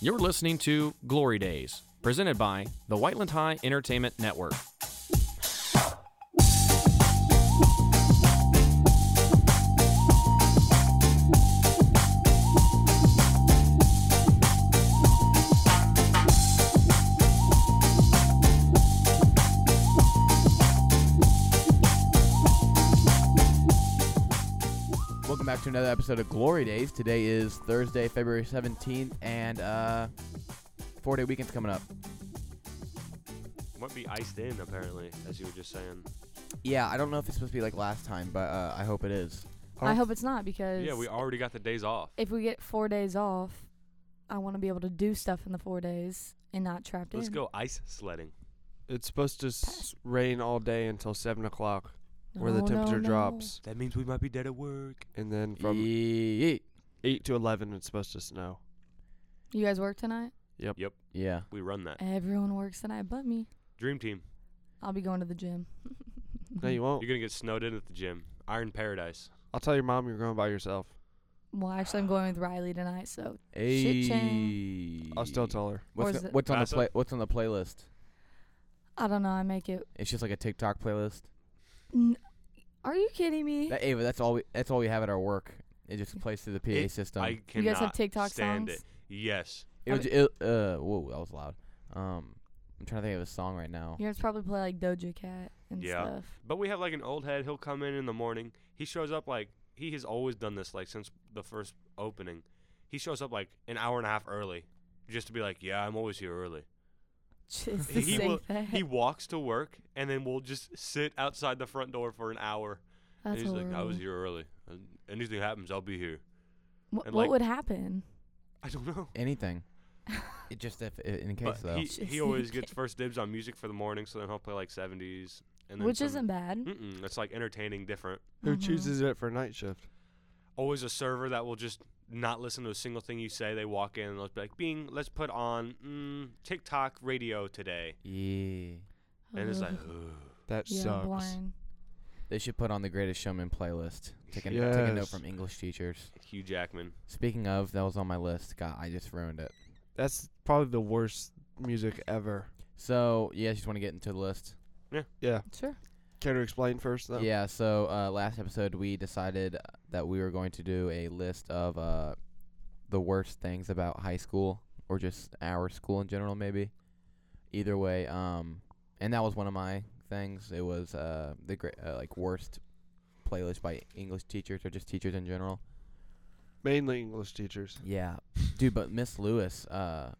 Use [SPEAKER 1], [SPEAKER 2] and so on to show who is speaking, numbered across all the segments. [SPEAKER 1] You're listening to Glory Days, presented by the Whiteland High Entertainment Network.
[SPEAKER 2] Welcome back to another episode of Glory Days. Today is Thursday, February 17th, and uh, four day weekend's coming up.
[SPEAKER 3] Might be iced in apparently, as you were just saying.
[SPEAKER 2] Yeah, I don't know if it's supposed to be like last time, but uh, I hope it is.
[SPEAKER 4] I hope it's not because
[SPEAKER 3] Yeah, we already got the days off.
[SPEAKER 4] if we get four days off, I want to be able to do stuff in the four days and not trapped
[SPEAKER 3] Let's
[SPEAKER 4] in.
[SPEAKER 3] go ice sledding.
[SPEAKER 5] It's supposed to s- rain all day until seven o'clock, where the
[SPEAKER 4] No, no,
[SPEAKER 5] temperature
[SPEAKER 4] no.
[SPEAKER 5] drops,
[SPEAKER 3] That means we might be dead at work.
[SPEAKER 5] and then from
[SPEAKER 2] Yeet.
[SPEAKER 5] eight to eleven, it's supposed to snow.
[SPEAKER 4] You guys work tonight?
[SPEAKER 2] Yeah.
[SPEAKER 3] We run that.
[SPEAKER 4] Everyone works tonight but me.
[SPEAKER 3] Dream team.
[SPEAKER 4] I'll be going to the gym.
[SPEAKER 5] No, you won't.
[SPEAKER 3] You're gonna get snowed in at the gym. Iron paradise.
[SPEAKER 5] I'll tell your mom you're going by yourself.
[SPEAKER 4] Well, actually, I'm going with Riley tonight, so Shit
[SPEAKER 2] Hey.
[SPEAKER 5] I'll still tell her.
[SPEAKER 4] Or
[SPEAKER 2] What's,
[SPEAKER 4] is
[SPEAKER 2] the-
[SPEAKER 4] it-
[SPEAKER 2] what's on the
[SPEAKER 3] Passive?
[SPEAKER 2] play, What's on the playlist?
[SPEAKER 4] I don't know. I make it.
[SPEAKER 2] It's just like a TikTok playlist.
[SPEAKER 4] N- Are you kidding me?
[SPEAKER 2] That, Ava, that's all we that's all we have at our work. It just plays through the PA
[SPEAKER 3] It-
[SPEAKER 2] system.
[SPEAKER 3] I
[SPEAKER 4] You
[SPEAKER 3] cannot
[SPEAKER 4] guys have TikTok
[SPEAKER 3] stand
[SPEAKER 4] songs?
[SPEAKER 3] it. Yes.
[SPEAKER 2] it
[SPEAKER 4] I
[SPEAKER 2] was, it, uh, whoa, that was loud. Um, I'm trying to think of a song right now.
[SPEAKER 4] You guys probably play like Doja Cat and
[SPEAKER 3] Yeah.
[SPEAKER 4] stuff.
[SPEAKER 3] But we have like an old head. He'll come in in the morning. He shows up like he has always done this like since the first opening. He shows up like an hour and a half early, just to be like, yeah, I'm always here early.
[SPEAKER 4] Just to
[SPEAKER 3] He
[SPEAKER 4] say
[SPEAKER 3] will-
[SPEAKER 4] that.
[SPEAKER 3] He walks to work and then we'll just sit outside the front door for an hour.
[SPEAKER 4] That's
[SPEAKER 3] and he's like, I
[SPEAKER 4] horrible.
[SPEAKER 3] was here early. Uh, Anything happens, I'll be here.
[SPEAKER 4] Wh-
[SPEAKER 3] and,
[SPEAKER 4] what
[SPEAKER 3] like-
[SPEAKER 4] would happen?
[SPEAKER 3] I don't know.
[SPEAKER 2] Anything. It just if in case
[SPEAKER 3] But
[SPEAKER 2] though.
[SPEAKER 3] he,
[SPEAKER 4] Just
[SPEAKER 3] he always
[SPEAKER 4] in
[SPEAKER 3] gets first dibs on music for the morning, so then he'll play like 70s. And then
[SPEAKER 4] Which
[SPEAKER 3] some-
[SPEAKER 4] isn't bad.
[SPEAKER 3] Mm-mm, it's like entertaining, different.
[SPEAKER 5] Who
[SPEAKER 4] Mhm.
[SPEAKER 5] chooses it for night shift?
[SPEAKER 3] Always a server that will just not listen to a single thing you say. They walk in and they'll be like, "Bing, let's put on mm, TikTok radio today,"
[SPEAKER 2] yeah.
[SPEAKER 4] Uh-huh.
[SPEAKER 3] and it's like,
[SPEAKER 4] Ugh.
[SPEAKER 5] That
[SPEAKER 4] yeah,
[SPEAKER 5] sucks.
[SPEAKER 4] boring.
[SPEAKER 2] They should put on the Greatest Showman playlist. Take a, take a note
[SPEAKER 5] Yes.
[SPEAKER 2] from English teachers.
[SPEAKER 3] Hugh Jackman.
[SPEAKER 2] Speaking of, that was on my list. God, I just ruined it.
[SPEAKER 5] That's probably the worst music ever.
[SPEAKER 2] So yeah, just want to get into the list.
[SPEAKER 5] Yeah.
[SPEAKER 4] Sure.
[SPEAKER 5] Care to explain first though?
[SPEAKER 2] Yeah. So uh, last episode we decided that we were going to do a list of uh, the worst things about high school or just our school in general, maybe. Either way, um, and that was one of my things. It was uh, the great uh, like worst playlist by English teachers or just teachers in general.
[SPEAKER 5] Mainly English teachers.
[SPEAKER 2] Yeah, dude. But Miss Lewis, uh,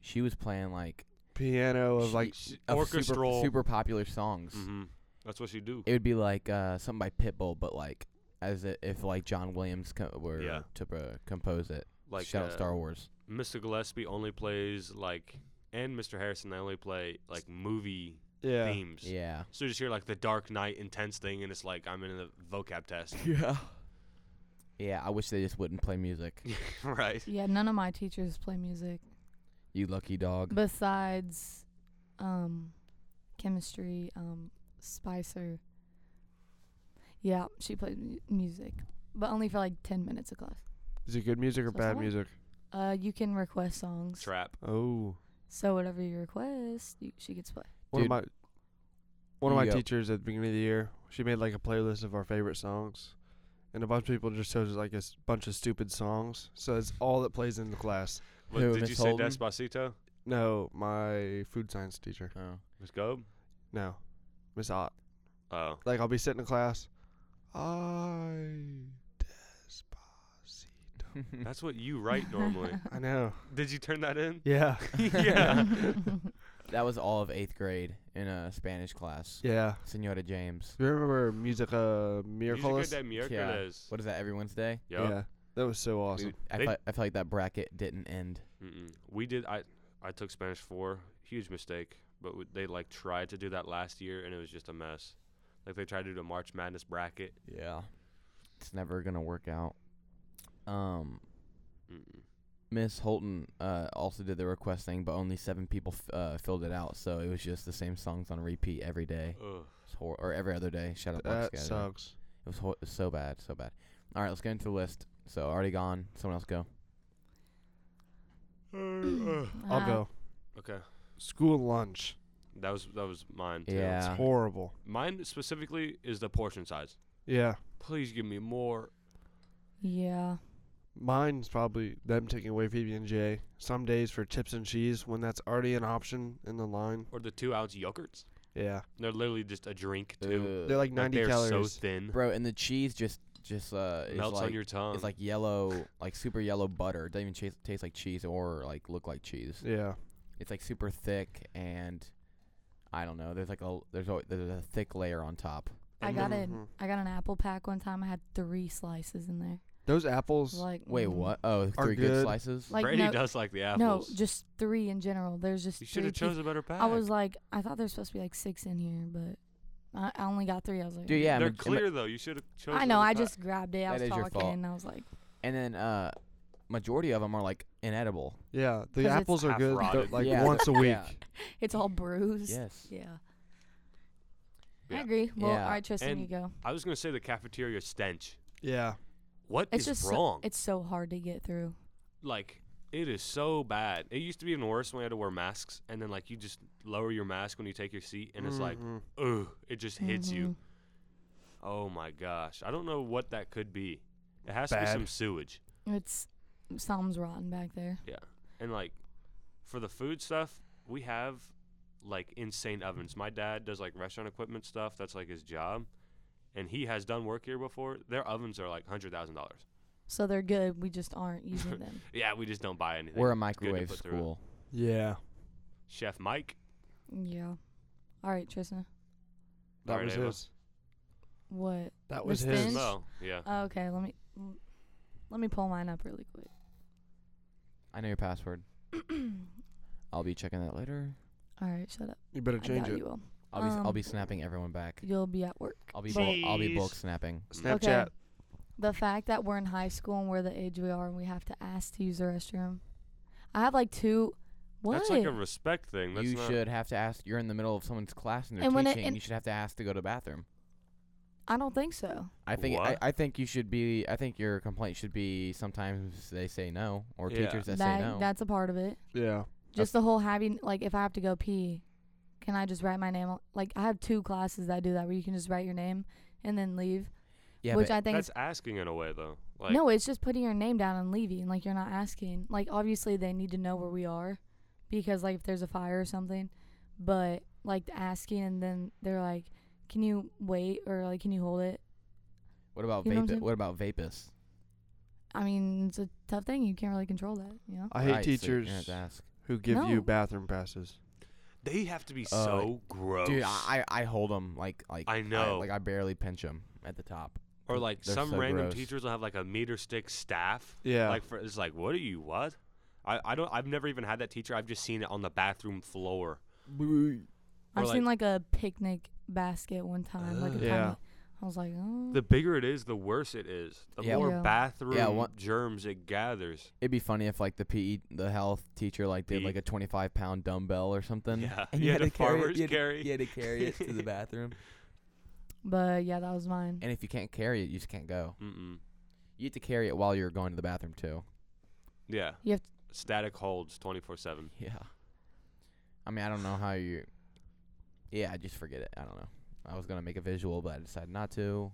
[SPEAKER 2] she was playing like
[SPEAKER 5] Piano of
[SPEAKER 2] She-
[SPEAKER 5] like
[SPEAKER 3] Sh-
[SPEAKER 2] of
[SPEAKER 3] orchestral.
[SPEAKER 2] super, super popular songs.
[SPEAKER 3] hmm That's what she do.
[SPEAKER 2] It would be like uh, something by Pitbull, but like as i if like John Williams co- were
[SPEAKER 3] Yeah.
[SPEAKER 2] to uh, compose it.
[SPEAKER 3] Like
[SPEAKER 2] shout out
[SPEAKER 3] uh,
[SPEAKER 2] Star Wars.
[SPEAKER 3] Mr. Gillespie only plays like, and Mr. Harrison they only play like movie
[SPEAKER 5] yeah.
[SPEAKER 3] themes.
[SPEAKER 2] Yeah.
[SPEAKER 3] So you just hear like the Dark Knight intense thing, and it's like I'm in the vocab test.
[SPEAKER 2] Yeah. Yeah. I wish they just wouldn't play music.
[SPEAKER 3] right.
[SPEAKER 4] Yeah, none of my teachers play music
[SPEAKER 2] You lucky dog.
[SPEAKER 4] besides um chemistry um Spicer. Yeah, she played mu- music, but only for like 10 minutes of class.
[SPEAKER 5] Is it good music or
[SPEAKER 4] So
[SPEAKER 5] bad
[SPEAKER 4] someone-
[SPEAKER 5] music?
[SPEAKER 4] Uh you can request songs.
[SPEAKER 3] Trap.
[SPEAKER 5] Oh.
[SPEAKER 4] So whatever you request, you, she gets play.
[SPEAKER 5] One
[SPEAKER 2] Dude.
[SPEAKER 5] of my one of my
[SPEAKER 2] Yep.
[SPEAKER 5] teachers at the beginning of the year, she made like a playlist of our favorite songs, and a bunch of people just chose like a s- bunch of stupid songs. So it's all that plays in the class.
[SPEAKER 3] What,
[SPEAKER 2] Who,
[SPEAKER 3] did
[SPEAKER 2] Miss
[SPEAKER 3] you
[SPEAKER 2] Holden?
[SPEAKER 3] say Despacito?
[SPEAKER 5] No, my food science teacher.
[SPEAKER 2] Oh.
[SPEAKER 3] Let's go.
[SPEAKER 5] No, Miss Ott.
[SPEAKER 3] Oh.
[SPEAKER 5] Like I'll be sitting in class. I despacito.
[SPEAKER 3] That's what you write normally.
[SPEAKER 5] I know.
[SPEAKER 3] did you turn that in?
[SPEAKER 5] Yeah.
[SPEAKER 3] yeah.
[SPEAKER 2] that was all of eighth grade in a Spanish class.
[SPEAKER 5] Yeah.
[SPEAKER 2] Senora James.
[SPEAKER 5] Do you remember Musica
[SPEAKER 3] Miércoles.
[SPEAKER 5] Miraculous?
[SPEAKER 3] de miércoles.
[SPEAKER 2] What is that? Every Wednesday.
[SPEAKER 3] Yup.
[SPEAKER 5] Yeah. That was so awesome.
[SPEAKER 2] I
[SPEAKER 3] They-
[SPEAKER 2] feel, I feel like that bracket didn't end.
[SPEAKER 3] Mm-mm. We did. I I took Spanish four. Huge mistake. But w- they like tried to do that last year, and it was just a mess. Like they tried to do a March Madness bracket.
[SPEAKER 2] Yeah. It's never gonna work out. Um,
[SPEAKER 3] Mm-mm.
[SPEAKER 2] Miss Holton uh, also did the request thing, but only seven people f- uh, filled it out, so it was just the same songs on repeat every day,
[SPEAKER 3] Ugh.
[SPEAKER 2] It's hor- or every other day. Shout out Black
[SPEAKER 5] That
[SPEAKER 2] Scatter.
[SPEAKER 5] sucks.
[SPEAKER 2] It was ho- so bad, so bad. All right, let's get into the list. So already gone. Someone else go.
[SPEAKER 5] I'll
[SPEAKER 4] Ah,
[SPEAKER 5] go.
[SPEAKER 3] Okay,
[SPEAKER 5] School lunch.
[SPEAKER 3] that was that was mine too.
[SPEAKER 5] It's
[SPEAKER 2] Yeah.
[SPEAKER 5] horrible.
[SPEAKER 3] Mine specifically is the portion size.
[SPEAKER 5] Yeah.
[SPEAKER 3] Please give me more.
[SPEAKER 4] Yeah.
[SPEAKER 5] Mine's probably them taking away PB and J some days for chips and cheese when that's already an option in the line.
[SPEAKER 3] Or the two ounce yogurts.
[SPEAKER 5] Yeah,
[SPEAKER 3] They're literally just a drink too.
[SPEAKER 5] they're like
[SPEAKER 3] Like,
[SPEAKER 5] 90
[SPEAKER 3] they're
[SPEAKER 5] calories.
[SPEAKER 3] so thin.
[SPEAKER 2] Uh, bro, and the cheese just just uh is
[SPEAKER 3] melts
[SPEAKER 2] like
[SPEAKER 3] on your tongue.
[SPEAKER 2] it's like yellow, like super yellow butter. It doesn't even chase, taste like cheese or like look like cheese.
[SPEAKER 5] yeah,
[SPEAKER 2] It's like super thick and I don't know. There's like a there's a, there's a thick layer on top.
[SPEAKER 4] I
[SPEAKER 5] And
[SPEAKER 4] got
[SPEAKER 5] then- Mm-hmm.
[SPEAKER 4] an I got an apple pack one time. I had three slices in there.
[SPEAKER 5] those apples.
[SPEAKER 4] Like
[SPEAKER 2] Wait,
[SPEAKER 4] mm,
[SPEAKER 2] what? Oh,
[SPEAKER 5] Are
[SPEAKER 2] three good,
[SPEAKER 5] good.
[SPEAKER 2] slices.
[SPEAKER 4] Like
[SPEAKER 3] Brady
[SPEAKER 4] no,
[SPEAKER 3] does like the
[SPEAKER 4] no,
[SPEAKER 3] apples.
[SPEAKER 4] just three in general. There's just
[SPEAKER 3] you should
[SPEAKER 4] three
[SPEAKER 3] have
[SPEAKER 4] piece-
[SPEAKER 3] chose a better pack.
[SPEAKER 4] I was like, I thought there's supposed to be like six in here, but I, I only got three. I was like,
[SPEAKER 2] Dude, yeah.
[SPEAKER 3] they're
[SPEAKER 2] maj-
[SPEAKER 3] clear though. You should have chosen.
[SPEAKER 4] I know.
[SPEAKER 3] another
[SPEAKER 4] I
[SPEAKER 3] pack.
[SPEAKER 4] just grabbed it.
[SPEAKER 2] That
[SPEAKER 4] I was
[SPEAKER 2] is your
[SPEAKER 4] talking,
[SPEAKER 2] fault.
[SPEAKER 4] and I was like,
[SPEAKER 2] And then uh, majority of them are like inedible.
[SPEAKER 5] yeah,
[SPEAKER 4] 'Cause
[SPEAKER 5] the
[SPEAKER 4] it's
[SPEAKER 5] apples are
[SPEAKER 3] half
[SPEAKER 5] good
[SPEAKER 3] rotted.
[SPEAKER 5] but, like
[SPEAKER 2] Yeah,
[SPEAKER 5] once a week.
[SPEAKER 2] yeah.
[SPEAKER 4] it's all bruised.
[SPEAKER 2] Yes.
[SPEAKER 4] Yeah.
[SPEAKER 3] Yeah.
[SPEAKER 4] I agree. Well,
[SPEAKER 2] Yeah.
[SPEAKER 4] all right, Tristan,
[SPEAKER 3] And
[SPEAKER 4] you go.
[SPEAKER 3] I was gonna say the cafeteria stench.
[SPEAKER 5] Yeah,
[SPEAKER 3] What
[SPEAKER 4] It's
[SPEAKER 3] is
[SPEAKER 4] just so-
[SPEAKER 3] wrong?
[SPEAKER 4] It's so hard to get through.
[SPEAKER 3] like it is so bad. It used to be even worse when we had to wear masks, and then like you just lower your mask when you take your seat, and it's like,
[SPEAKER 5] Mhm.
[SPEAKER 4] Mm-hmm.
[SPEAKER 3] ugh, it just hits you. Oh my gosh, I don't know what that could be. It has to be
[SPEAKER 5] Bad.
[SPEAKER 3] some sewage,
[SPEAKER 4] Mhm. It's something's rotten back there.
[SPEAKER 3] and like for the food stuff, we have like insane ovens. My dad does like restaurant equipment stuff. That's like his job, and he has done work here before. Their ovens are like hundred thousand dollars.
[SPEAKER 4] So they're good. We just aren't using them.
[SPEAKER 3] Yeah, we just don't buy anything.
[SPEAKER 2] We're a microwave
[SPEAKER 3] put through it.
[SPEAKER 2] school.
[SPEAKER 5] yeah.
[SPEAKER 3] Chef Mike.
[SPEAKER 4] Yeah. All right, Tristan.
[SPEAKER 5] That
[SPEAKER 3] Alright,
[SPEAKER 5] was
[SPEAKER 3] Ava.
[SPEAKER 5] his.
[SPEAKER 4] What?
[SPEAKER 5] That was
[SPEAKER 4] The
[SPEAKER 5] his.
[SPEAKER 4] stench?
[SPEAKER 3] Oh yeah.
[SPEAKER 4] Okay, let me let me pull mine up really quick.
[SPEAKER 2] I know your password. I'll be checking that later.
[SPEAKER 4] All right, shut up.
[SPEAKER 5] You better
[SPEAKER 4] I doubt
[SPEAKER 5] change it.
[SPEAKER 4] you will.
[SPEAKER 2] I'll be s I'll
[SPEAKER 4] Um,
[SPEAKER 2] be snapping everyone back.
[SPEAKER 4] You'll be at work.
[SPEAKER 2] I'll be bul- I'll be
[SPEAKER 3] Jeez.
[SPEAKER 2] bulk snapping.
[SPEAKER 5] Snapchat.
[SPEAKER 4] Okay. The fact that we're in high school and we're the age we are and we have to ask to use the restroom. I have like two. What?
[SPEAKER 3] That's like a respect thing. That's
[SPEAKER 2] You
[SPEAKER 3] not,
[SPEAKER 2] should have to ask. You're in the middle of someone's class and they're
[SPEAKER 4] And when it-
[SPEAKER 2] teaching.
[SPEAKER 4] and-
[SPEAKER 2] you should have to ask to go to the bathroom.
[SPEAKER 4] I don't think so.
[SPEAKER 2] I think I,
[SPEAKER 3] What?
[SPEAKER 2] I think you should be. I think your complaint should be sometimes they say no or
[SPEAKER 3] Yeah.
[SPEAKER 2] teachers that,
[SPEAKER 4] that
[SPEAKER 2] say no.
[SPEAKER 4] that's a part of it.
[SPEAKER 5] Yeah.
[SPEAKER 4] Just the whole having like if I have to go pee, can I just write my name? on- Like I have two classes that do that where you can just write your name and then leave,
[SPEAKER 2] yeah,
[SPEAKER 4] which
[SPEAKER 2] but
[SPEAKER 4] I think is
[SPEAKER 3] That's asking in a way though. Like
[SPEAKER 4] no, it's just putting your name down and leaving. Like you're not asking. Like obviously they need to know where we are, because like if there's a fire or something, but like asking and then they're like, can you wait or like can you hold it?
[SPEAKER 2] what about
[SPEAKER 4] you know what I'm
[SPEAKER 2] vape?
[SPEAKER 4] saying?
[SPEAKER 2] What about vapus?
[SPEAKER 4] I mean it's a tough thing. You can't really control that. You know.
[SPEAKER 5] I hate
[SPEAKER 2] Right, so you're
[SPEAKER 5] teachers
[SPEAKER 2] gonna have to ask.
[SPEAKER 5] who give
[SPEAKER 4] No.
[SPEAKER 5] you bathroom passes.
[SPEAKER 3] they have to be
[SPEAKER 2] Uh,
[SPEAKER 3] so gross.
[SPEAKER 2] Dude, I I I hold them like like
[SPEAKER 3] I know.
[SPEAKER 2] like I barely pinch them at the top.
[SPEAKER 3] or like
[SPEAKER 2] they're
[SPEAKER 3] some
[SPEAKER 2] so
[SPEAKER 3] random
[SPEAKER 2] gross.
[SPEAKER 3] teachers will have like a meter stick staff.
[SPEAKER 5] Yeah.
[SPEAKER 3] Like for it's like what are you what? I, I don't I've never even had that teacher. I've just seen it on the bathroom floor. or,
[SPEAKER 4] I've seen like a picnic basket one time. like a
[SPEAKER 3] Ugh.
[SPEAKER 4] tiny-
[SPEAKER 5] Yeah.
[SPEAKER 4] I was like, oh.
[SPEAKER 3] The bigger it is, the worse it is. The
[SPEAKER 2] Yeah.
[SPEAKER 3] more
[SPEAKER 4] Yeah.
[SPEAKER 3] bathroom
[SPEAKER 2] one-
[SPEAKER 3] germs it gathers.
[SPEAKER 2] It'd be funny if like the PE the health teacher like did
[SPEAKER 3] Pete.
[SPEAKER 2] like a 25 pound dumbbell or something.
[SPEAKER 3] Yeah,
[SPEAKER 2] and
[SPEAKER 3] you
[SPEAKER 2] you
[SPEAKER 3] had
[SPEAKER 2] had,
[SPEAKER 3] a
[SPEAKER 2] to carry
[SPEAKER 3] farmer's
[SPEAKER 2] it. You had,
[SPEAKER 3] carry.
[SPEAKER 2] You had to carry it to the bathroom.
[SPEAKER 4] but yeah, that was mine.
[SPEAKER 2] And if you can't carry it, you just can't go.
[SPEAKER 3] Mm-mm.
[SPEAKER 2] You have to carry it while you're going to the bathroom too.
[SPEAKER 3] Yeah.
[SPEAKER 4] You have
[SPEAKER 3] Static holds twenty four seven.
[SPEAKER 2] Yeah. I mean, I don't know how you. Yeah, I just forget it. I don't know. I was gonna make a visual, but I decided not to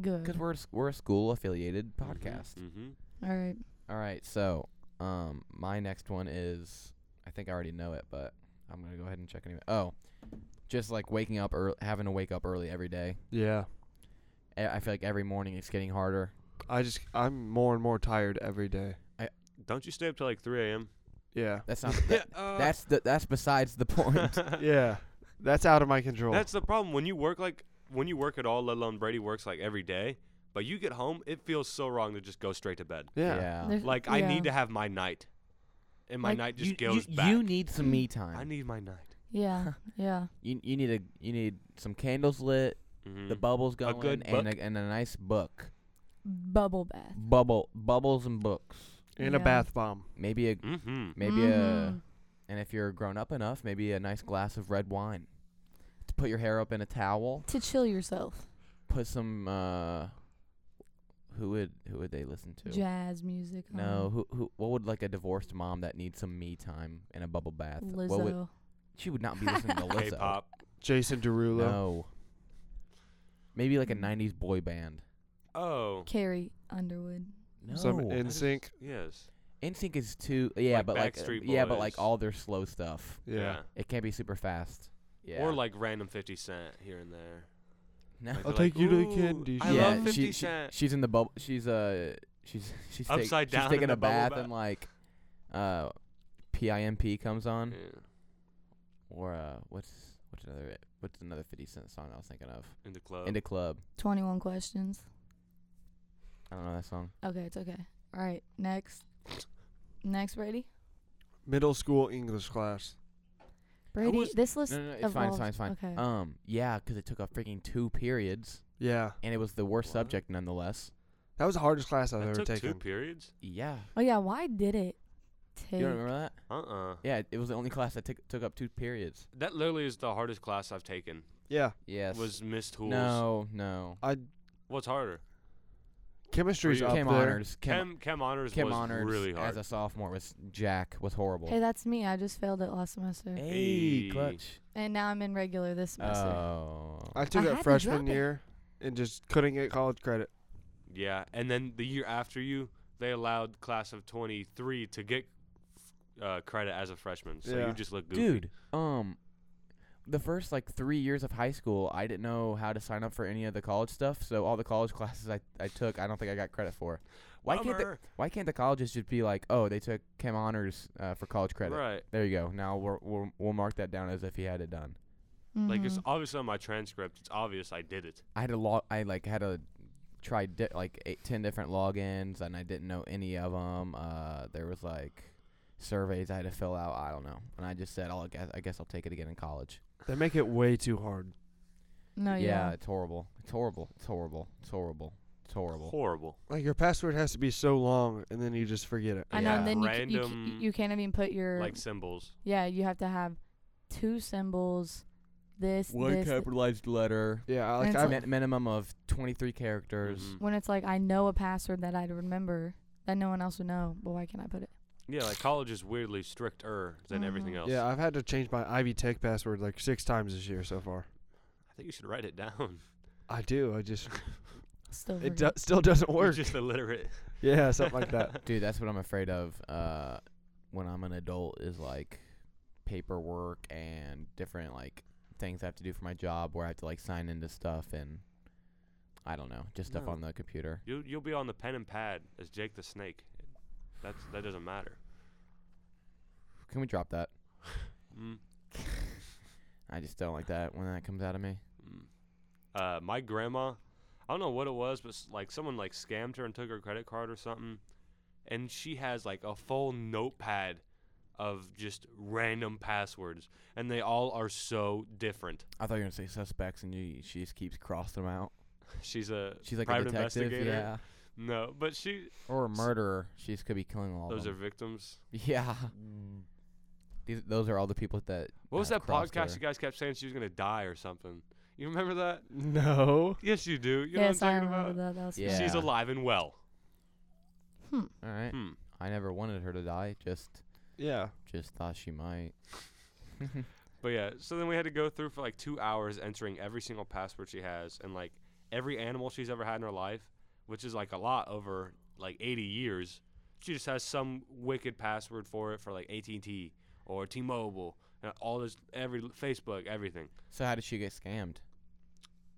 [SPEAKER 2] because
[SPEAKER 4] Good.
[SPEAKER 2] we're a s- we're a school affiliated podcast.
[SPEAKER 3] Mm-hmm.
[SPEAKER 4] All right.
[SPEAKER 2] All right, so um, my next one is I think I already know it, but I'm gonna go ahead and check anyway. Oh, just like waking up early, having to wake up early every day.
[SPEAKER 5] Yeah.
[SPEAKER 2] E- I feel like every morning it's getting harder.
[SPEAKER 5] I just I'm more and more tired every day.
[SPEAKER 3] Don't you stay up till like three a.m.
[SPEAKER 5] Yeah.
[SPEAKER 2] That's not. that- that's the, that's besides the point.
[SPEAKER 5] Yeah. That's out of my control.
[SPEAKER 3] uh, That's the problem when you work like when you work at all, let alone Brady works like every day. But you get home, it feels so wrong to just go straight to bed.
[SPEAKER 5] yeah.
[SPEAKER 4] There's-
[SPEAKER 3] Like I
[SPEAKER 4] yeah.
[SPEAKER 3] need to have my night, and my
[SPEAKER 4] Like,
[SPEAKER 3] night just
[SPEAKER 2] You,
[SPEAKER 3] goes
[SPEAKER 2] you,
[SPEAKER 3] back.
[SPEAKER 2] you need some me
[SPEAKER 3] I
[SPEAKER 2] time.
[SPEAKER 3] need my night.
[SPEAKER 4] Yeah. yeah.
[SPEAKER 2] You you need a you need some candles lit, the
[SPEAKER 3] Mhm.
[SPEAKER 2] bubbles going,
[SPEAKER 3] good
[SPEAKER 2] and
[SPEAKER 3] book.
[SPEAKER 2] a, and a nice book.
[SPEAKER 4] Bubble bath.
[SPEAKER 2] Bubble bubbles and books.
[SPEAKER 5] And a
[SPEAKER 4] Yeah.
[SPEAKER 5] bath bomb.
[SPEAKER 2] Maybe a
[SPEAKER 3] Mhm.
[SPEAKER 2] maybe uh, a
[SPEAKER 4] Mhm.
[SPEAKER 2] And if you're grown up enough, maybe a nice glass of red wine. To put your hair up in a towel,
[SPEAKER 4] to chill yourself.
[SPEAKER 2] put some uh who would who would they listen to?
[SPEAKER 4] Jazz music. um,
[SPEAKER 2] No, who who what would like a divorced mom that needs some me time and a bubble bath?
[SPEAKER 4] um,
[SPEAKER 2] What would
[SPEAKER 4] Lizzo.
[SPEAKER 2] she would not be listening to Lizzo?
[SPEAKER 3] K-pop.
[SPEAKER 5] Jason Derulo.
[SPEAKER 2] No. Maybe like a '90s boy band.
[SPEAKER 3] Oh,
[SPEAKER 4] Carrie Underwood.
[SPEAKER 2] No.
[SPEAKER 5] Some
[SPEAKER 3] I
[SPEAKER 5] in
[SPEAKER 3] just-
[SPEAKER 5] sync.
[SPEAKER 3] Yes.
[SPEAKER 2] NSYNC is too. Yeah,
[SPEAKER 3] Like
[SPEAKER 2] but like uh,
[SPEAKER 3] Backstreet
[SPEAKER 2] yeah, but
[SPEAKER 3] Boys.
[SPEAKER 2] like all their slow stuff.
[SPEAKER 5] Yeah.
[SPEAKER 2] It can't be super fast. Yeah.
[SPEAKER 3] Or like random Fifty Cent here and there.
[SPEAKER 2] no.
[SPEAKER 3] Like, they're
[SPEAKER 5] I'll
[SPEAKER 3] like,
[SPEAKER 5] take you to the
[SPEAKER 3] "Ooh,
[SPEAKER 5] candy
[SPEAKER 3] I
[SPEAKER 5] shop."
[SPEAKER 2] yeah,
[SPEAKER 3] love
[SPEAKER 2] she-
[SPEAKER 3] 50
[SPEAKER 2] she-
[SPEAKER 3] Cent.
[SPEAKER 2] she's in the bubble. She's uh, she's she's take-
[SPEAKER 3] Upside
[SPEAKER 2] she's
[SPEAKER 3] down in
[SPEAKER 2] taking
[SPEAKER 3] the
[SPEAKER 2] a
[SPEAKER 3] bubble
[SPEAKER 2] bath
[SPEAKER 3] bath.
[SPEAKER 2] and like, uh, PIMP comes on
[SPEAKER 3] Yeah.
[SPEAKER 2] or uh, what's what's another what's another Fifty Cent song I was thinking of?
[SPEAKER 3] In the club.
[SPEAKER 2] In the club.
[SPEAKER 4] Twenty One Questions.
[SPEAKER 2] I don't know that song.
[SPEAKER 4] Okay, it's okay. All right, next. Next, Brady.
[SPEAKER 5] Middle school English class.
[SPEAKER 4] Brady,
[SPEAKER 2] was-
[SPEAKER 4] this list
[SPEAKER 2] No, no, no it's fine, it's fine,
[SPEAKER 4] evolved.
[SPEAKER 2] it's fine.
[SPEAKER 4] Okay.
[SPEAKER 2] Um, yeah, 'cause it took up freaking two periods,
[SPEAKER 5] Yeah.
[SPEAKER 2] and it was the worst
[SPEAKER 3] What?
[SPEAKER 2] subject nonetheless.
[SPEAKER 5] That was the hardest class I've
[SPEAKER 3] that
[SPEAKER 5] ever
[SPEAKER 3] took two
[SPEAKER 5] taken.
[SPEAKER 3] periods.
[SPEAKER 2] Yeah,
[SPEAKER 4] oh yeah, why did it take?
[SPEAKER 2] you don't remember that?
[SPEAKER 3] Uh uh
[SPEAKER 2] Yeah, it- it was the only class that took took up two periods.
[SPEAKER 3] That literally is the hardest class I've taken.
[SPEAKER 5] Yeah.
[SPEAKER 2] Yes.
[SPEAKER 3] Was Miss Tools.
[SPEAKER 2] no, no.
[SPEAKER 5] I
[SPEAKER 3] What's harder?
[SPEAKER 5] chemistry's
[SPEAKER 3] you-
[SPEAKER 5] up
[SPEAKER 2] Chem
[SPEAKER 5] there.
[SPEAKER 2] honors. Chem,
[SPEAKER 3] Chem Chem honors
[SPEAKER 2] chem
[SPEAKER 3] was
[SPEAKER 2] honors
[SPEAKER 3] really hard.
[SPEAKER 2] as a sophomore was Jack was horrible.
[SPEAKER 4] Hey, that's me. I just failed it last semester,
[SPEAKER 2] Hey,
[SPEAKER 3] Hey.
[SPEAKER 2] clutch.
[SPEAKER 4] and now I'm in regular this semester.
[SPEAKER 2] Oh.
[SPEAKER 5] I took
[SPEAKER 4] I had
[SPEAKER 5] it
[SPEAKER 4] to
[SPEAKER 5] freshman
[SPEAKER 4] drop it.
[SPEAKER 5] year and just couldn't get college credit.
[SPEAKER 3] yeah, and then the year after you, they allowed class of 23 to get uh, credit as a freshman. So
[SPEAKER 5] Yeah.
[SPEAKER 3] you just look goofy.
[SPEAKER 2] Dude, um the first like 3 years of high school, I didn't know how to sign up for any of the college stuff, so all the college classes I, I took, I don't think I got credit for. Why can't the,
[SPEAKER 3] Bummer.
[SPEAKER 2] why can't the colleges just be like, "Oh, they took chem honors uh, for college credit."
[SPEAKER 3] Right.
[SPEAKER 2] There you go. Now we're, we'll we'll mark that down as if he had it done.
[SPEAKER 3] Like it's
[SPEAKER 4] Mhm.
[SPEAKER 5] Mm-hmm.
[SPEAKER 3] obviously on my transcript. It's obvious I did it.
[SPEAKER 2] I had a log. I like had a tried di- like eight, ten different logins, and I didn't know any of them. Uh, there was like surveys I had to fill out. I don't know, and I just said, "I'll guess. I guess I'll take it again in college."
[SPEAKER 5] They make it way too hard.
[SPEAKER 4] no, yeah.
[SPEAKER 2] it's horrible. It's horrible. It's horrible. It's horrible. It's horrible.
[SPEAKER 3] Horrible.
[SPEAKER 5] Like your password has to be so long, and then you just forget it.
[SPEAKER 4] I know.
[SPEAKER 2] Yeah.
[SPEAKER 4] And then you, c- you, c-
[SPEAKER 3] Random,
[SPEAKER 4] you can't even put
[SPEAKER 2] Er.
[SPEAKER 4] your
[SPEAKER 3] Like symbols.
[SPEAKER 4] yeah. You have to have two symbols. This this.
[SPEAKER 2] capitalized letter. Mm-hmm.
[SPEAKER 5] Yeah, I- like
[SPEAKER 4] And
[SPEAKER 5] I
[SPEAKER 4] it's
[SPEAKER 5] have
[SPEAKER 4] like-
[SPEAKER 2] minimum of twenty-three characters.
[SPEAKER 3] Mhm.
[SPEAKER 4] When it's like I know a password that I'd remember that no one else would know, but why can't I put it?
[SPEAKER 3] Yeah, like college is weirdly stricter than
[SPEAKER 2] Mm-hmm.
[SPEAKER 3] everything
[SPEAKER 4] Mhm.
[SPEAKER 3] else.
[SPEAKER 5] yeah, I've had to change my Ivy Tech password like six times this year so far.
[SPEAKER 3] I think you should write it down.
[SPEAKER 5] I do. I just
[SPEAKER 4] Still.
[SPEAKER 5] it do-
[SPEAKER 4] forget.
[SPEAKER 5] still doesn't
[SPEAKER 3] We're
[SPEAKER 5] work.
[SPEAKER 3] just illiterate.
[SPEAKER 5] yeah, something like that.
[SPEAKER 2] Dude, that's what I'm afraid of. Uh, when I'm an adult, is like paperwork and different like things I have to do for my job, where I have to like sign into stuff and I don't know, just stuff
[SPEAKER 3] No.
[SPEAKER 2] on the computer.
[SPEAKER 3] You you'll be on the pen and pad as Jake the Snake. That's that doesn't matter.
[SPEAKER 2] Can we drop that?
[SPEAKER 3] Mm.
[SPEAKER 2] I just don't like that when that comes out of me.
[SPEAKER 3] Mm. Uh, my grandma, I don't know what it was, but s- like someone like scammed her and took her credit card or something, and she has like a full notepad of just random passwords, and they all are so different.
[SPEAKER 2] I thought you were gonna say suspects, and you she just keeps crossing them out.
[SPEAKER 3] She's a
[SPEAKER 2] She's like
[SPEAKER 3] private
[SPEAKER 2] a detective,
[SPEAKER 3] investigator.
[SPEAKER 2] yeah,
[SPEAKER 3] No, but she
[SPEAKER 2] or a murderer. She just could be killing all of
[SPEAKER 3] those are
[SPEAKER 2] them.
[SPEAKER 3] victims.
[SPEAKER 2] yeah, Mm. these those are all the people that.
[SPEAKER 3] What was
[SPEAKER 2] uh,
[SPEAKER 3] that
[SPEAKER 2] crossed
[SPEAKER 3] podcast
[SPEAKER 2] her.
[SPEAKER 3] you guys kept saying she was gonna die or something? You remember that?
[SPEAKER 5] No.
[SPEAKER 3] Yes, you do. You know
[SPEAKER 4] yes,
[SPEAKER 3] what
[SPEAKER 4] I
[SPEAKER 3] I'm talking
[SPEAKER 4] remember
[SPEAKER 3] about?
[SPEAKER 4] that. That was
[SPEAKER 2] Yeah.
[SPEAKER 4] fun.
[SPEAKER 3] She's alive and well.
[SPEAKER 4] Hmm.
[SPEAKER 2] All right,
[SPEAKER 3] Hmm.
[SPEAKER 2] I never wanted her to die. Just
[SPEAKER 5] Yeah.
[SPEAKER 2] just thought she might.
[SPEAKER 3] But yeah, so then we had to go through for like two hours entering every single password she has and like every animal she's ever had in her life, which is like a lot over like 80 years. She just has some wicked password for it for like AT&T or T-Mobile and all this every Facebook everything.
[SPEAKER 2] so how did she get scammed?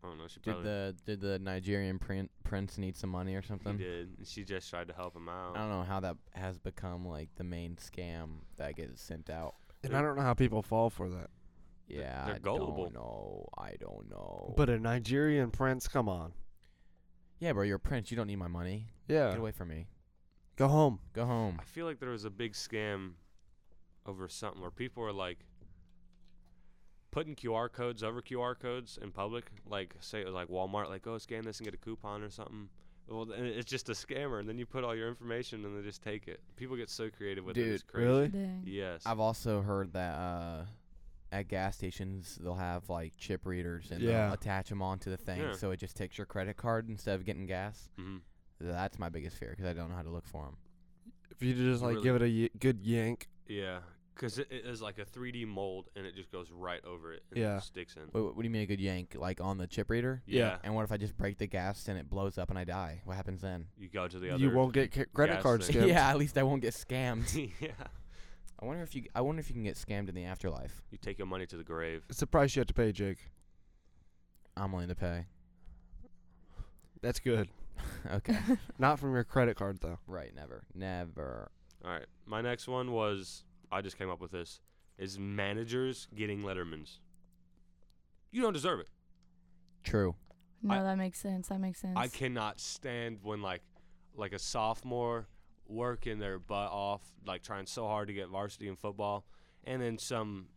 [SPEAKER 3] I don't know. She
[SPEAKER 2] Did
[SPEAKER 3] probably
[SPEAKER 2] the did the Nigerian prin- prince need some money or
[SPEAKER 3] he
[SPEAKER 2] something?
[SPEAKER 3] did. And she just tried to help him out.
[SPEAKER 2] I don't know how that has become like the main scam that gets sent out.
[SPEAKER 5] And I don't know how people fall for that.
[SPEAKER 2] Yeah,
[SPEAKER 3] they're gullible.
[SPEAKER 2] I don't know. I don't know.
[SPEAKER 5] But a Nigerian prince, come on.
[SPEAKER 2] yeah, bro, you're a prince. You don't need my money.
[SPEAKER 5] Yeah.
[SPEAKER 2] Get away from me.
[SPEAKER 5] Go home.
[SPEAKER 2] Go home.
[SPEAKER 3] I feel like there was a big scam over something where people were like putting QR codes over QR codes in public. Like, say it was like Walmart, like, oh, scan this and get a coupon or something. Well, then it's just a scammer, and then you put all your information and they just take it. People get so creative with it. It's
[SPEAKER 2] Dude,
[SPEAKER 3] crazy.
[SPEAKER 4] Dang.
[SPEAKER 3] Yes.
[SPEAKER 2] I've also heard that uh, at gas stations they'll have like chip readers and
[SPEAKER 5] Yeah.
[SPEAKER 2] they'll attach them onto the thing,
[SPEAKER 3] Yeah.
[SPEAKER 2] so it just takes your credit card instead of getting gas.
[SPEAKER 3] Mhm.
[SPEAKER 2] That's my biggest fear because I don't know how to look for them.
[SPEAKER 5] If you just
[SPEAKER 3] You
[SPEAKER 5] like
[SPEAKER 3] really-
[SPEAKER 5] give it a y- good yank,
[SPEAKER 3] Yeah, because it, it is like a 3D mold, and it just goes right over it. And
[SPEAKER 5] Yeah.
[SPEAKER 3] it sticks in.
[SPEAKER 2] Wait, what do you mean a good yank? Like on the chip reader?
[SPEAKER 3] Yeah.
[SPEAKER 2] And what if I just break the gas and it blows up and I die? What happens then?
[SPEAKER 3] You go to the other.
[SPEAKER 5] you won't get ca- credit
[SPEAKER 3] gas
[SPEAKER 5] card
[SPEAKER 3] thing.
[SPEAKER 5] skipped.
[SPEAKER 2] yeah, at least I won't get scammed.
[SPEAKER 3] yeah.
[SPEAKER 2] I wonder if you. I wonder if you can get scammed in the afterlife.
[SPEAKER 3] You take your money to the grave.
[SPEAKER 5] It's the price you have to pay, Jake.
[SPEAKER 2] I'm willing to pay.
[SPEAKER 5] That's good.
[SPEAKER 2] okay.
[SPEAKER 5] Not from your credit card though.
[SPEAKER 2] Right. Never. Never.
[SPEAKER 3] All right. My next one was I just came up with this. Is managers getting Letterman's? You don't deserve it.
[SPEAKER 2] True.
[SPEAKER 4] No,
[SPEAKER 3] I-
[SPEAKER 4] that makes sense. That makes sense.
[SPEAKER 3] I cannot stand when like like a sophomore working their butt off, like trying so hard to get varsity in football, and then some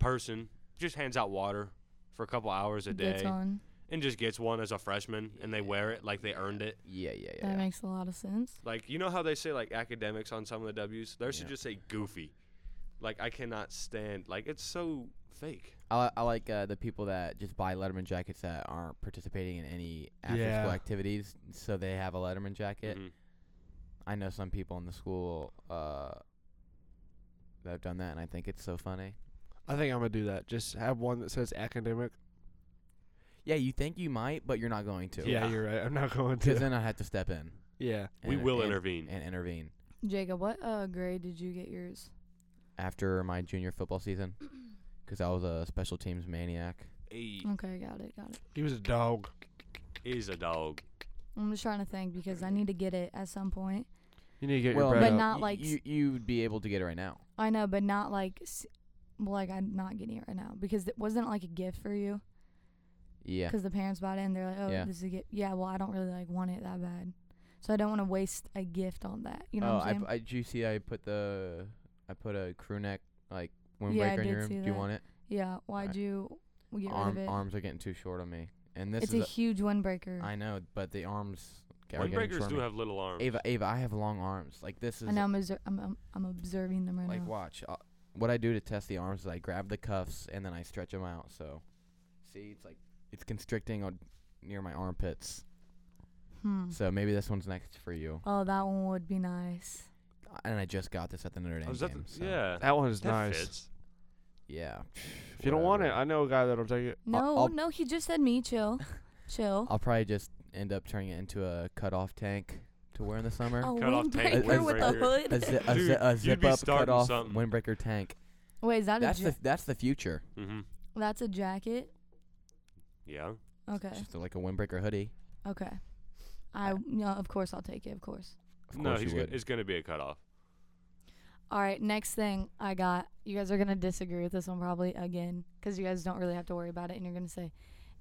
[SPEAKER 3] person just hands out water for a couple hours a
[SPEAKER 4] Gets
[SPEAKER 3] day
[SPEAKER 4] on.
[SPEAKER 3] and just gets one as a freshman and they wear it like they earned it.
[SPEAKER 2] Yeah. Yeah.
[SPEAKER 4] That
[SPEAKER 2] Yeah.
[SPEAKER 4] makes a lot of sense.
[SPEAKER 3] Like you know how they say like academics on some of the W's? Theirs should
[SPEAKER 2] Yeah.
[SPEAKER 3] just say goofy. Like I cannot stand like it's so fake.
[SPEAKER 2] I, li- I like uh, the people that just buy Letterman jackets that aren't participating in any after-school
[SPEAKER 5] Yeah.
[SPEAKER 2] activities, so they have a Letterman jacket.
[SPEAKER 3] Mhm.
[SPEAKER 5] Mm-hmm.
[SPEAKER 2] I know some people in the school uh, that have done that, and I think it's so funny.
[SPEAKER 5] I think I'm gonna do that. Just have one that says academic.
[SPEAKER 2] Yeah, you think you might, but you're not going to.
[SPEAKER 5] Yeah, you're right. I'm not going
[SPEAKER 2] Because
[SPEAKER 5] to.
[SPEAKER 2] then I have to step in.
[SPEAKER 5] Yeah.
[SPEAKER 3] We
[SPEAKER 2] and-
[SPEAKER 3] will
[SPEAKER 2] and-
[SPEAKER 3] intervene.
[SPEAKER 2] And intervene
[SPEAKER 4] Jacob, what uh, grade did you get yours?
[SPEAKER 2] after my junior football season, because I was a special teams maniac.
[SPEAKER 3] Hey,
[SPEAKER 4] Okay, got it, got it.
[SPEAKER 5] He was a dog.
[SPEAKER 3] is a dog.
[SPEAKER 4] I'm just trying to think because I need to get it at some point.
[SPEAKER 5] You need to get
[SPEAKER 2] well,
[SPEAKER 5] your bread
[SPEAKER 4] But
[SPEAKER 5] up.
[SPEAKER 4] not- like s-
[SPEAKER 2] you. You'd be able to get it right now.
[SPEAKER 4] I know, but not like, s- well, like I'm not getting it right now because it wasn't it, like a gift for you
[SPEAKER 2] Yeah.
[SPEAKER 4] because the parents bought it and they're like, oh,
[SPEAKER 2] Yeah.
[SPEAKER 4] this is a gift. Yeah, well, I don't really like want it that bad, so I don't want to waste a gift on that. You know
[SPEAKER 2] oh,
[SPEAKER 4] what I'm
[SPEAKER 2] I
[SPEAKER 4] saying?
[SPEAKER 2] p- I, did you see? I put the I put a crew neck like windbreaker
[SPEAKER 4] Yeah, I
[SPEAKER 2] in
[SPEAKER 4] did
[SPEAKER 2] your room.
[SPEAKER 4] see
[SPEAKER 2] Do you
[SPEAKER 4] that.
[SPEAKER 2] want it?
[SPEAKER 4] yeah, why'd you get
[SPEAKER 2] Arm,
[SPEAKER 4] rid of it?
[SPEAKER 2] Arms are getting too short on me, and this
[SPEAKER 4] it's a,
[SPEAKER 2] is.
[SPEAKER 4] huge windbreaker.
[SPEAKER 2] A, I know, but the arms. are getting short
[SPEAKER 3] Windbreakers
[SPEAKER 2] on
[SPEAKER 3] do
[SPEAKER 2] me.
[SPEAKER 3] have little arms.
[SPEAKER 2] Ava, Ava, I have long arms. Like this is
[SPEAKER 4] I know I'm, obser- I'm, I'm I'm observing them right
[SPEAKER 2] like
[SPEAKER 4] now.
[SPEAKER 2] watch. Uh, what I do to test the arms is I grab the cuffs and then I stretch them out. So, see, it's like it's constricting on near my armpits.
[SPEAKER 4] Hmm.
[SPEAKER 2] So maybe this one's next for you.
[SPEAKER 4] Oh, that one would be nice.
[SPEAKER 2] And I just got this at the Notre Dame
[SPEAKER 3] Oh, is that the-
[SPEAKER 2] game. so
[SPEAKER 3] Yeah.
[SPEAKER 5] That one is
[SPEAKER 3] that
[SPEAKER 5] nice.
[SPEAKER 3] fits.
[SPEAKER 2] Yeah.
[SPEAKER 5] If you don't want it,
[SPEAKER 2] whatever.
[SPEAKER 5] I know a guy that'll take it.
[SPEAKER 4] No,
[SPEAKER 2] I'll-
[SPEAKER 4] no, he just said me chill, chill.
[SPEAKER 2] I'll probably just end up turning it into a cut-off tank to wear in the summer.
[SPEAKER 4] A
[SPEAKER 3] Cut off tank,
[SPEAKER 4] windbreaker with a
[SPEAKER 2] A,
[SPEAKER 3] windbreaker.
[SPEAKER 4] hood.
[SPEAKER 2] zi- a,
[SPEAKER 3] Dude,
[SPEAKER 2] zi- a
[SPEAKER 3] you'd be
[SPEAKER 2] zip-up
[SPEAKER 3] starting
[SPEAKER 2] cut-off
[SPEAKER 3] something.
[SPEAKER 2] windbreaker tank.
[SPEAKER 4] Wait, is that
[SPEAKER 2] That's
[SPEAKER 4] a
[SPEAKER 2] the
[SPEAKER 4] ja-
[SPEAKER 2] that's the future.
[SPEAKER 3] Mm-hmm.
[SPEAKER 4] that's a jacket?
[SPEAKER 3] Yeah.
[SPEAKER 4] Okay,
[SPEAKER 2] Just like a windbreaker hoodie.
[SPEAKER 4] okay. I no, of course I'll take it. Of course.
[SPEAKER 2] Of
[SPEAKER 3] no,
[SPEAKER 2] course
[SPEAKER 3] he's
[SPEAKER 2] you
[SPEAKER 3] go-
[SPEAKER 2] would.
[SPEAKER 3] it's going to be a cutoff.
[SPEAKER 4] All right, next thing I got. You guys are gonna disagree with this one probably again, because you guys don't really have to worry about it, and you're gonna say,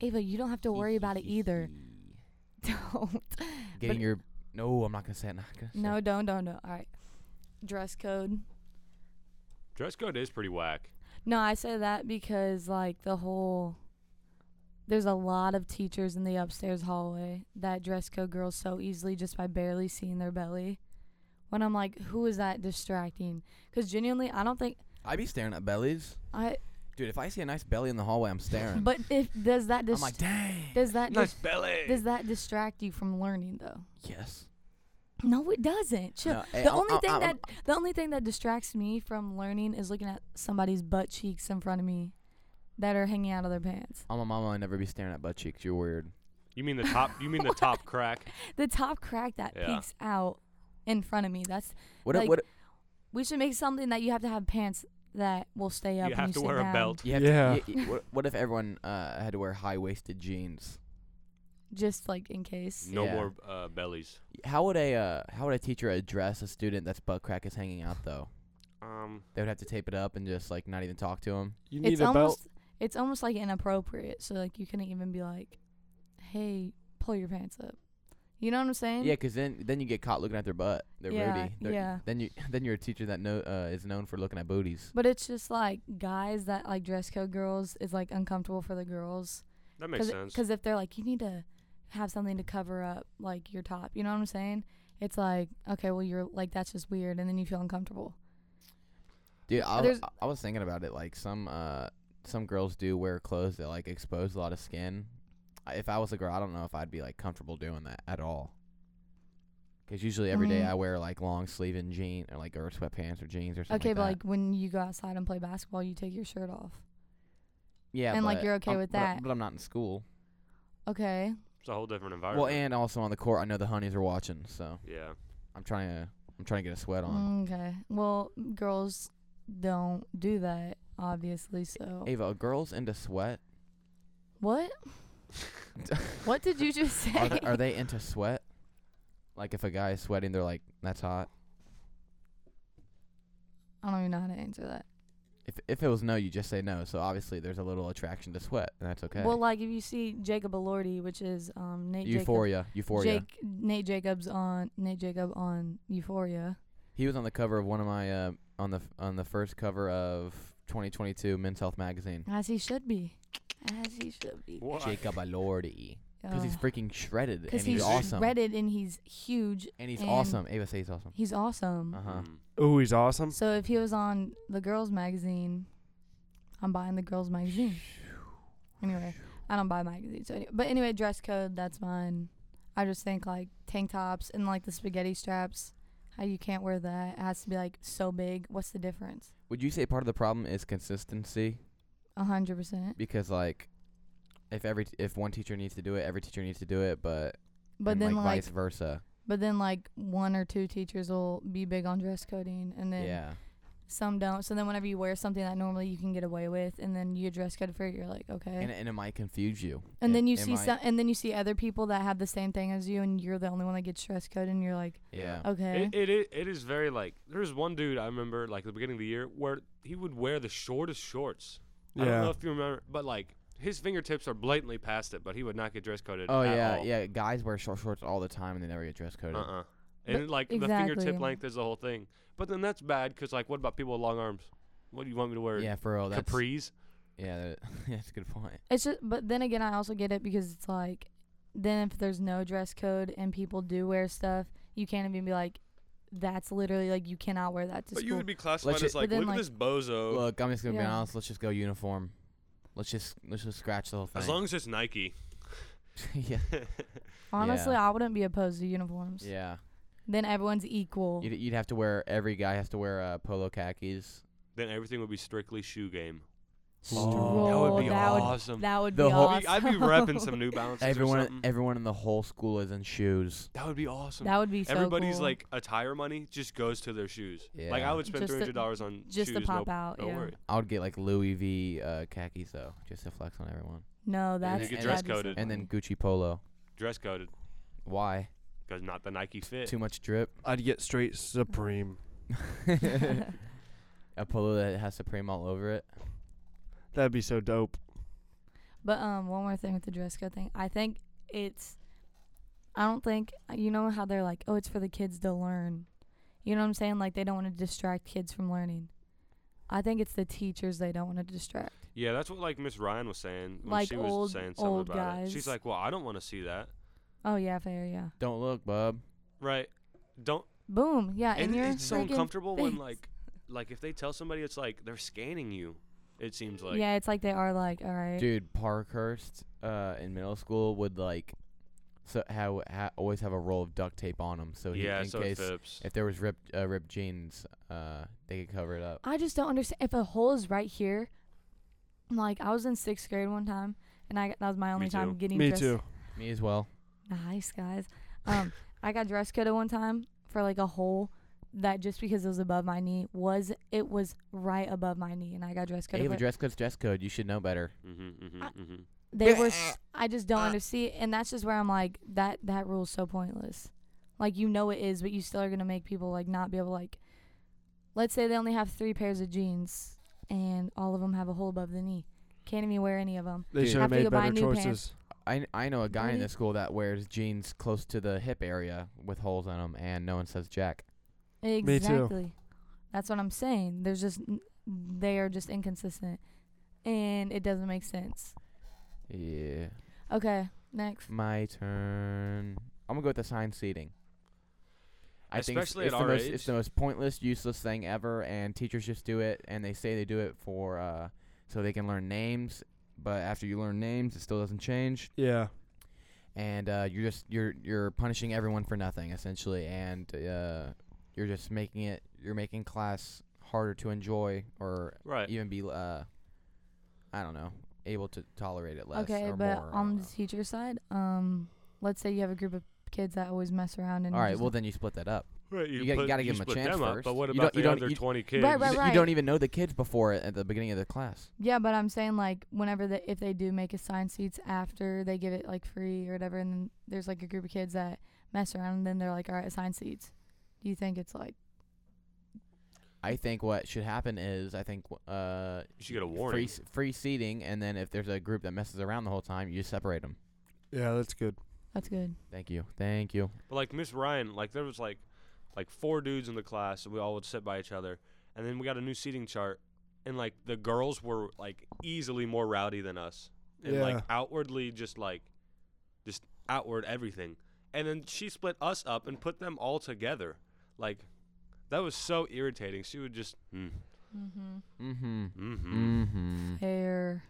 [SPEAKER 4] Ava, you don't have to worry about it either. Don't.
[SPEAKER 2] Getting your no, I'm not gonna say it. Not gonna say
[SPEAKER 4] No,
[SPEAKER 2] it.
[SPEAKER 4] don't, don't, don't. All right. Dress code.
[SPEAKER 3] Dress code is pretty whack.
[SPEAKER 4] No, I say that because like the whole there's a lot of teachers in the upstairs hallway that dress code girls so easily just by barely seeing their belly. When I'm like, who is that distracting? Because genuinely, I don't think
[SPEAKER 2] I be staring at bellies,
[SPEAKER 4] I.
[SPEAKER 2] dude. If I see a nice belly in the hallway, I'm staring.
[SPEAKER 4] But if does that
[SPEAKER 2] I'm
[SPEAKER 4] dis-
[SPEAKER 2] like, dang.
[SPEAKER 4] does that
[SPEAKER 3] Nice
[SPEAKER 4] dis-
[SPEAKER 3] belly.
[SPEAKER 4] does that distract you from learning though?
[SPEAKER 2] Yes.
[SPEAKER 4] No, it doesn't. Chill.
[SPEAKER 2] No, eh,
[SPEAKER 4] the
[SPEAKER 2] I'm-
[SPEAKER 4] only
[SPEAKER 2] I'm-
[SPEAKER 4] thing
[SPEAKER 2] I'm-
[SPEAKER 4] that the only thing that distracts me from learning is looking at somebody's butt cheeks in front of me that are hanging out of their pants.
[SPEAKER 2] I'm a mama. I never be staring at butt cheeks. You're weird.
[SPEAKER 3] you mean the top? You mean the top crack?
[SPEAKER 4] the top crack that
[SPEAKER 3] Yeah.
[SPEAKER 4] peeks out in front of me. That's
[SPEAKER 2] What?
[SPEAKER 4] Like,
[SPEAKER 2] what?
[SPEAKER 4] we should make something that you have to have pants that will stay up.
[SPEAKER 3] you
[SPEAKER 4] when
[SPEAKER 3] have to
[SPEAKER 4] sit
[SPEAKER 3] wear a
[SPEAKER 4] down.
[SPEAKER 3] belt.
[SPEAKER 2] You have
[SPEAKER 5] Yeah.
[SPEAKER 2] To, y- y- what, what if everyone uh, had to wear high-waisted jeans?
[SPEAKER 4] just like in case.
[SPEAKER 3] No
[SPEAKER 2] Yeah.
[SPEAKER 3] more uh, bellies.
[SPEAKER 2] How would a uh, how would a teacher address a student that's butt crack is hanging out though?
[SPEAKER 3] Um,
[SPEAKER 2] They would have to tape it up and just like not even talk to him.
[SPEAKER 5] You need
[SPEAKER 4] It's
[SPEAKER 5] a
[SPEAKER 4] almost
[SPEAKER 5] belt.
[SPEAKER 4] it's almost like inappropriate. So like you couldn't even be like, "Hey, pull your pants up." You know what I'm saying?
[SPEAKER 2] Yeah, 'cause then then you get caught looking at their butt. They're
[SPEAKER 4] Yeah,
[SPEAKER 2] booty. They're-
[SPEAKER 4] yeah.
[SPEAKER 2] Then you then you're a teacher that know uh, is known for looking at booties.
[SPEAKER 4] But it's just like guys that like dress code girls is like uncomfortable for the girls
[SPEAKER 3] that makes
[SPEAKER 4] because
[SPEAKER 3] sense.
[SPEAKER 4] because if they're like you need to have something to cover up like your top, you know what I'm saying? It's like okay, well you're like that's just weird, and then you feel uncomfortable.
[SPEAKER 2] Dude, I,
[SPEAKER 4] There's-
[SPEAKER 2] I, I was thinking about it. Like some uh some girls do wear clothes that like expose a lot of skin. I- If I was a girl, I don't know if I'd be like comfortable doing that at all. Because usually every day
[SPEAKER 4] Mm.
[SPEAKER 2] I wear like long sleeve and jean or like or sweatpants or jeans or something.
[SPEAKER 4] Okay,
[SPEAKER 2] like
[SPEAKER 4] but
[SPEAKER 2] that.
[SPEAKER 4] like when you go outside and play basketball, you take your shirt off.
[SPEAKER 2] yeah,
[SPEAKER 4] and, like,
[SPEAKER 2] but
[SPEAKER 4] you're okay
[SPEAKER 2] I'm-
[SPEAKER 4] with
[SPEAKER 2] but I-
[SPEAKER 4] that.
[SPEAKER 2] But I'm not in school.
[SPEAKER 4] Okay.
[SPEAKER 3] It's a whole different environment.
[SPEAKER 2] Well, and also on the court, I know the honeys are watching, so
[SPEAKER 3] yeah,
[SPEAKER 2] I'm trying to I'm trying to get a sweat on.
[SPEAKER 4] Mm, Okay. Well, girls don't do that, obviously. So
[SPEAKER 2] Ava, are girls into sweat?
[SPEAKER 4] what? What did you just say?
[SPEAKER 2] Are they, are they into sweat? Like if a guy is sweating, they're like, "That's hot."
[SPEAKER 4] I don't even know how to answer that.
[SPEAKER 2] If if it was no, you just say no. So obviously, there's a little attraction to sweat, and that's okay.
[SPEAKER 4] Well, like if you see Jacob Elordi, which is um Nate
[SPEAKER 2] Euphoria,
[SPEAKER 4] Jacob,
[SPEAKER 2] Euphoria.
[SPEAKER 4] Jake Nate Jacobs on Nate Jacob on Euphoria.
[SPEAKER 2] He was on the cover of one of my uh, on the f- on the first cover of 2022 Men's Health magazine.
[SPEAKER 4] As he should be. As he should be.
[SPEAKER 3] What?
[SPEAKER 2] Jacob Elordi, because he's
[SPEAKER 4] Ugh.
[SPEAKER 2] freaking shredded and
[SPEAKER 4] 'Cause
[SPEAKER 2] he's,
[SPEAKER 4] he's
[SPEAKER 2] awesome.
[SPEAKER 4] shredded and he's huge.
[SPEAKER 2] And he's
[SPEAKER 4] and-
[SPEAKER 2] awesome. Ava say he's awesome.
[SPEAKER 4] He's awesome.
[SPEAKER 2] Uh huh.
[SPEAKER 3] Mm.
[SPEAKER 5] Ooh, he's awesome.
[SPEAKER 4] So if he was on the girls magazine, I'm buying the girls magazine. Anyway, I don't buy magazines. So any but anyway, dress code, that's mine. I just think like tank tops and like the spaghetti straps. How you can't wear that. It has to be like so big. What's the difference?
[SPEAKER 2] Would you say part of the problem is consistency?
[SPEAKER 4] A hundred percent.
[SPEAKER 2] Because like, if every t- if one teacher needs to do it, every teacher needs to do it, but
[SPEAKER 4] But
[SPEAKER 2] and,
[SPEAKER 4] then
[SPEAKER 2] like,
[SPEAKER 4] like,
[SPEAKER 2] vice versa.
[SPEAKER 4] but then like one or two teachers will be big on dress coding and then
[SPEAKER 2] Yeah.
[SPEAKER 4] some don't. So then whenever you wear something that normally you can get away with and then you dress code for it, you're like, Okay.
[SPEAKER 2] And, and it might confuse you.
[SPEAKER 4] And
[SPEAKER 2] It-
[SPEAKER 4] then you
[SPEAKER 2] it
[SPEAKER 4] see
[SPEAKER 2] might-
[SPEAKER 4] some, and then you see other people that have the same thing as you, and you're the only one that gets dress code, and you're like,
[SPEAKER 2] Yeah.
[SPEAKER 4] okay,
[SPEAKER 3] It, it i- it is very like there's one dude I remember like the beginning of the year where he would wear the shortest shorts. I don't know
[SPEAKER 5] Yeah.
[SPEAKER 3] if you remember, but like his fingertips are blatantly past it, but he would not get dress coded.
[SPEAKER 2] Oh
[SPEAKER 3] at
[SPEAKER 2] yeah,
[SPEAKER 3] all.
[SPEAKER 2] yeah. Guys wear short shorts all the time and they never get dress coded.
[SPEAKER 3] Uh uh And like the
[SPEAKER 4] exactly.
[SPEAKER 3] fingertip length is the whole thing. But then that's bad because like what about people with long arms? What do you want me to wear?
[SPEAKER 2] Yeah, for real. That's,
[SPEAKER 3] capris.
[SPEAKER 2] Yeah, that, that's a good point.
[SPEAKER 4] it's just. But then again, I also get it because it's like, then if there's no dress code and people do wear stuff, you can't even be like, that's literally like you cannot wear that to school.
[SPEAKER 3] be
[SPEAKER 2] Let's
[SPEAKER 3] classified
[SPEAKER 2] ju- as,
[SPEAKER 4] like, But then, look at like- this
[SPEAKER 3] bozo.
[SPEAKER 2] Look, I'm just gonna be
[SPEAKER 4] Yeah.
[SPEAKER 2] honest. Let's just go uniform. Let's just let's just scratch the whole thing.
[SPEAKER 3] as long as it's Nike.
[SPEAKER 2] yeah.
[SPEAKER 4] Honestly,
[SPEAKER 2] yeah.
[SPEAKER 4] I wouldn't be opposed to uniforms.
[SPEAKER 2] Yeah.
[SPEAKER 4] Then everyone's equal.
[SPEAKER 2] You'd, you'd have to wear every guy has to wear uh, polo khakis.
[SPEAKER 3] Then everything would be strictly shoe game.
[SPEAKER 2] Oh.
[SPEAKER 3] that
[SPEAKER 4] Stroll,
[SPEAKER 3] would be
[SPEAKER 4] that would-
[SPEAKER 3] awesome.
[SPEAKER 4] that would
[SPEAKER 2] The
[SPEAKER 4] be
[SPEAKER 2] whole-
[SPEAKER 4] awesome.
[SPEAKER 3] I'd be repping some New Balances or
[SPEAKER 2] Everyone
[SPEAKER 3] something.
[SPEAKER 2] everyone in the whole school is in shoes.
[SPEAKER 3] that would be awesome.
[SPEAKER 4] that would be so
[SPEAKER 3] Everybody's
[SPEAKER 4] cool.
[SPEAKER 3] like attire money just goes to their shoes. Like
[SPEAKER 2] Yeah.
[SPEAKER 3] I would spend
[SPEAKER 4] Just
[SPEAKER 3] three
[SPEAKER 4] to-
[SPEAKER 3] hundred dollars on
[SPEAKER 4] just
[SPEAKER 3] shoes.
[SPEAKER 4] to pop
[SPEAKER 3] no,
[SPEAKER 4] out.
[SPEAKER 3] no
[SPEAKER 4] yeah.
[SPEAKER 3] worry.
[SPEAKER 2] I would get like Louis V uh, khakis though, just to flex on everyone,
[SPEAKER 3] then
[SPEAKER 4] No, that's
[SPEAKER 3] you get
[SPEAKER 4] that'd
[SPEAKER 3] dress
[SPEAKER 4] be so
[SPEAKER 3] coded.
[SPEAKER 2] and then
[SPEAKER 4] funny.
[SPEAKER 2] Gucci polo.
[SPEAKER 3] Dress coded
[SPEAKER 2] Why?
[SPEAKER 3] because not the Nike fit.
[SPEAKER 2] Too much drip.
[SPEAKER 5] I'd get straight Supreme.
[SPEAKER 2] a polo that has Supreme all over it.
[SPEAKER 5] That'd be so dope.
[SPEAKER 4] But um, one more thing with the dress code thing. I think it's. I don't think uh, you know how they're like, oh, it's for the kids to learn. You know what I'm saying? Like they don't want to distract kids from learning. I think it's the teachers they don't want to distract.
[SPEAKER 3] Yeah, that's what like Miss Ryan was saying when
[SPEAKER 4] Like
[SPEAKER 3] she was
[SPEAKER 4] old-
[SPEAKER 3] saying something
[SPEAKER 4] old
[SPEAKER 3] about it.
[SPEAKER 4] guys.
[SPEAKER 3] She's like, "Well, I don't want to see that."
[SPEAKER 4] Oh yeah, fair yeah.
[SPEAKER 2] Don't look, bub.
[SPEAKER 3] Right? Don't.
[SPEAKER 4] Boom yeah, and,
[SPEAKER 3] And
[SPEAKER 4] you're
[SPEAKER 3] it's so
[SPEAKER 4] freaking
[SPEAKER 3] uncomfortable when
[SPEAKER 4] face.
[SPEAKER 3] like, like if they tell somebody, it's like they're scanning you. It seems like.
[SPEAKER 4] yeah, it's like they are like, all right,
[SPEAKER 2] Dude, Parkhurst uh, in middle school would like so how ha- always have a roll of duct tape on him, so he,
[SPEAKER 3] Yeah,
[SPEAKER 2] in
[SPEAKER 3] so
[SPEAKER 2] case
[SPEAKER 3] it fits.
[SPEAKER 2] if there was ripped uh, ripped jeans, uh, they could cover it up.
[SPEAKER 4] I just don't understand if a hole is right here. Like I was in sixth grade one time, and I that was my only time
[SPEAKER 3] too.
[SPEAKER 4] getting
[SPEAKER 5] Me
[SPEAKER 4] dressed
[SPEAKER 5] too.
[SPEAKER 2] Me as well.
[SPEAKER 4] Nice guys. Um, I got dress coded one time for like a hole that just because it was above my knee was it was right above my knee, and I got dress coded.
[SPEAKER 2] Ava,
[SPEAKER 4] for it.
[SPEAKER 2] dress code's dress code. You should know better.
[SPEAKER 3] Mm-hmm, mm-hmm,
[SPEAKER 4] I-
[SPEAKER 3] mm-hmm.
[SPEAKER 4] they were. s- I just don't understand, and that's just where I'm like that. That rule's so pointless. Like you know it is, but you still are gonna make people like not be able to like. Let's say they only have three pairs of jeans, and all of them have a hole above the knee. Can't even wear any of them.
[SPEAKER 5] They
[SPEAKER 2] Dude.
[SPEAKER 5] should have
[SPEAKER 4] Have to go
[SPEAKER 5] made
[SPEAKER 4] buy
[SPEAKER 5] better
[SPEAKER 4] new pants.
[SPEAKER 5] choices.
[SPEAKER 2] I kn- I know a guy in
[SPEAKER 4] Really?
[SPEAKER 2] the school that wears jeans close to the hip area with holes in them, and no one says jack.
[SPEAKER 5] too.
[SPEAKER 4] Exactly. That's what I'm saying. There's just n- they are just inconsistent, and it doesn't make sense.
[SPEAKER 2] Yeah.
[SPEAKER 4] Okay, next.
[SPEAKER 2] My turn. I'm gonna go with assigned seating. I
[SPEAKER 3] Especially at
[SPEAKER 2] think it's, it's
[SPEAKER 3] our
[SPEAKER 2] the most it's
[SPEAKER 3] age.
[SPEAKER 2] the most pointless, useless thing ever, and teachers just do it, and they say they do it for uh, so they can learn names, but after you learn names, it still doesn't change,
[SPEAKER 5] Yeah.
[SPEAKER 2] and uh, you're just you're you're punishing everyone for nothing essentially, and uh, you're just making it you're making class harder to enjoy or
[SPEAKER 3] Right.
[SPEAKER 2] even be uh, I don't know, able to tolerate it less.
[SPEAKER 4] okay,
[SPEAKER 2] or
[SPEAKER 4] but
[SPEAKER 2] more, I
[SPEAKER 4] on
[SPEAKER 2] don't
[SPEAKER 4] the
[SPEAKER 2] know.
[SPEAKER 4] teacher side, um, let's say you have a group of kids that always mess around and
[SPEAKER 2] all right,
[SPEAKER 4] just-
[SPEAKER 2] well then you split that up.
[SPEAKER 3] Right,
[SPEAKER 2] You gotta- gotta give 'em a
[SPEAKER 3] split
[SPEAKER 2] chance
[SPEAKER 3] them up,
[SPEAKER 2] first.
[SPEAKER 3] But what
[SPEAKER 2] You don't-
[SPEAKER 3] about
[SPEAKER 2] you
[SPEAKER 3] the
[SPEAKER 2] don't-
[SPEAKER 3] other
[SPEAKER 2] you-
[SPEAKER 3] twenty kids?
[SPEAKER 2] You
[SPEAKER 4] Right,
[SPEAKER 2] d-
[SPEAKER 4] right.
[SPEAKER 2] You don't even know the kids before at the beginning of the class.
[SPEAKER 4] yeah, but I'm saying like whenever the, if they do make assigned seats after they give it like free or whatever, and then there's like a group of kids that mess around and then they're like, all right, assigned seats. Do you think it's like
[SPEAKER 2] I think what should happen is I think w- uh
[SPEAKER 3] You should get a
[SPEAKER 2] free
[SPEAKER 3] warning.
[SPEAKER 2] s- free seating, and then if there's a group that messes around the whole time, you separate them.
[SPEAKER 5] Yeah, that's good.
[SPEAKER 4] that's good?
[SPEAKER 2] Thank you, thank you.
[SPEAKER 3] But like Miss Ryan, like there was like like four dudes in the class, and we all would sit by each other, and then we got a new seating chart, and like the girls were like easily more rowdy than us, and like
[SPEAKER 5] Yeah.
[SPEAKER 3] outwardly just like just outward everything, and then she split us up and put them all together, like. That was so irritating. She would just, mm,
[SPEAKER 4] Mm-hmm.
[SPEAKER 2] Mm-hmm.
[SPEAKER 5] Mm.
[SPEAKER 3] mm-hmm.
[SPEAKER 2] Mm-hmm.
[SPEAKER 4] Hair.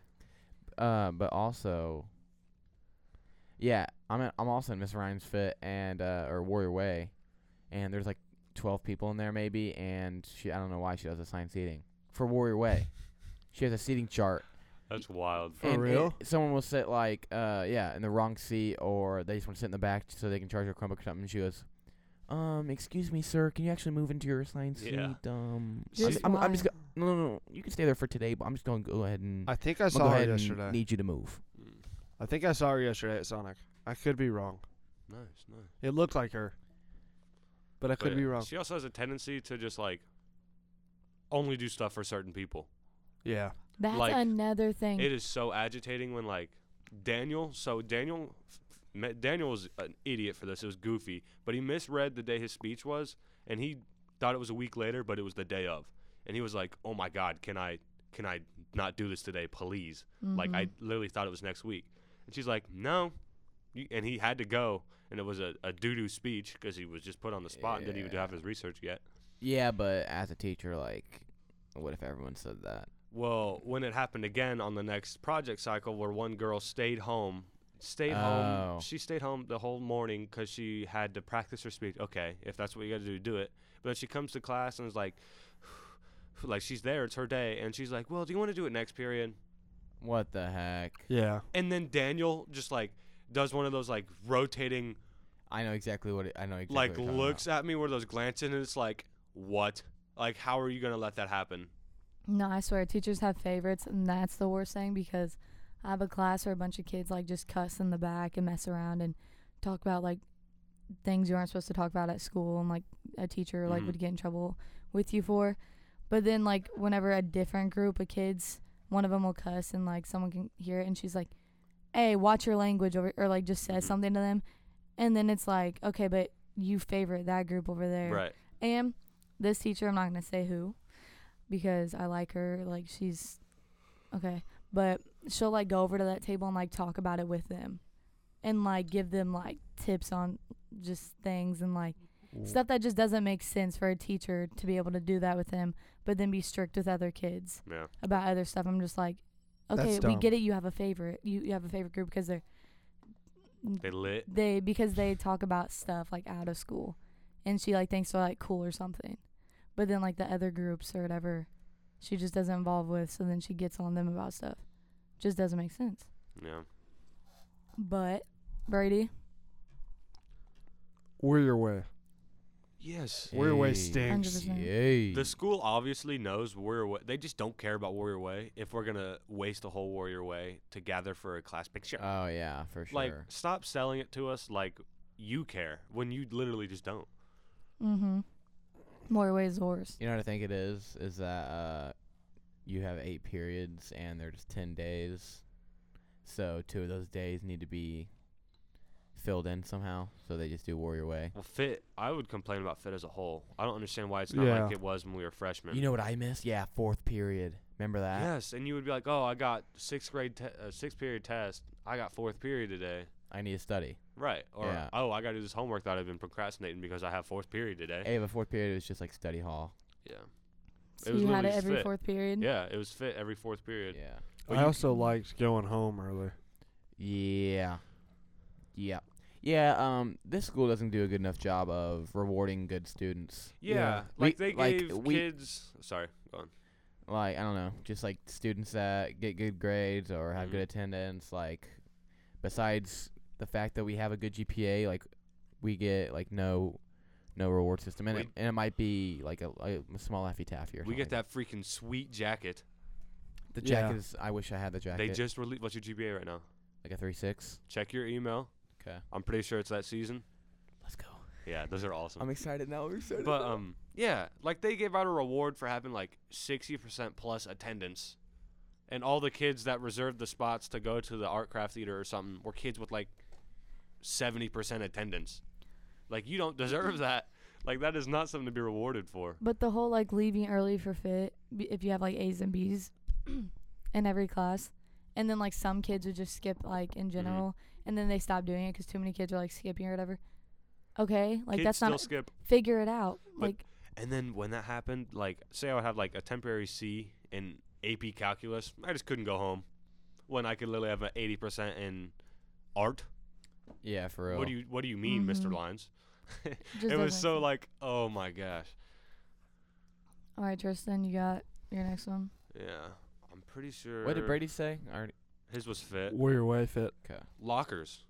[SPEAKER 2] Uh, but also, yeah, I'm in, I'm also in Miss Ryan's fit and uh or Warrior Way, and there's like twelve people in there maybe, and she I don't know why she does assigned seating for Warrior Way. she has a seating chart
[SPEAKER 3] that's wild.
[SPEAKER 5] For
[SPEAKER 2] and it-
[SPEAKER 5] real?
[SPEAKER 2] someone will sit like, uh, yeah, in the wrong seat, or they just want to sit in the back so they can charge their Chromebook or something. She goes, um, excuse me, sir, can you actually move into your assigned seat?
[SPEAKER 3] Yeah.
[SPEAKER 2] Um,
[SPEAKER 3] You're
[SPEAKER 2] I'm,
[SPEAKER 3] just
[SPEAKER 2] I'm, I'm just
[SPEAKER 4] lying.
[SPEAKER 2] go- no, no, no, you can stay there for today, but I'm just gonna go ahead and
[SPEAKER 5] I think I
[SPEAKER 2] I'm gonna
[SPEAKER 5] saw
[SPEAKER 2] go
[SPEAKER 5] her
[SPEAKER 2] ahead
[SPEAKER 5] yesterday.
[SPEAKER 2] and need you to move.
[SPEAKER 3] Mm,
[SPEAKER 5] I think I saw her yesterday at Sonic. I could be wrong.
[SPEAKER 3] nice, nice.
[SPEAKER 5] It looked like her, but I could
[SPEAKER 3] But
[SPEAKER 5] be wrong.
[SPEAKER 3] She also has a tendency to just like only do stuff for certain people.
[SPEAKER 5] Yeah.
[SPEAKER 4] That's
[SPEAKER 3] Like,
[SPEAKER 4] another thing.
[SPEAKER 3] It is so agitating when like Daniel. So Daniel, me- Daniel was an idiot for this. It was goofy, but he misread the day his speech was, and he thought it was a week later, but it was the day of, and he was like, "Oh my God, can I, can I not do this today, please?" Like I
[SPEAKER 4] Mhm.
[SPEAKER 3] literally thought it was next week, and she's like, "No," you, and he had to go, and it was a, a doo doo speech because he was just put on the spot and didn't even
[SPEAKER 2] Yeah.
[SPEAKER 3] have his research yet.
[SPEAKER 2] Yeah, but as a teacher, like, what if everyone said that?
[SPEAKER 3] Well, when it happened again on the next project cycle, where one girl stayed home, stayed
[SPEAKER 2] Oh.
[SPEAKER 3] home, she stayed home the whole morning because she had to practice her speech. Okay, if that's what you got to do, do it. But then she comes to class and is like, like she's there, it's her day, and she's like, well, do you want to do it next period?
[SPEAKER 2] What the heck?
[SPEAKER 5] Yeah.
[SPEAKER 3] And then Daniel just like does one of those like rotating,
[SPEAKER 2] I know exactly what it, I know exactly.
[SPEAKER 3] like
[SPEAKER 2] what you're talking
[SPEAKER 3] looks at me, where those glances, and it's like, what? Like, how are you gonna let that happen?
[SPEAKER 4] No, I swear, teachers have favorites, and that's the worst thing because I have a class where a bunch of kids like just cuss in the back and mess around and talk about like things you aren't supposed to talk about at school, and like a teacher like
[SPEAKER 3] Mhm.
[SPEAKER 4] would get in trouble with you for. But then like whenever a different group of kids, one of them will cuss and like someone can hear it, and she's like, "Hey, watch your language," or, or like just says
[SPEAKER 3] Mhm.
[SPEAKER 4] something to them, and then it's like, okay, but you favorite that group over there,
[SPEAKER 3] Right.
[SPEAKER 4] and this teacher, I'm not gonna say who, because I like her. Like she's okay, but she'll like go over to that table and like talk about it with them, and like give them like tips on just things and like stuff that just doesn't make sense for a teacher to be able to do that with them, but then be strict with other kids
[SPEAKER 3] Yeah.
[SPEAKER 4] about other stuff. I'm just like,
[SPEAKER 5] That's
[SPEAKER 4] okay, we
[SPEAKER 5] dumb.
[SPEAKER 4] get it. You have a favorite. You you have a favorite group because they're
[SPEAKER 3] They lit.
[SPEAKER 4] they because they talk about stuff like out of school and she like thinks they're like cool or something but then like the other groups or whatever she just doesn't involve with so then she gets on them about stuff just doesn't make sense
[SPEAKER 3] Yeah.
[SPEAKER 4] but brady
[SPEAKER 5] Warrior Way.
[SPEAKER 3] Yes.
[SPEAKER 2] about.
[SPEAKER 5] Warrior Way
[SPEAKER 2] Hey,
[SPEAKER 5] stinks.
[SPEAKER 4] 100%.
[SPEAKER 2] yay.
[SPEAKER 3] The school obviously knows Warrior Way. They just don't care about Warrior Way if we're going to waste the whole Warrior Way to gather for a class picture.
[SPEAKER 2] Oh yeah, for sure.
[SPEAKER 3] Like, stop selling it to us like you care when you literally just don't.
[SPEAKER 4] mm-hmm more ways than worse
[SPEAKER 2] You know what I think it is? Is that uh, you have eight periods and they're just 10 days. So two of those days need to be filled in somehow. So they just do Warrior Way.
[SPEAKER 3] Well, fit, I would complain about fit as a whole. I don't understand why it's not like
[SPEAKER 5] Yeah.
[SPEAKER 3] it was when we were freshmen.
[SPEAKER 2] You know what I miss? Yeah, fourth period. Remember that?
[SPEAKER 3] yes, and you would be like, oh, I got sixth grade, te- uh, sixth period test. I got fourth period today.
[SPEAKER 2] I need to study.
[SPEAKER 3] Right. Or,
[SPEAKER 2] Yeah.
[SPEAKER 3] oh, I got to do this homework that I've been procrastinating because I have fourth period today.
[SPEAKER 2] Hey, but fourth period was just like study hall.
[SPEAKER 3] Yeah.
[SPEAKER 4] so
[SPEAKER 3] was
[SPEAKER 4] you had
[SPEAKER 3] literally
[SPEAKER 4] it
[SPEAKER 3] just
[SPEAKER 4] every
[SPEAKER 3] fit.
[SPEAKER 4] fourth period
[SPEAKER 3] Yeah, it was fit every
[SPEAKER 5] Oh,
[SPEAKER 3] fourth period.
[SPEAKER 2] Yeah.
[SPEAKER 3] But
[SPEAKER 5] I
[SPEAKER 3] you-
[SPEAKER 5] also liked going home early.
[SPEAKER 2] Yeah. Yeah. Yeah, um, this school doesn't do a good enough job of rewarding good students.
[SPEAKER 3] Yeah,
[SPEAKER 5] Yeah.
[SPEAKER 3] like
[SPEAKER 2] We-
[SPEAKER 3] they
[SPEAKER 2] like,
[SPEAKER 3] gave
[SPEAKER 2] we-
[SPEAKER 3] kids. Sorry, go on.
[SPEAKER 2] Like, I don't know, just like students that get good grades or have good
[SPEAKER 3] Mhm.
[SPEAKER 2] attendance. Like, besides the fact that we have a good GPA, like, we get like no, no reward system, and,
[SPEAKER 3] We-
[SPEAKER 2] it, and it might be like a, a small affy taffy or
[SPEAKER 3] We
[SPEAKER 2] something
[SPEAKER 3] get
[SPEAKER 2] like
[SPEAKER 3] that freaking sweet jacket.
[SPEAKER 2] that. The
[SPEAKER 5] Yeah.
[SPEAKER 2] jacket is. I wish I had the jacket.
[SPEAKER 3] They just released. What's your GPA right now?
[SPEAKER 2] like a three six.
[SPEAKER 3] Check your email.
[SPEAKER 2] Okay,
[SPEAKER 3] I'm pretty sure it's that season.
[SPEAKER 2] let's go.
[SPEAKER 3] Yeah, those are awesome.
[SPEAKER 2] I'm excited now. We're excited.
[SPEAKER 3] But
[SPEAKER 2] now.
[SPEAKER 3] um, yeah, like they gave out a reward for having like sixty percent plus attendance, and all the kids that reserved the spots to go to the art craft theater or something were kids with like seventy percent attendance. Like you don't deserve that. Like that is not something to be rewarded for.
[SPEAKER 4] But the whole like leaving early for fit, b- if you have like A's and B's in every class, and then like some kids would just skip like
[SPEAKER 3] Mm-hmm.
[SPEAKER 4] in general, and then they stop doing it because too many kids are like skipping or whatever. Okay, like
[SPEAKER 3] kids
[SPEAKER 4] that's
[SPEAKER 3] still
[SPEAKER 4] not
[SPEAKER 3] skip.
[SPEAKER 4] figure it out.
[SPEAKER 3] But-
[SPEAKER 4] like
[SPEAKER 3] And then when that happened, like say I would have like a temporary C in AP Calculus, I just couldn't go home. When I could literally have an eighty percent in art.
[SPEAKER 2] yeah, for real.
[SPEAKER 3] What do you What do you mean, Mister
[SPEAKER 4] Mhm.
[SPEAKER 3] Lines?
[SPEAKER 4] just
[SPEAKER 3] It was
[SPEAKER 4] doesn't-
[SPEAKER 3] so like, oh my gosh.
[SPEAKER 4] All right, Tristan, you got your next one.
[SPEAKER 3] Yeah, I'm pretty sure.
[SPEAKER 2] What did Brady say? I already.
[SPEAKER 3] His was fit.
[SPEAKER 5] Wear your way fit.
[SPEAKER 2] Okay.
[SPEAKER 3] Lockers.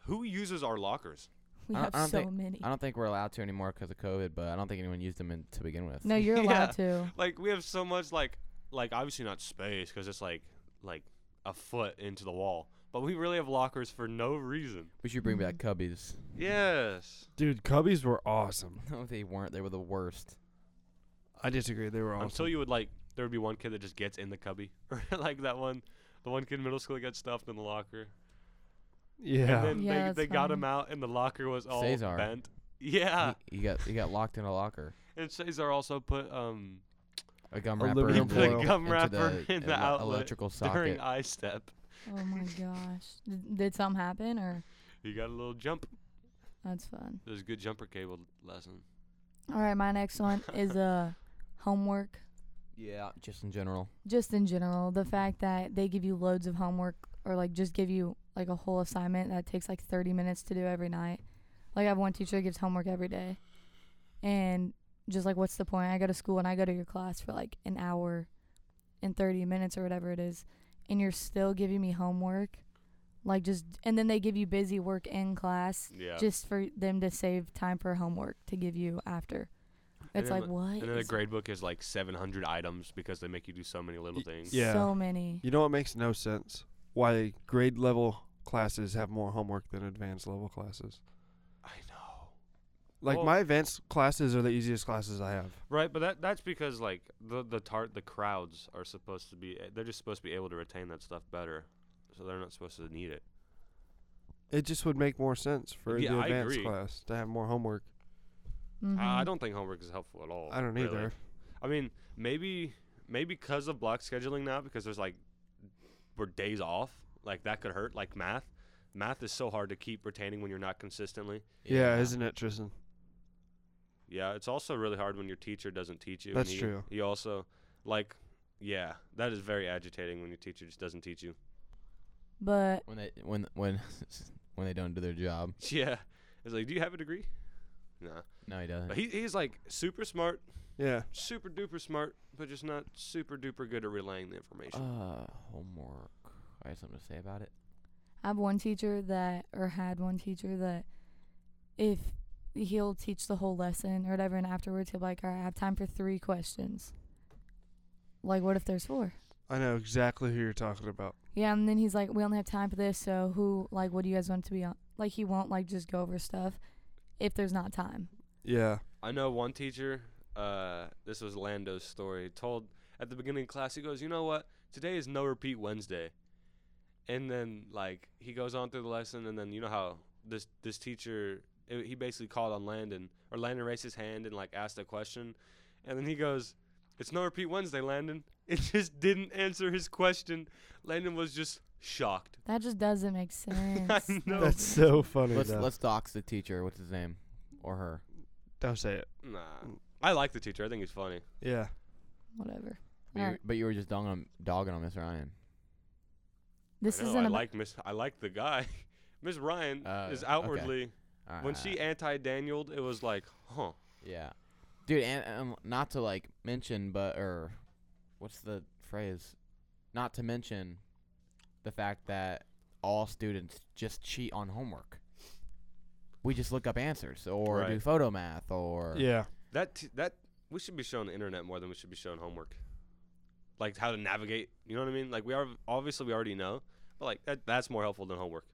[SPEAKER 3] Who uses our lockers?
[SPEAKER 4] We
[SPEAKER 2] I don't-
[SPEAKER 4] have
[SPEAKER 2] I don't
[SPEAKER 4] so
[SPEAKER 2] think-
[SPEAKER 4] many.
[SPEAKER 2] I don't think we're allowed to anymore because of COVID, but I don't think anyone used them in, to begin with.
[SPEAKER 4] No, you're
[SPEAKER 3] Yeah.
[SPEAKER 4] allowed to.
[SPEAKER 3] Like we have so much like like obviously not space because it's like like a foot into the wall, but we really have lockers for no reason.
[SPEAKER 2] We should bring back cubbies.
[SPEAKER 3] Yes.
[SPEAKER 5] Dude, cubbies were awesome.
[SPEAKER 2] No, they weren't. They were the worst.
[SPEAKER 5] I disagree. They were awesome.
[SPEAKER 3] Until you would like, there would be one kid that just gets in the cubby, or like that one, the one kid in middle school that got stuffed in the locker, and
[SPEAKER 5] yeah.
[SPEAKER 3] then
[SPEAKER 4] Yeah, that's
[SPEAKER 3] they, they got
[SPEAKER 4] funny.
[SPEAKER 3] him out, and the locker was all
[SPEAKER 2] Cesar.
[SPEAKER 3] bent. Yeah,
[SPEAKER 2] He, he got he got locked in a locker.
[SPEAKER 3] and Cesar also put um
[SPEAKER 2] A gum
[SPEAKER 5] Aluminum
[SPEAKER 2] wrapper.
[SPEAKER 5] He
[SPEAKER 2] into
[SPEAKER 5] put a
[SPEAKER 2] the-
[SPEAKER 3] gum
[SPEAKER 2] into
[SPEAKER 3] wrapper
[SPEAKER 2] the
[SPEAKER 3] in the
[SPEAKER 2] ele-
[SPEAKER 3] outlet
[SPEAKER 2] electrical
[SPEAKER 3] during
[SPEAKER 2] socket.
[SPEAKER 3] I step.
[SPEAKER 4] Oh my gosh, did, did something happen or
[SPEAKER 3] He got a little jump.
[SPEAKER 4] that's fun.
[SPEAKER 3] There's a good jumper cable lesson.
[SPEAKER 4] All right, my next one is uh homework.
[SPEAKER 2] yeah, uh, just in general.
[SPEAKER 4] just in general, the fact that they give you loads of homework or like just give you like a whole assignment that takes like 30 minutes to do every night. Like I have one teacher that gives homework every day. And just like what's the point? I go to school and I go to your class for like an hour and 30 minutes or whatever it is and you're still giving me homework. Like just and then they give you busy work in class
[SPEAKER 3] Yeah.
[SPEAKER 4] just for them to save time for homework to give you after.
[SPEAKER 3] And
[SPEAKER 4] It's
[SPEAKER 3] then
[SPEAKER 4] like
[SPEAKER 3] the-
[SPEAKER 4] what?
[SPEAKER 3] and then the
[SPEAKER 4] It's
[SPEAKER 3] grade book is like 700 items because they make you do so many little
[SPEAKER 5] Y-
[SPEAKER 3] things.
[SPEAKER 5] yeah.
[SPEAKER 4] So many.
[SPEAKER 5] You know what makes no sense? Why grade level classes have more homework than advanced level classes.
[SPEAKER 3] I know.
[SPEAKER 5] Like
[SPEAKER 3] Well-
[SPEAKER 5] my advanced classes are the easiest classes I have.
[SPEAKER 3] Right, but that that's because like the the tar- the crowds are supposed to be eh, they're just supposed to be able to retain that stuff better. So they're not supposed to need it.
[SPEAKER 5] It just would make more sense for
[SPEAKER 3] Yeah,
[SPEAKER 5] the
[SPEAKER 3] I
[SPEAKER 5] advanced
[SPEAKER 3] agree.
[SPEAKER 5] class to have more homework.
[SPEAKER 4] Mhm.
[SPEAKER 3] I, I don't think homework is helpful at all.
[SPEAKER 5] Mm-hmm. I don't
[SPEAKER 3] really.
[SPEAKER 5] either.
[SPEAKER 3] I mean, maybe maybe because of block scheduling now because there's like we're days off, like that could hurt like math. Math is so hard to keep retaining when you're not consistently.
[SPEAKER 5] Yeah, isn't it, Tristan?
[SPEAKER 3] Yeah, it's also really hard when your teacher doesn't teach you. and
[SPEAKER 5] That's
[SPEAKER 3] he-
[SPEAKER 5] true.
[SPEAKER 3] He also, like, yeah, that is very agitating when your teacher just doesn't teach you.
[SPEAKER 4] But
[SPEAKER 2] when they when when when they don't do their job.
[SPEAKER 3] Yeah, it's like, do you have a degree? Nah,
[SPEAKER 2] No, he doesn't.
[SPEAKER 3] but he, he's like super smart,
[SPEAKER 5] Yeah.
[SPEAKER 3] super duper smart, but just not super duper good at relaying the information.
[SPEAKER 2] uh, homework. I have something to say about it.
[SPEAKER 4] I have one teacher that, or had one teacher that, if he'll teach the whole lesson or whatever, and afterwards he'll be like, "All right, I have time for three questions." Like, what if there's four?
[SPEAKER 5] I know exactly who you're talking about.
[SPEAKER 4] Yeah, and then he's like, "We only have time for this, so who, like, what do you guys want to be on?" Like, he won't like just go over stuff if there's not time.
[SPEAKER 5] Yeah.
[SPEAKER 3] I know one teacher. Uh, this was Lando's story. Told at the beginning of class, he goes, "You know what? Today is no repeat Wednesday." And then like he goes on through the lesson, and then you know how this this teacher i he basically called on Landon or Landon raised his hand and like asked a question, and then he goes, "It's no repeat Wednesday, Landon." It just didn't answer his question. Landon was just shocked.
[SPEAKER 4] That just doesn't make sense.
[SPEAKER 3] know.
[SPEAKER 4] Like,
[SPEAKER 5] That's so funny.
[SPEAKER 2] Let's
[SPEAKER 5] though.
[SPEAKER 2] let's dox the teacher. What's his name, or her?
[SPEAKER 5] Don't say it.
[SPEAKER 3] Nah, I like the teacher. I think he's funny.
[SPEAKER 5] Yeah.
[SPEAKER 4] whatever.
[SPEAKER 2] But, you,
[SPEAKER 4] Alright.
[SPEAKER 2] but you were just dogging on dogging on Miss Ryan.
[SPEAKER 4] This
[SPEAKER 3] I know,
[SPEAKER 4] isn't
[SPEAKER 3] I
[SPEAKER 4] about.
[SPEAKER 3] like Miss. I like the guy. Ms. Ryan
[SPEAKER 2] Uh,
[SPEAKER 3] is
[SPEAKER 2] okay.
[SPEAKER 3] outwardly when
[SPEAKER 2] Uh,
[SPEAKER 3] she anti-Danieled, it was like, huh?
[SPEAKER 2] Yeah, dude, and, um not to like mention, but or what's the phrase? Not to mention the fact that all students just cheat on homework. We just look up answers or do
[SPEAKER 3] Right.
[SPEAKER 2] photo math or
[SPEAKER 5] Yeah.
[SPEAKER 3] That t- that we should be shown the internet more than we should be shown homework, like how to navigate. You know what I mean? Like we are obviously we already know, but like that that's more helpful than homework.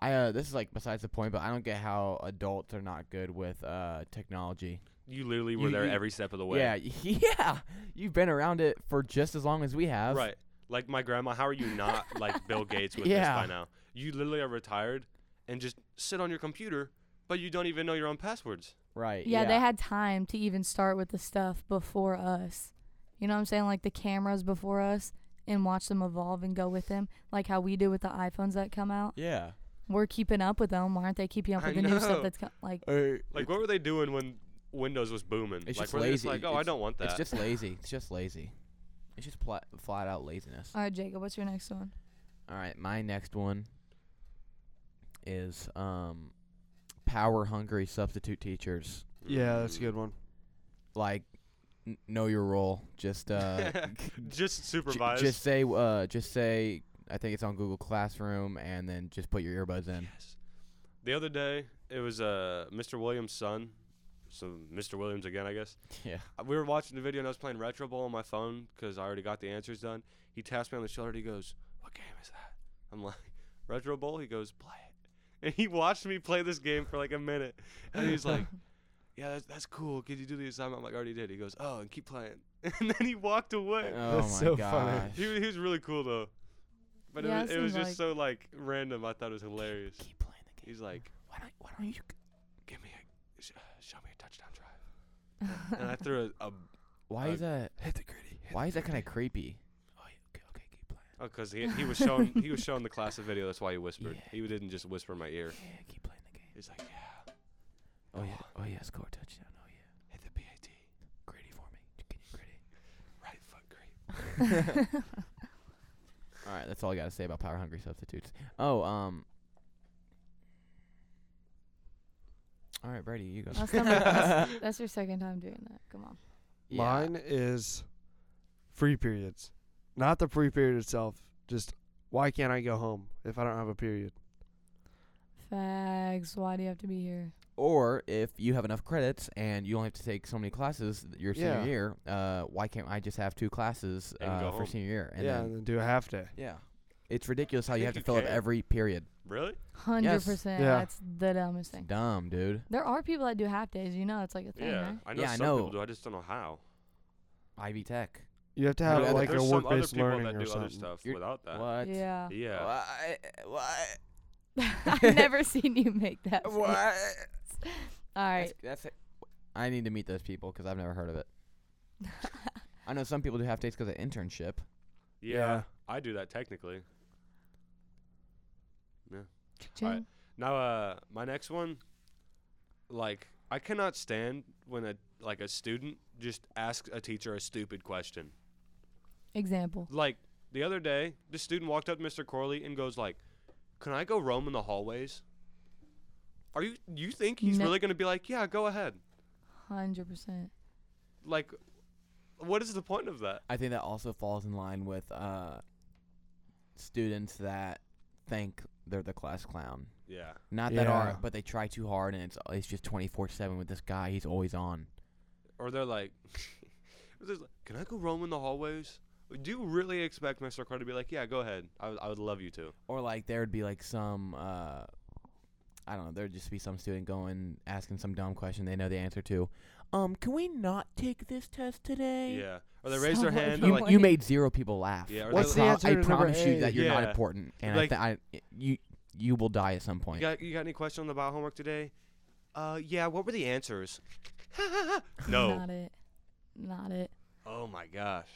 [SPEAKER 2] I uh, this is like besides the point, but I don't get how adults are not good with uh technology.
[SPEAKER 3] You literally were
[SPEAKER 2] You-
[SPEAKER 3] there
[SPEAKER 2] you-
[SPEAKER 3] every step of the way.
[SPEAKER 2] Yeah, yeah, you've been around it for just as long as we have.
[SPEAKER 3] Right. Like my grandma, how are you not like Bill Gates with
[SPEAKER 2] Yeah.
[SPEAKER 3] this by now? You literally are retired and just sit on your computer, but you don't even know your own passwords.
[SPEAKER 2] right.
[SPEAKER 4] yeah, they had time to even start with the stuff before us. You know what I'm saying? Like the cameras before us and watch them evolve and go with them, like how we do with the iPhones that come out.
[SPEAKER 2] Yeah.
[SPEAKER 4] We're keeping up with them. Why aren't they keeping up
[SPEAKER 3] I
[SPEAKER 4] with the new
[SPEAKER 3] know.
[SPEAKER 4] stuff that's co- like?
[SPEAKER 3] Like what were they doing when Windows was booming?
[SPEAKER 2] It's
[SPEAKER 3] like
[SPEAKER 2] just
[SPEAKER 3] were they just
[SPEAKER 2] lazy.
[SPEAKER 3] like, oh, I
[SPEAKER 2] It's-
[SPEAKER 3] don't want that.
[SPEAKER 2] It's just lazy. It's just lazy. It's just pl- flat out laziness.
[SPEAKER 4] All right, Jacob, what's your next one?
[SPEAKER 2] All right, my next one is um, power hungry substitute teachers.
[SPEAKER 5] Yeah, that's
[SPEAKER 3] Mm.
[SPEAKER 5] a good one.
[SPEAKER 2] Like, n- know your role. Just uh, j-
[SPEAKER 3] just supervise.
[SPEAKER 2] just say uh, just say. I think it's on Google Classroom, and then just put your earbuds in.
[SPEAKER 3] Yes. The other day, it was uh, Mr. Williams' son. So Mr. Williams again, I guess.
[SPEAKER 2] Yeah.
[SPEAKER 3] Uh, We were watching the video and I was playing Retro Bowl on my phone because I already got the answers done. He taps me on the shoulder. and He goes, "What game is that?" I'm like, "Retro Bowl." He goes, "Play it." And he watched me play this game for like a minute, and he's like, "Yeah, that's, that's cool. Could you do the assignment?" I'm like, "I already did." He goes, "Oh, and keep playing." And then he walked away.
[SPEAKER 2] Oh
[SPEAKER 5] That's
[SPEAKER 2] my
[SPEAKER 5] so funny.
[SPEAKER 2] gosh.
[SPEAKER 3] He, wa- he was really cool though, but
[SPEAKER 4] Yeah,
[SPEAKER 3] it was,
[SPEAKER 4] it
[SPEAKER 3] it was
[SPEAKER 4] seems
[SPEAKER 3] just so like random. I thought it was hilarious.
[SPEAKER 2] Keep playing the game.
[SPEAKER 3] He's like,
[SPEAKER 2] Why don't Why don't you?
[SPEAKER 3] "Give me a, sh- show me a touchdown drive," and I threw a, a
[SPEAKER 2] Why is that?
[SPEAKER 5] Hit the gritty.
[SPEAKER 2] Why is that kind of creepy? Oh, yeah, okay, okay, keep playing.
[SPEAKER 3] Oh, because he, he was showing he was showing the class a video. That's why he whispered.
[SPEAKER 2] Yeah.
[SPEAKER 3] He didn't just whisper in my ear.
[SPEAKER 2] Yeah, keep playing the game.
[SPEAKER 3] He's like, yeah,
[SPEAKER 2] Oh yeah, oh yeah, score a touchdown. Oh yeah,
[SPEAKER 3] hit the PAT,
[SPEAKER 2] gritty for me. Can you gritty?
[SPEAKER 3] right foot creep.
[SPEAKER 2] All right, that's all I got to say about power hungry substitutes. Oh, um. All right, Brady, you go.
[SPEAKER 4] that's, not my- that's, that's your second time doing that. Come on.
[SPEAKER 2] Yeah.
[SPEAKER 5] Mine is free periods. Not the free period itself, just why can't I go home if I don't have a period?
[SPEAKER 4] Fags. Why do you have to be here?
[SPEAKER 2] Or if you have enough credits and you only have to take so many classes th- your senior
[SPEAKER 5] Yeah.
[SPEAKER 2] year, uh, why can't I just have two classes
[SPEAKER 3] And go
[SPEAKER 2] uh, for
[SPEAKER 3] home.
[SPEAKER 2] senior year? And
[SPEAKER 5] yeah,
[SPEAKER 2] then,
[SPEAKER 5] and then do a half day.
[SPEAKER 2] yeah, it's ridiculous how
[SPEAKER 3] I
[SPEAKER 2] you have
[SPEAKER 3] think
[SPEAKER 2] to
[SPEAKER 3] you
[SPEAKER 2] fill up
[SPEAKER 3] can.
[SPEAKER 2] every period.
[SPEAKER 3] Really?
[SPEAKER 4] Hundred
[SPEAKER 2] Yes.
[SPEAKER 4] percent.
[SPEAKER 5] Yeah.
[SPEAKER 4] That's the
[SPEAKER 2] It's
[SPEAKER 4] dumbest thing.
[SPEAKER 2] dumb, dude.
[SPEAKER 4] There are people that do half days. You know, it's like a thing,
[SPEAKER 3] yeah,
[SPEAKER 4] right?
[SPEAKER 3] I know
[SPEAKER 2] Yeah, I
[SPEAKER 3] some
[SPEAKER 2] know.
[SPEAKER 3] people do. I just don't know how.
[SPEAKER 2] Ivy Tech.
[SPEAKER 5] You have to
[SPEAKER 2] Yeah,
[SPEAKER 5] have
[SPEAKER 2] but
[SPEAKER 5] like
[SPEAKER 3] there's
[SPEAKER 5] a
[SPEAKER 3] some
[SPEAKER 5] work
[SPEAKER 3] other
[SPEAKER 5] based
[SPEAKER 3] people
[SPEAKER 5] learning
[SPEAKER 3] that
[SPEAKER 5] or
[SPEAKER 3] do other
[SPEAKER 5] something.
[SPEAKER 3] stuff
[SPEAKER 2] You're-
[SPEAKER 3] without that.
[SPEAKER 2] What?
[SPEAKER 4] Uh, Yeah.
[SPEAKER 3] Yeah.
[SPEAKER 2] Why? Why?
[SPEAKER 4] I've never seen you make that. face. All
[SPEAKER 2] Why?
[SPEAKER 4] right.
[SPEAKER 2] That's, that's it. I need to meet those people because I've never heard of it. I know some people do half days because of internship.
[SPEAKER 3] yeah,
[SPEAKER 5] Yeah.
[SPEAKER 3] I do that technically.
[SPEAKER 4] Jen,
[SPEAKER 3] Now, uh, my next one, like, I cannot stand when a like a student just asks a teacher a stupid question.
[SPEAKER 4] Example.
[SPEAKER 3] like the other day, this student walked up to Mr. Corley and goes like, "Can I go roam in the hallways?" Are you you think he's
[SPEAKER 4] No.
[SPEAKER 3] really going to be like, "Yeah, go ahead."
[SPEAKER 4] Hundred percent.
[SPEAKER 3] Like what is the point of that?
[SPEAKER 2] I think that also falls in line with uh, students that think they're the class clown.
[SPEAKER 3] Yeah.
[SPEAKER 2] Not that are,
[SPEAKER 5] Yeah.
[SPEAKER 2] but they try too hard, and it's it's just twenty four seven with this guy. He's always on.
[SPEAKER 3] Or they're like, they're just like, "Can I go roam in the hallways?" Do you really expect Mr. Corley to be like, "Yeah, go ahead. I would- I would love you to."
[SPEAKER 2] Or like there'd be like some, uh, I don't know. There'd just be some student going asking some dumb question they know the answer to. Um, can we not take this test today?
[SPEAKER 3] Yeah. Or they raise their
[SPEAKER 4] Someone
[SPEAKER 3] hand.
[SPEAKER 4] who
[SPEAKER 3] They're
[SPEAKER 2] You,
[SPEAKER 3] like,
[SPEAKER 4] wants-
[SPEAKER 2] you
[SPEAKER 4] Like-
[SPEAKER 2] made zero people laugh.
[SPEAKER 3] Yeah, or
[SPEAKER 5] What's
[SPEAKER 3] they're
[SPEAKER 5] the
[SPEAKER 3] like,
[SPEAKER 5] answer
[SPEAKER 2] I
[SPEAKER 5] to number
[SPEAKER 2] promise you that
[SPEAKER 5] eight?
[SPEAKER 2] you're not
[SPEAKER 3] Yeah.
[SPEAKER 2] important, and
[SPEAKER 3] Like-
[SPEAKER 2] I, th- I you you will die at some
[SPEAKER 3] you
[SPEAKER 2] point.
[SPEAKER 3] got, you got any questions about homework today? Uh, yeah. What were the answers? no.
[SPEAKER 4] Not it. Not it.
[SPEAKER 3] Oh my gosh.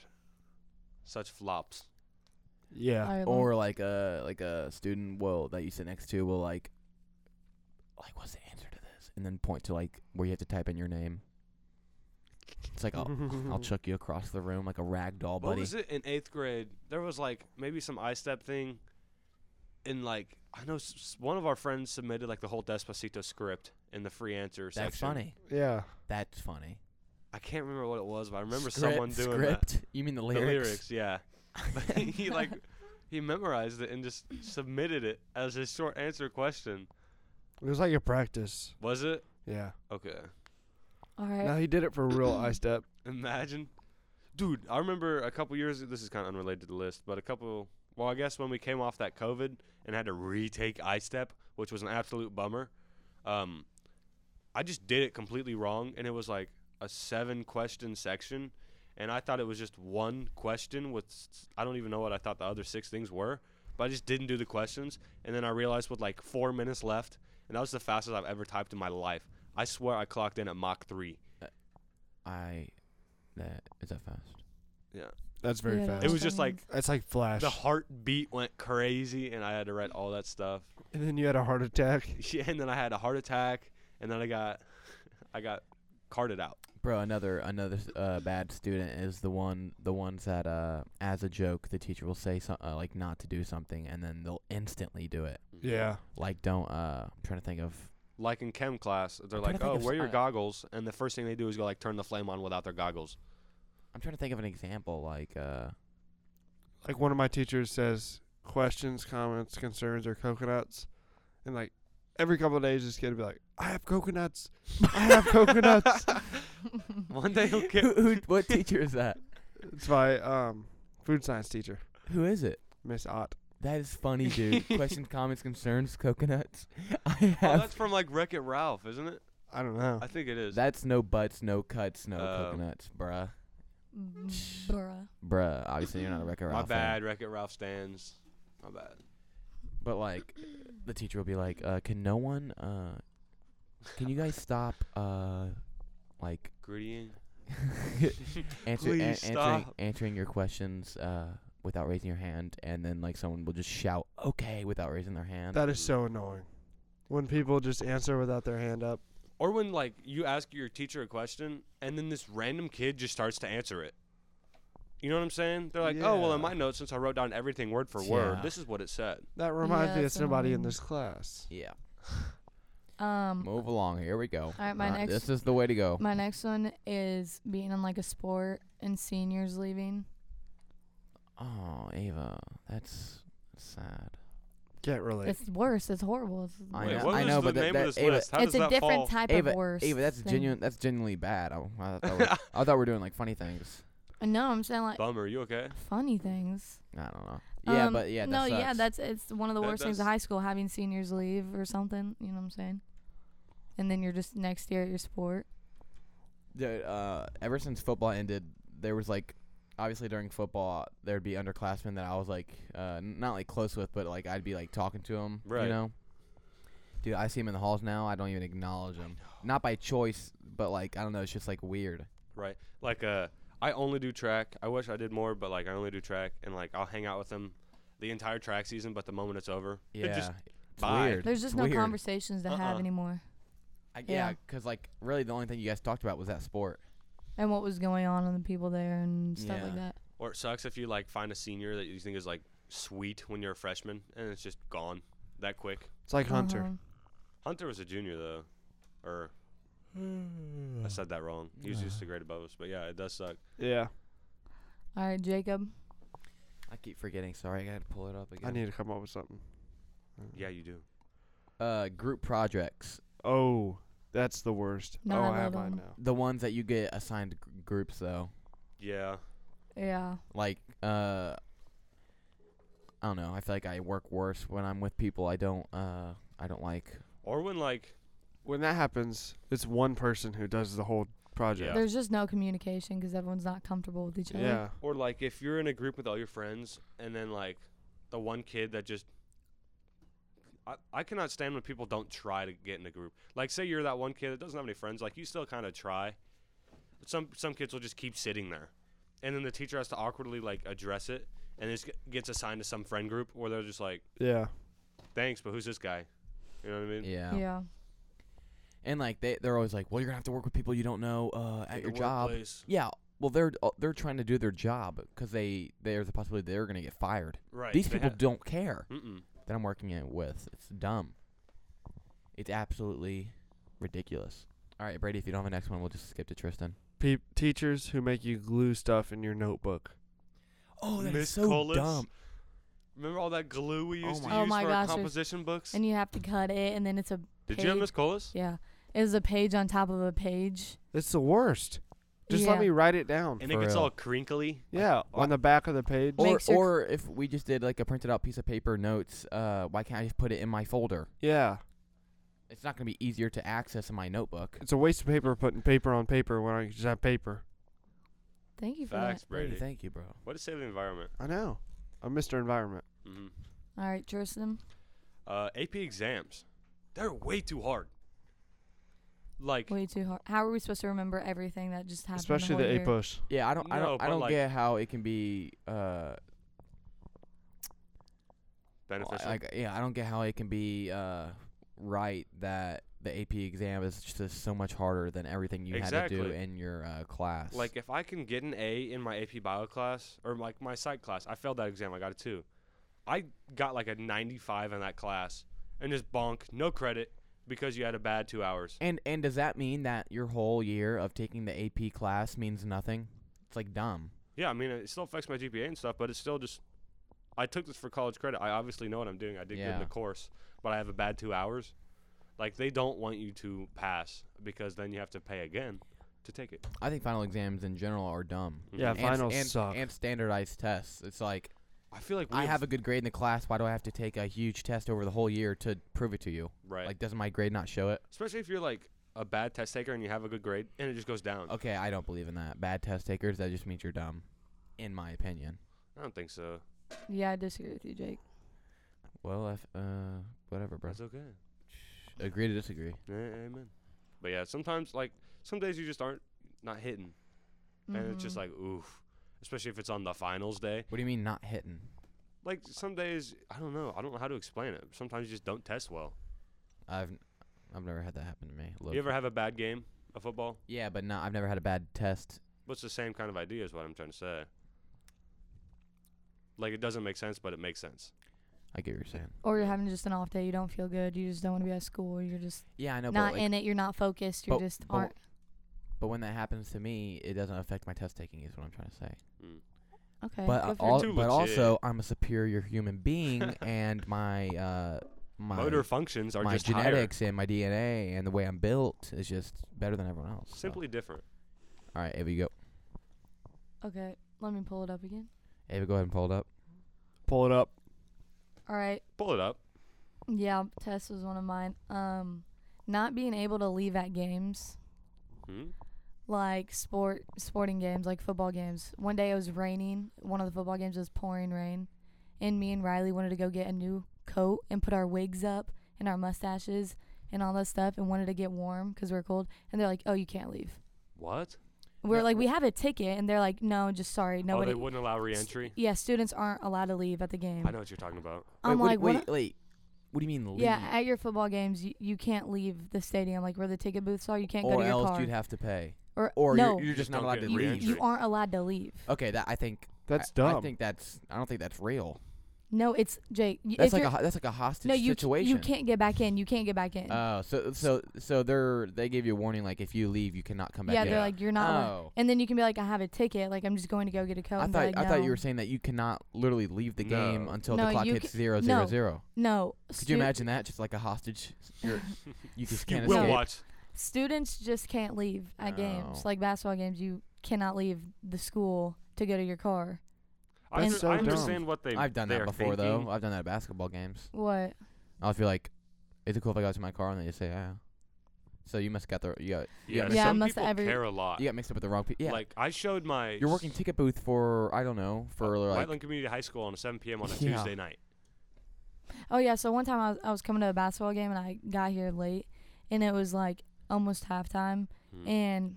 [SPEAKER 3] Such flops.
[SPEAKER 5] Yeah.
[SPEAKER 4] Ireland.
[SPEAKER 2] Or like a like a student will that you sit next to will like like what's the answer to this, and then point to like where you have to type in your name. It's like I'll, I'll chuck you across the room like a rag doll,
[SPEAKER 3] What
[SPEAKER 2] Oh, buddy.
[SPEAKER 3] was it in eighth grade? There was like maybe some I step thing, and like I know s- s- one of our friends submitted like the whole Despacito script in the free answer section.
[SPEAKER 2] That's funny.
[SPEAKER 5] Yeah.
[SPEAKER 2] That's funny.
[SPEAKER 3] I can't remember what it was, but I remember
[SPEAKER 2] Script-
[SPEAKER 3] someone doing that.
[SPEAKER 2] script. You mean the lyrics?
[SPEAKER 3] The lyrics, yeah. But he like he memorized it and just submitted it as his short answer question.
[SPEAKER 5] It was like a practice.
[SPEAKER 3] Was it?
[SPEAKER 5] Yeah.
[SPEAKER 3] Okay.
[SPEAKER 4] All
[SPEAKER 5] Now
[SPEAKER 4] right.
[SPEAKER 5] he did it for real I step.
[SPEAKER 3] Imagine. Dude, I remember a couple years this is kind of unrelated to the list, but a couple well, I guess when we came off that COVID and had to retake iStep, which was an absolute bummer. Um I just did it completely wrong and it was like a seven question section and I thought it was just one question with s- I don't even know what I thought the other six things were, but I just didn't do the questions and then I realized with like 4 minutes left and that was the fastest I've ever typed in my life. I swear I clocked in at Mach 3.
[SPEAKER 2] I. That is that fast.
[SPEAKER 5] That's very
[SPEAKER 4] Yeah, that
[SPEAKER 5] fast.
[SPEAKER 3] It was just
[SPEAKER 4] funny.
[SPEAKER 3] like
[SPEAKER 5] That's like flash.
[SPEAKER 3] the heartbeat went crazy and I had to write all that stuff.
[SPEAKER 5] and then you had a heart attack.
[SPEAKER 3] Yeah, and then I had a heart attack and then I got I got carted out.
[SPEAKER 2] Bro, another another s- uh, bad student is the one the ones that uh as a joke the teacher will say so, uh, like not to do something and then they'll instantly do it.
[SPEAKER 5] Yeah.
[SPEAKER 2] Like don't uh I'm trying to think of
[SPEAKER 3] Like in chem class, they're
[SPEAKER 2] I'm trying
[SPEAKER 3] like,
[SPEAKER 2] to think
[SPEAKER 3] "Oh,
[SPEAKER 2] of
[SPEAKER 3] wear
[SPEAKER 2] s-
[SPEAKER 3] your
[SPEAKER 2] I-
[SPEAKER 3] goggles," and the first thing they do is go like turn the flame on without their goggles.
[SPEAKER 2] I'm trying to think of an example like uh
[SPEAKER 5] Like one of my teachers says, questions, comments, concerns, or coconuts, and like every couple of days, this kid would be like, "I have coconuts. I have coconuts."
[SPEAKER 3] One day he'll
[SPEAKER 2] who,
[SPEAKER 3] get
[SPEAKER 2] who what teacher is that?
[SPEAKER 5] It's my um food science teacher,
[SPEAKER 2] Who is it?
[SPEAKER 5] Miss Ott.
[SPEAKER 2] That is funny, dude. Questions, comments, concerns, coconuts. I
[SPEAKER 3] Oh,
[SPEAKER 2] have
[SPEAKER 3] that's from like Wreck It Ralph, isn't it?
[SPEAKER 5] I don't know.
[SPEAKER 3] I think it is.
[SPEAKER 2] that's no butts, no cuts, no
[SPEAKER 3] Oh.
[SPEAKER 2] coconuts, bruh.
[SPEAKER 4] Mm, Bruh.
[SPEAKER 2] Bruh, obviously you're not a record.
[SPEAKER 3] My bad, Wreck It Ralph stands. My bad.
[SPEAKER 2] But like, the teacher will be like, uh, "Can no one? Uh, can you guys stop? Uh, like
[SPEAKER 3] Greeting.
[SPEAKER 2] answer, an-
[SPEAKER 3] Please
[SPEAKER 2] answering
[SPEAKER 3] stop.
[SPEAKER 2] answering your questions uh, without raising your hand?" And then like someone will just shout, "Okay!" without raising their hand.
[SPEAKER 5] That is so annoying. When people just answer without their hand up.
[SPEAKER 3] Or when like you ask your teacher a question and then this random kid just starts to answer it. You know what I'm saying? They're like, "Oh, well, in
[SPEAKER 5] Yeah.
[SPEAKER 3] my notes since I wrote down everything word for
[SPEAKER 2] Yeah.
[SPEAKER 3] word, this is what it said."
[SPEAKER 5] That reminds me of
[SPEAKER 4] that's
[SPEAKER 5] somebody in
[SPEAKER 4] annoying.
[SPEAKER 5] this class.
[SPEAKER 2] yeah.
[SPEAKER 4] Um.
[SPEAKER 2] Move along. Here we go.
[SPEAKER 4] right, my next-
[SPEAKER 2] This is the way to go.
[SPEAKER 4] My next one is being in like a sport and seniors leaving.
[SPEAKER 2] Oh, Ava, that's sad.
[SPEAKER 5] Can't relate.
[SPEAKER 4] It's worse. It's horrible. It's,
[SPEAKER 2] I
[SPEAKER 3] Wait,
[SPEAKER 2] know-
[SPEAKER 3] what
[SPEAKER 2] I
[SPEAKER 3] was
[SPEAKER 2] know,
[SPEAKER 3] the
[SPEAKER 2] but that-
[SPEAKER 3] name
[SPEAKER 2] that-
[SPEAKER 3] of this
[SPEAKER 2] Ava-
[SPEAKER 3] list? How
[SPEAKER 4] it's
[SPEAKER 3] does
[SPEAKER 4] a
[SPEAKER 3] that
[SPEAKER 4] different
[SPEAKER 3] fall?
[SPEAKER 4] type
[SPEAKER 2] Ava,
[SPEAKER 4] of worse.
[SPEAKER 2] Ava, that's
[SPEAKER 4] thing.
[SPEAKER 2] genuine. That's genuinely bad. I, I, thought we, I thought we were doing like funny things.
[SPEAKER 4] Uh, No, I'm saying like
[SPEAKER 3] Bummer, you okay?
[SPEAKER 4] funny things.
[SPEAKER 2] I don't know. Yeah,
[SPEAKER 4] Um,
[SPEAKER 2] but yeah, that
[SPEAKER 4] no, yeah,
[SPEAKER 2] sucks.
[SPEAKER 4] that's it's one of the
[SPEAKER 3] That
[SPEAKER 4] worst things of
[SPEAKER 3] does-
[SPEAKER 4] high school having seniors leave or something. You know what I'm saying? And then you're just next year at your sport.
[SPEAKER 2] Dude, uh, ever since football ended, there was like, obviously during football, there'd be underclassmen that I was like, uh, n- not like close with, but like I'd be like talking to them,
[SPEAKER 3] Right.
[SPEAKER 2] you know. Dude, I see him in the halls now. I don't even acknowledge him. Not by choice, but like I don't know. It's just like weird.
[SPEAKER 3] Right. Like uh I only do track. I wish I did more, but like I only do track and like I'll hang out with them the entire track season, but the moment it's over, it
[SPEAKER 2] Yeah,
[SPEAKER 3] just
[SPEAKER 2] it's
[SPEAKER 3] bye.
[SPEAKER 2] weird.
[SPEAKER 4] There's just
[SPEAKER 2] It's
[SPEAKER 4] no
[SPEAKER 2] weird.
[SPEAKER 4] conversations to have
[SPEAKER 3] Uh-uh.
[SPEAKER 4] anymore.
[SPEAKER 2] I, yeah,
[SPEAKER 4] yeah.
[SPEAKER 2] because like really the only thing you guys talked about was that sport.
[SPEAKER 4] And what was going on and the people there and stuff like
[SPEAKER 2] Yeah.
[SPEAKER 4] that.
[SPEAKER 3] or it sucks if you like find a senior that you think is like sweet when you're a freshman and it's just gone that quick.
[SPEAKER 5] It's like Hunter.
[SPEAKER 4] Uh-huh.
[SPEAKER 3] Hunter was a junior though. Or
[SPEAKER 2] Mm.
[SPEAKER 3] I said that wrong. He was just a grade above us, but yeah, it does suck.
[SPEAKER 5] Yeah.
[SPEAKER 4] All right, Jacob.
[SPEAKER 2] I keep forgetting. Sorry, I gotta pull it up again.
[SPEAKER 5] I need to come up with something.
[SPEAKER 3] Yeah, you do.
[SPEAKER 2] uh group projects.
[SPEAKER 5] Oh, that's the worst.
[SPEAKER 4] No,
[SPEAKER 5] oh,
[SPEAKER 4] I
[SPEAKER 5] I have
[SPEAKER 4] love
[SPEAKER 5] mine
[SPEAKER 4] 'em.
[SPEAKER 5] now.
[SPEAKER 2] The ones that you get assigned gr- groups though.
[SPEAKER 3] Yeah.
[SPEAKER 4] Yeah.
[SPEAKER 2] like uh I don't know. I feel like I work worse when I'm with people I don't uh I don't like.
[SPEAKER 3] Or when like
[SPEAKER 5] When that happens, it's one person who does the whole project.
[SPEAKER 4] There's just no communication because everyone's not comfortable with each
[SPEAKER 5] Yeah.
[SPEAKER 4] other.
[SPEAKER 3] Or like if you're in a group with all your friends and then like the one kid that just I, I cannot stand when people don't try to get in a group. Like say you're that one kid that doesn't have any friends, like you still kind of try. But some some kids will just keep sitting there. And then the teacher has to awkwardly like address it and this g- gets assigned to some friend group where they're just like,
[SPEAKER 5] Yeah.
[SPEAKER 3] "Thanks, but who's this guy?" You know what I mean?
[SPEAKER 2] Yeah.
[SPEAKER 4] Yeah.
[SPEAKER 2] And like they they're always like, "Well, you're going to have to work with people you don't know uh at
[SPEAKER 3] the
[SPEAKER 2] your job."
[SPEAKER 3] workplace.
[SPEAKER 2] Yeah. Well, they're uh, they're trying to do their job cuz they there's a possibility they're going to get fired.
[SPEAKER 3] Right.
[SPEAKER 2] These
[SPEAKER 3] they
[SPEAKER 2] people
[SPEAKER 3] ha-
[SPEAKER 2] don't care.
[SPEAKER 3] Mm-mm.
[SPEAKER 2] that I'm working it with. It's dumb. It's absolutely ridiculous. All right, Brady, if you don't have a next one, we'll just skip to Tristan.
[SPEAKER 5] Pe- teachers who make you glue stuff in your notebook.
[SPEAKER 2] Oh,
[SPEAKER 3] Miss Collis. Remember all that glue we
[SPEAKER 5] Oh
[SPEAKER 3] used to
[SPEAKER 4] my- Oh
[SPEAKER 3] use
[SPEAKER 4] my
[SPEAKER 3] for
[SPEAKER 4] gosh,
[SPEAKER 3] our
[SPEAKER 4] there's-
[SPEAKER 3] composition books?
[SPEAKER 4] and you have to cut it, and then it's a
[SPEAKER 3] Did you have
[SPEAKER 4] page-
[SPEAKER 3] Miss Colas?
[SPEAKER 4] yeah, it was a page on top of a page.
[SPEAKER 5] It's the worst. Just let
[SPEAKER 4] Yeah.
[SPEAKER 5] me write it down.
[SPEAKER 3] And it
[SPEAKER 2] For
[SPEAKER 3] gets
[SPEAKER 2] real.
[SPEAKER 3] all crinkly.
[SPEAKER 5] yeah,
[SPEAKER 2] why-
[SPEAKER 5] on the back of the page.
[SPEAKER 2] Or,
[SPEAKER 4] Makes your-
[SPEAKER 2] or if we just did like a printed out piece of paper notes, uh, why can't I just put it in my folder?
[SPEAKER 5] Yeah,
[SPEAKER 2] It's not going to be easier to access in my notebook.
[SPEAKER 5] it's a waste of paper putting paper on paper when I could just have paper.
[SPEAKER 4] Thank you for
[SPEAKER 3] Facts, Brady.
[SPEAKER 2] thank you, bro.
[SPEAKER 3] What is save the environment?
[SPEAKER 5] I know. I'm Mr. Environment.
[SPEAKER 3] hmm
[SPEAKER 4] that. All right, Tristan.
[SPEAKER 3] Uh, AP exams. They're way too hard. Like,
[SPEAKER 4] Way too hard. How are we supposed to remember everything that just happened?
[SPEAKER 5] Especially
[SPEAKER 4] the,
[SPEAKER 5] the
[SPEAKER 4] whole year?
[SPEAKER 5] APUS.
[SPEAKER 3] Mm.
[SPEAKER 2] Yeah, I don't, I
[SPEAKER 3] No,
[SPEAKER 2] don't, I
[SPEAKER 3] but,
[SPEAKER 2] don't
[SPEAKER 3] like-
[SPEAKER 2] get how it can be, uh,
[SPEAKER 3] beneficial.
[SPEAKER 2] like, yeah, I don't get how it can be, uh, right that the AP exam is just so much harder than everything you had to do
[SPEAKER 3] Exactly.
[SPEAKER 2] in your uh, class.
[SPEAKER 3] Like if I can get an A in my AP bio class or like my psych class, I failed that exam. I got a two. I got like a 95 in that class and just bonk, no credit because you had a bad two hours.
[SPEAKER 2] and and does that mean that your whole year of taking the AP class means nothing? It's like dumb.
[SPEAKER 3] Yeah, I mean it still affects my GPA and stuff, but it's still just. I took this for college credit. I obviously know what I'm doing. I did good in
[SPEAKER 2] Yeah.
[SPEAKER 3] the course, but I have a bad two hours. Like they don't want you to pass because then you have to pay again to take it.
[SPEAKER 2] I think final exams in general are dumb.
[SPEAKER 5] Yeah,
[SPEAKER 3] Mhm.
[SPEAKER 2] And s-
[SPEAKER 5] finals
[SPEAKER 2] and,
[SPEAKER 5] suck.
[SPEAKER 2] and standardized tests. It's like
[SPEAKER 3] I feel like we
[SPEAKER 2] I have a good grade in the class. Why do I have to take a huge test over the whole year to prove it to you?
[SPEAKER 3] right,
[SPEAKER 2] Like, doesn't my grade not show it?
[SPEAKER 3] especially if you're like a bad test taker and you have a good grade and it just goes down.
[SPEAKER 2] Okay, I don't believe in that. Bad test takers. That just means you're dumb, in my opinion.
[SPEAKER 3] I don't think so.
[SPEAKER 4] Yeah, I disagree with you, Jake.
[SPEAKER 2] Well, if, uh, whatever, bro.
[SPEAKER 3] That's okay.
[SPEAKER 2] Agree to disagree.
[SPEAKER 3] Yeah, amen. But yeah, sometimes like some days you just aren't not hitting, and it's just
[SPEAKER 2] Mm-hmm.
[SPEAKER 4] Mhm.
[SPEAKER 3] like oof. Especially if it's on the finals day.
[SPEAKER 2] What do you mean not hitting?
[SPEAKER 3] Like some days, I don't know. I don't know how to explain it. Sometimes you just don't test well.
[SPEAKER 2] I've, I've never had that happen to me.
[SPEAKER 3] You
[SPEAKER 2] Loki.
[SPEAKER 3] ever have a bad game of football?
[SPEAKER 2] Yeah, but no, I've never had a bad test.
[SPEAKER 3] What's the same kind of idea is what I'm trying to say. Like it doesn't make sense, but it makes sense.
[SPEAKER 2] I get what you're saying.
[SPEAKER 4] or you're having just an off day. You don't feel good. You just don't want to be at school. You're just
[SPEAKER 2] Yeah, I know.
[SPEAKER 4] not
[SPEAKER 2] but, like,
[SPEAKER 4] in it. You're not focused. You're
[SPEAKER 2] but-
[SPEAKER 4] just
[SPEAKER 2] but-
[SPEAKER 4] aren't.
[SPEAKER 2] but when that happens to me, it doesn't affect my test taking. Is what I'm trying to say.
[SPEAKER 3] Mm.
[SPEAKER 4] Okay.
[SPEAKER 2] but
[SPEAKER 4] go
[SPEAKER 2] I-
[SPEAKER 4] for it.
[SPEAKER 2] al-
[SPEAKER 3] Too
[SPEAKER 2] but also,
[SPEAKER 3] legit.
[SPEAKER 2] I'm a superior human being, and my uh, my
[SPEAKER 3] Motor functions are
[SPEAKER 2] my
[SPEAKER 3] just higher.
[SPEAKER 2] genetics and my DNA and the way I'm built is just better than everyone else. so.
[SPEAKER 3] simply different.
[SPEAKER 2] All right, Ava, you go.
[SPEAKER 4] okay. Let me pull it up again.
[SPEAKER 2] Ava, go ahead and pull it up.
[SPEAKER 5] Pull it up.
[SPEAKER 4] All right.
[SPEAKER 3] Pull it up.
[SPEAKER 4] Yeah, test was one of mine. Um, not being able to leave at games,
[SPEAKER 3] Hmm?
[SPEAKER 4] like sport, sporting games, like football games. One day it was raining. One of the football games was pouring rain, and me and Riley wanted to go get a new coat and put our wigs up and our mustaches and all that stuff, and wanted to get warm 'cause we were cold. And they're like, "Oh, you can't leave."
[SPEAKER 3] What?
[SPEAKER 4] We're
[SPEAKER 2] No.
[SPEAKER 4] like, "We have a ticket," and they're like, "No, just sorry,
[SPEAKER 3] Oh,
[SPEAKER 4] nobody."
[SPEAKER 3] they wouldn't allow reentry.
[SPEAKER 4] yeah, students aren't allowed to leave at the game.
[SPEAKER 3] I know what you're talking about.
[SPEAKER 4] I'm
[SPEAKER 2] wait,
[SPEAKER 4] like,
[SPEAKER 2] what,
[SPEAKER 4] what?
[SPEAKER 2] do- wait, wait. What do you mean leave?
[SPEAKER 4] Yeah, at your football games, you, you can't leave the stadium, like where the ticket booths are. You can't go
[SPEAKER 2] or
[SPEAKER 4] to your
[SPEAKER 2] else
[SPEAKER 4] car.
[SPEAKER 2] you'd have to pay,
[SPEAKER 4] or
[SPEAKER 2] or
[SPEAKER 4] no,
[SPEAKER 2] you're, you're just not
[SPEAKER 3] don't
[SPEAKER 2] allowed
[SPEAKER 3] get
[SPEAKER 2] to
[SPEAKER 4] you,
[SPEAKER 2] leave.
[SPEAKER 3] re-entry.
[SPEAKER 4] you aren't allowed to leave.
[SPEAKER 2] Okay, that I think
[SPEAKER 5] That's
[SPEAKER 2] I-
[SPEAKER 5] dumb.
[SPEAKER 2] I think that's. I don't think that's real.
[SPEAKER 4] No, it's Jake. y-
[SPEAKER 2] That's
[SPEAKER 4] if
[SPEAKER 2] like a
[SPEAKER 4] you're-
[SPEAKER 2] ho- that's like a hostage
[SPEAKER 4] no, you c-
[SPEAKER 2] situation.
[SPEAKER 4] you can't get back in. You can't get back in.
[SPEAKER 2] Oh, so so so they're they give you a warning like if you leave you cannot come back.
[SPEAKER 4] yeah,
[SPEAKER 2] in.
[SPEAKER 4] they're like you're not. allowed-
[SPEAKER 2] Oh,
[SPEAKER 4] And then you can be like, I have a ticket. Like I'm just going to go get a coat.
[SPEAKER 2] I
[SPEAKER 4] and
[SPEAKER 2] thought
[SPEAKER 4] they're like,
[SPEAKER 2] I thought
[SPEAKER 4] "No."
[SPEAKER 2] you were saying that you cannot literally leave the game
[SPEAKER 3] No.
[SPEAKER 2] until
[SPEAKER 4] No,
[SPEAKER 2] the clock
[SPEAKER 4] you
[SPEAKER 2] hits
[SPEAKER 4] ca-
[SPEAKER 2] zero zero
[SPEAKER 4] no.
[SPEAKER 2] zero.
[SPEAKER 4] no.
[SPEAKER 2] Could you
[SPEAKER 4] stu-
[SPEAKER 2] imagine that? Just like a hostage, you're, you just
[SPEAKER 3] You
[SPEAKER 2] can't
[SPEAKER 3] will
[SPEAKER 2] escape.
[SPEAKER 3] watch.
[SPEAKER 4] Students just can't leave at
[SPEAKER 2] No.
[SPEAKER 4] games, like basketball games. You cannot leave the school to go to your car.
[SPEAKER 3] I,
[SPEAKER 5] That's
[SPEAKER 3] under-
[SPEAKER 5] so
[SPEAKER 3] I
[SPEAKER 5] dumb.
[SPEAKER 3] understand what they.
[SPEAKER 2] I've done
[SPEAKER 3] they
[SPEAKER 2] that
[SPEAKER 3] are
[SPEAKER 2] before
[SPEAKER 3] thinking.
[SPEAKER 2] though. I've done that at basketball games.
[SPEAKER 4] What?
[SPEAKER 2] I'll feel like, is it cool if I go to my car and they just say yeah. So you must got the you got you
[SPEAKER 3] Yeah,
[SPEAKER 2] got,
[SPEAKER 4] but Yeah,
[SPEAKER 2] mixed,
[SPEAKER 3] some
[SPEAKER 4] must
[SPEAKER 3] people
[SPEAKER 4] every-
[SPEAKER 3] care a lot.
[SPEAKER 2] up, you got mixed up with the wrong people. Yeah,
[SPEAKER 3] Like I showed my
[SPEAKER 2] you're working ticket booth for I don't know
[SPEAKER 3] Uh,
[SPEAKER 2] for like
[SPEAKER 3] Whiteland Community High School on a 7 p.m. on a
[SPEAKER 2] Yeah.
[SPEAKER 3] Tuesday night.
[SPEAKER 4] Oh yeah, so one time I was I was coming to a basketball game and I got here late and it was like almost halftime
[SPEAKER 3] Hmm.
[SPEAKER 4] and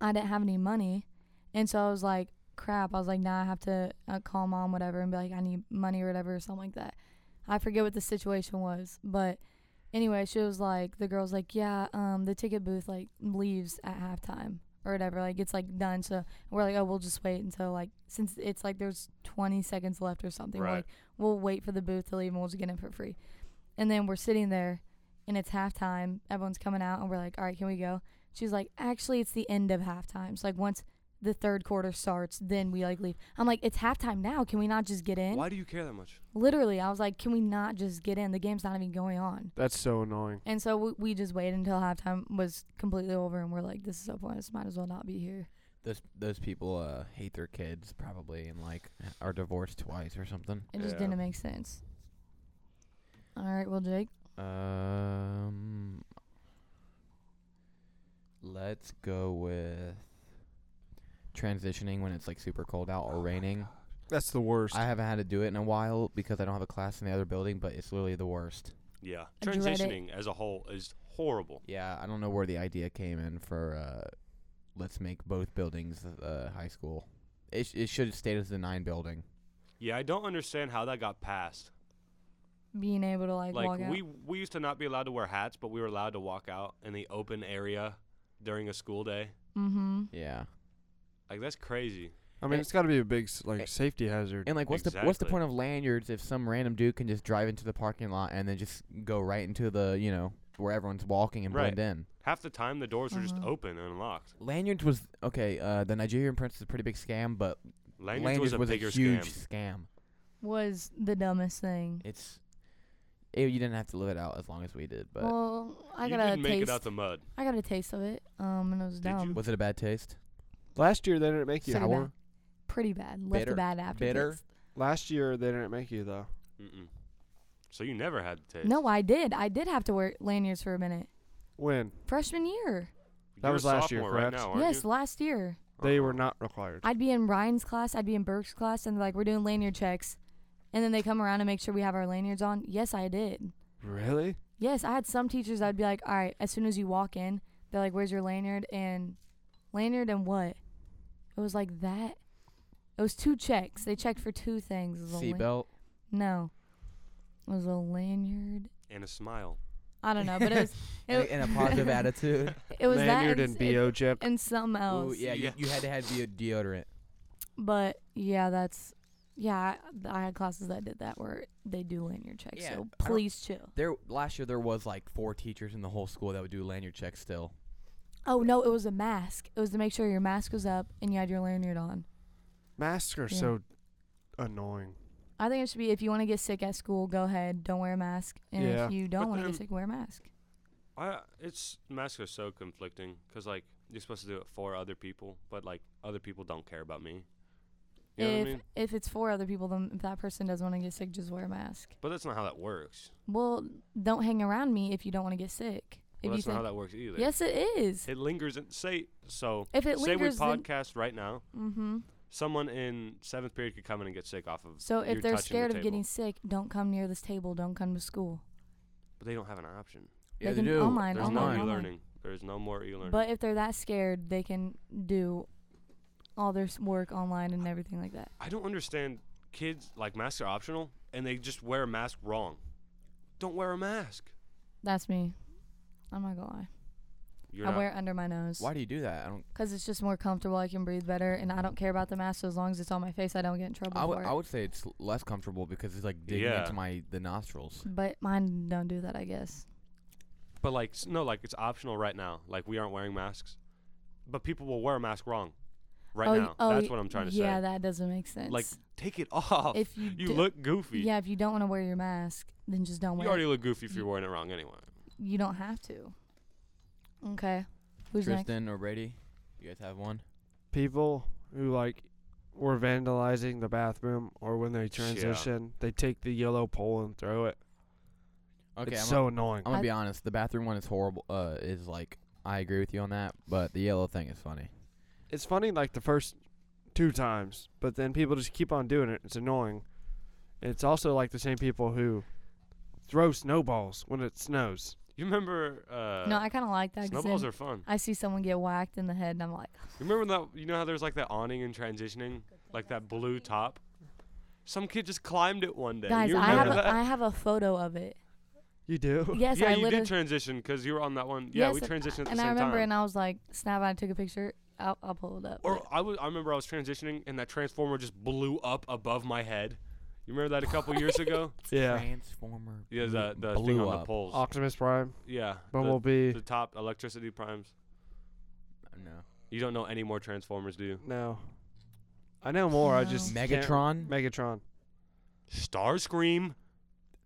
[SPEAKER 4] I didn't have any money and so I was like crap. I was like now I have to uh, call mom whatever and be like I need money or whatever or something like that. I forget what the situation was, but anyway, she was like the girl's like yeah, um the ticket booth like leaves at halftime. or whatever. Like it's like done. So we're like, oh, we'll just wait until like since it's like there's 20 seconds left or something. We're
[SPEAKER 3] Right.
[SPEAKER 4] like we'll wait for the booth to leave and we'll just get in for free. And then we're sitting there, and it's halftime. Everyone's coming out, and we're like, all right, can we go? She's like, actually, it's the end of halftime. So like once the third quarter starts, then we like leave. I'm like, it's halftime now. Can we not just get in?
[SPEAKER 3] Why do you care that much?
[SPEAKER 4] Literally, I was like, can we not just get in? The game's not even going on.
[SPEAKER 5] That's so annoying.
[SPEAKER 4] And so we, we just waited until halftime was completely over, and we're like, "This is so pointless. Might as well not be here."
[SPEAKER 2] Those those people uh, hate their kids probably and like are divorced twice or something.
[SPEAKER 4] It just
[SPEAKER 3] Yeah.
[SPEAKER 4] didn't make sense. All right, well, Jake,
[SPEAKER 2] Um, let's go with transitioning when it's like super cold out
[SPEAKER 3] Oh
[SPEAKER 2] or raining.
[SPEAKER 5] That's the worst.
[SPEAKER 2] I haven't had to do it in a while because I don't have a class in the other building, but it's literally the worst.
[SPEAKER 3] Yeah.
[SPEAKER 4] I dread it.
[SPEAKER 3] Transitioning as a whole is horrible.
[SPEAKER 2] Yeah, I don't know where the idea came in for uh, let's make both buildings uh, high school. It sh- it should have stayed as the nine building.
[SPEAKER 3] Yeah, I don't understand how that got passed.
[SPEAKER 4] being able to like, walk
[SPEAKER 3] Like
[SPEAKER 4] out.
[SPEAKER 3] we we used to not be allowed to wear hats, but we were allowed to walk out in the open area during a school day.
[SPEAKER 4] mm-hmm.
[SPEAKER 2] Yeah,
[SPEAKER 3] Like that's crazy.
[SPEAKER 5] I mean,
[SPEAKER 2] and-
[SPEAKER 5] it's got to be a big s- like
[SPEAKER 2] and-
[SPEAKER 5] safety hazard.
[SPEAKER 2] and like what's the what's the
[SPEAKER 3] Exactly.
[SPEAKER 2] point of lanyards if some random dude can just drive into the parking lot and then just go right into the you know where everyone's walking and
[SPEAKER 3] Right.
[SPEAKER 2] blend in.
[SPEAKER 3] Half the time the doors were just
[SPEAKER 4] Mhm.
[SPEAKER 3] open and unlocked.
[SPEAKER 2] Lanyards was okay. Uh, the Nigerian prince is a pretty big scam, but
[SPEAKER 3] Lanyards,
[SPEAKER 2] lanyards,
[SPEAKER 3] was a
[SPEAKER 2] was
[SPEAKER 3] bigger
[SPEAKER 2] huge
[SPEAKER 3] scam.
[SPEAKER 2] scam.
[SPEAKER 4] was the dumbest thing.
[SPEAKER 2] It's it, you didn't have to live it out as long as we did, but
[SPEAKER 4] well, I
[SPEAKER 3] you
[SPEAKER 4] got a
[SPEAKER 3] didn't make
[SPEAKER 4] taste.
[SPEAKER 3] it out the mud.
[SPEAKER 4] I got a taste of it, um, and it was
[SPEAKER 3] Did you?
[SPEAKER 4] dumb,
[SPEAKER 2] was it a bad taste?
[SPEAKER 5] Last year they didn't make you.
[SPEAKER 4] Sour.
[SPEAKER 5] Sour.
[SPEAKER 4] pretty bad. Left
[SPEAKER 2] Bitter-
[SPEAKER 4] a bad after.
[SPEAKER 2] bitter?
[SPEAKER 5] Last year they didn't make you though.
[SPEAKER 3] Mm-mm. So you never had to taste.
[SPEAKER 4] No, I did. I did have to wear lanyards for a minute.
[SPEAKER 5] When
[SPEAKER 4] Freshman year.
[SPEAKER 5] That
[SPEAKER 3] You're
[SPEAKER 5] was
[SPEAKER 3] a
[SPEAKER 5] last year,
[SPEAKER 3] sophomore right
[SPEAKER 5] correct?
[SPEAKER 3] now, aren't
[SPEAKER 4] yes,
[SPEAKER 3] you?
[SPEAKER 4] last year.
[SPEAKER 5] they
[SPEAKER 3] Uh-uh.
[SPEAKER 5] were not required.
[SPEAKER 4] I'd be in Ryan's class, I'd be in Burke's class, and they're like, we're doing lanyard checks. And then they come around and make sure we have our lanyards on. Yes, I did.
[SPEAKER 5] Really?
[SPEAKER 4] Yes, I had some teachers I'd be like, all right, as soon as you walk in, they're like, where's your lanyard? And lanyard and what? It was like that. It was two checks. They checked for two things. It was a lan-
[SPEAKER 2] Seatbelt.
[SPEAKER 4] no. It was a lanyard.
[SPEAKER 3] And a smile.
[SPEAKER 4] I don't know, but it was. It,
[SPEAKER 2] and, and a positive attitude.
[SPEAKER 4] It was
[SPEAKER 5] Lanyard
[SPEAKER 4] that
[SPEAKER 5] and bo check.
[SPEAKER 4] and something else.
[SPEAKER 2] Ooh, yeah,
[SPEAKER 3] yeah.
[SPEAKER 2] You, you had to have de- deodorant.
[SPEAKER 4] But yeah, that's yeah. I, I had classes that did that where they do lanyard checks.
[SPEAKER 2] Yeah, I
[SPEAKER 4] so
[SPEAKER 2] don't-
[SPEAKER 4] please chill.
[SPEAKER 2] There last year there was like four teachers in the whole school that would do lanyard checks still.
[SPEAKER 4] Oh no, it was a mask. It was to make sure your mask was up and you had your lanyard on.
[SPEAKER 5] Masks are
[SPEAKER 4] Yeah.
[SPEAKER 5] so annoying.
[SPEAKER 4] I think it should be if you want to get sick at school, go ahead. Don't wear a mask. And
[SPEAKER 5] Yeah.
[SPEAKER 4] if you don't
[SPEAKER 3] But
[SPEAKER 4] want to
[SPEAKER 3] then-
[SPEAKER 4] get sick, wear a mask.
[SPEAKER 3] I it's masks are so conflicting because like you're supposed to do it for other people, but like other people don't care about me. You know
[SPEAKER 4] if
[SPEAKER 3] what I mean?
[SPEAKER 4] if it's for other people, then if that person doesn't want to get sick, just wear a mask.
[SPEAKER 3] But that's not how that works.
[SPEAKER 4] Well, don't hang around me if you don't want to get sick. If
[SPEAKER 3] Well,
[SPEAKER 4] you
[SPEAKER 3] that's not
[SPEAKER 4] think
[SPEAKER 3] how that works either.
[SPEAKER 4] yes, it is.
[SPEAKER 3] It lingers and say so.
[SPEAKER 4] if it
[SPEAKER 3] say we
[SPEAKER 4] lingers, then,
[SPEAKER 3] podcast right now.
[SPEAKER 4] mm-hmm.
[SPEAKER 3] Someone in seventh period could come in and get sick off of.
[SPEAKER 4] So
[SPEAKER 3] you
[SPEAKER 4] if they're
[SPEAKER 3] touching the
[SPEAKER 4] scared of
[SPEAKER 3] table.
[SPEAKER 4] getting sick, don't come near this table. Don't come to school.
[SPEAKER 3] but they don't have an option.
[SPEAKER 4] They can- online,
[SPEAKER 3] There's
[SPEAKER 4] online,
[SPEAKER 3] no
[SPEAKER 4] online.
[SPEAKER 3] e-learning. There's no more e-learning.
[SPEAKER 4] But if they're that scared, they can do all their s- work online and everything like that.
[SPEAKER 3] I don't understand kids like masks are optional and they just wear a mask wrong. Don't wear a mask.
[SPEAKER 4] That's me. I'm not gonna lie.
[SPEAKER 3] You're
[SPEAKER 4] I
[SPEAKER 3] not
[SPEAKER 4] wear it under my nose
[SPEAKER 2] Why do you do that? I don't.
[SPEAKER 4] because it's just more comfortable. I can breathe better, and I don't care about the mask so as long as it's on my face. I don't get in trouble
[SPEAKER 2] I would-
[SPEAKER 4] for
[SPEAKER 2] I
[SPEAKER 4] it.
[SPEAKER 2] would say it's l- less comfortable because it's like digging
[SPEAKER 3] Yeah.
[SPEAKER 2] into my the nostrils.
[SPEAKER 4] But mine don't do that, I guess.
[SPEAKER 3] But like, s- no, like it's optional right now. Like we aren't wearing masks, but people will wear a mask wrong, right
[SPEAKER 4] oh, y-
[SPEAKER 3] now.
[SPEAKER 4] oh,
[SPEAKER 3] That's
[SPEAKER 4] y-
[SPEAKER 3] what I'm trying to
[SPEAKER 4] Yeah,
[SPEAKER 3] say.
[SPEAKER 4] that doesn't make sense.
[SPEAKER 3] like, take it off.
[SPEAKER 4] if you
[SPEAKER 3] you
[SPEAKER 4] do-
[SPEAKER 3] look goofy.
[SPEAKER 4] yeah, if you don't want to wear your mask, then just don't
[SPEAKER 3] you
[SPEAKER 4] wear.
[SPEAKER 3] already
[SPEAKER 4] it.
[SPEAKER 3] look goofy if you're wearing it wrong anyway.
[SPEAKER 4] You don't have to. Okay, who's next?
[SPEAKER 2] Tristan or Brady, you guys have one.
[SPEAKER 5] People who like were vandalizing the bathroom or when they transition, they take the yellow pole and throw it.
[SPEAKER 2] Okay,
[SPEAKER 5] it's
[SPEAKER 2] I'm,
[SPEAKER 5] so annoying.
[SPEAKER 2] I'm gonna
[SPEAKER 4] I-
[SPEAKER 2] be honest. The bathroom one is horrible. Uh, is like I agree with you on that, but the yellow thing is funny.
[SPEAKER 5] it's funny like the first two times, but then people just keep on doing it. It's annoying. It's also like the same people who throw snowballs when it snows.
[SPEAKER 3] You remember? Uh,
[SPEAKER 4] No, I kind of like that. 'cause
[SPEAKER 3] snowballs
[SPEAKER 4] then
[SPEAKER 3] are fun.
[SPEAKER 4] I see someone get whacked in the head, and I'm like,
[SPEAKER 3] You remember that? You know how there's like that awning and transitioning, like that blue top. Some kid just climbed it one day.
[SPEAKER 4] guys,
[SPEAKER 3] you
[SPEAKER 4] I
[SPEAKER 3] remember
[SPEAKER 4] have a,
[SPEAKER 3] that?
[SPEAKER 4] I have a photo of it.
[SPEAKER 5] You do?
[SPEAKER 4] Yes,
[SPEAKER 3] yeah,
[SPEAKER 4] I
[SPEAKER 3] you
[SPEAKER 4] literally.
[SPEAKER 3] did transition because you were on that one. Yeah,
[SPEAKER 4] yes,
[SPEAKER 3] we
[SPEAKER 4] and-
[SPEAKER 3] transitioned at the
[SPEAKER 4] and
[SPEAKER 3] same
[SPEAKER 4] I remember,
[SPEAKER 3] time.
[SPEAKER 4] and I was like, snap! I took a picture. I'll, I'll pull it up.
[SPEAKER 3] Or
[SPEAKER 4] but-
[SPEAKER 3] I was I remember I was transitioning and that transformer just blew up above my head. You remember that a couple years ago?
[SPEAKER 5] Yeah. uh,
[SPEAKER 2] Transformer.
[SPEAKER 3] Yeah,
[SPEAKER 2] blew-
[SPEAKER 3] the the
[SPEAKER 2] blew
[SPEAKER 3] thing on
[SPEAKER 2] up.
[SPEAKER 3] the poles.
[SPEAKER 5] Optimus Prime,
[SPEAKER 3] yeah. the-
[SPEAKER 5] Bumblebee.
[SPEAKER 3] the top electricity primes.
[SPEAKER 2] No.
[SPEAKER 3] You don't know any more Transformers, do you?
[SPEAKER 5] no. I know more. I
[SPEAKER 4] No.
[SPEAKER 5] just can't-
[SPEAKER 2] Megatron.
[SPEAKER 5] Megatron.
[SPEAKER 3] Starscream.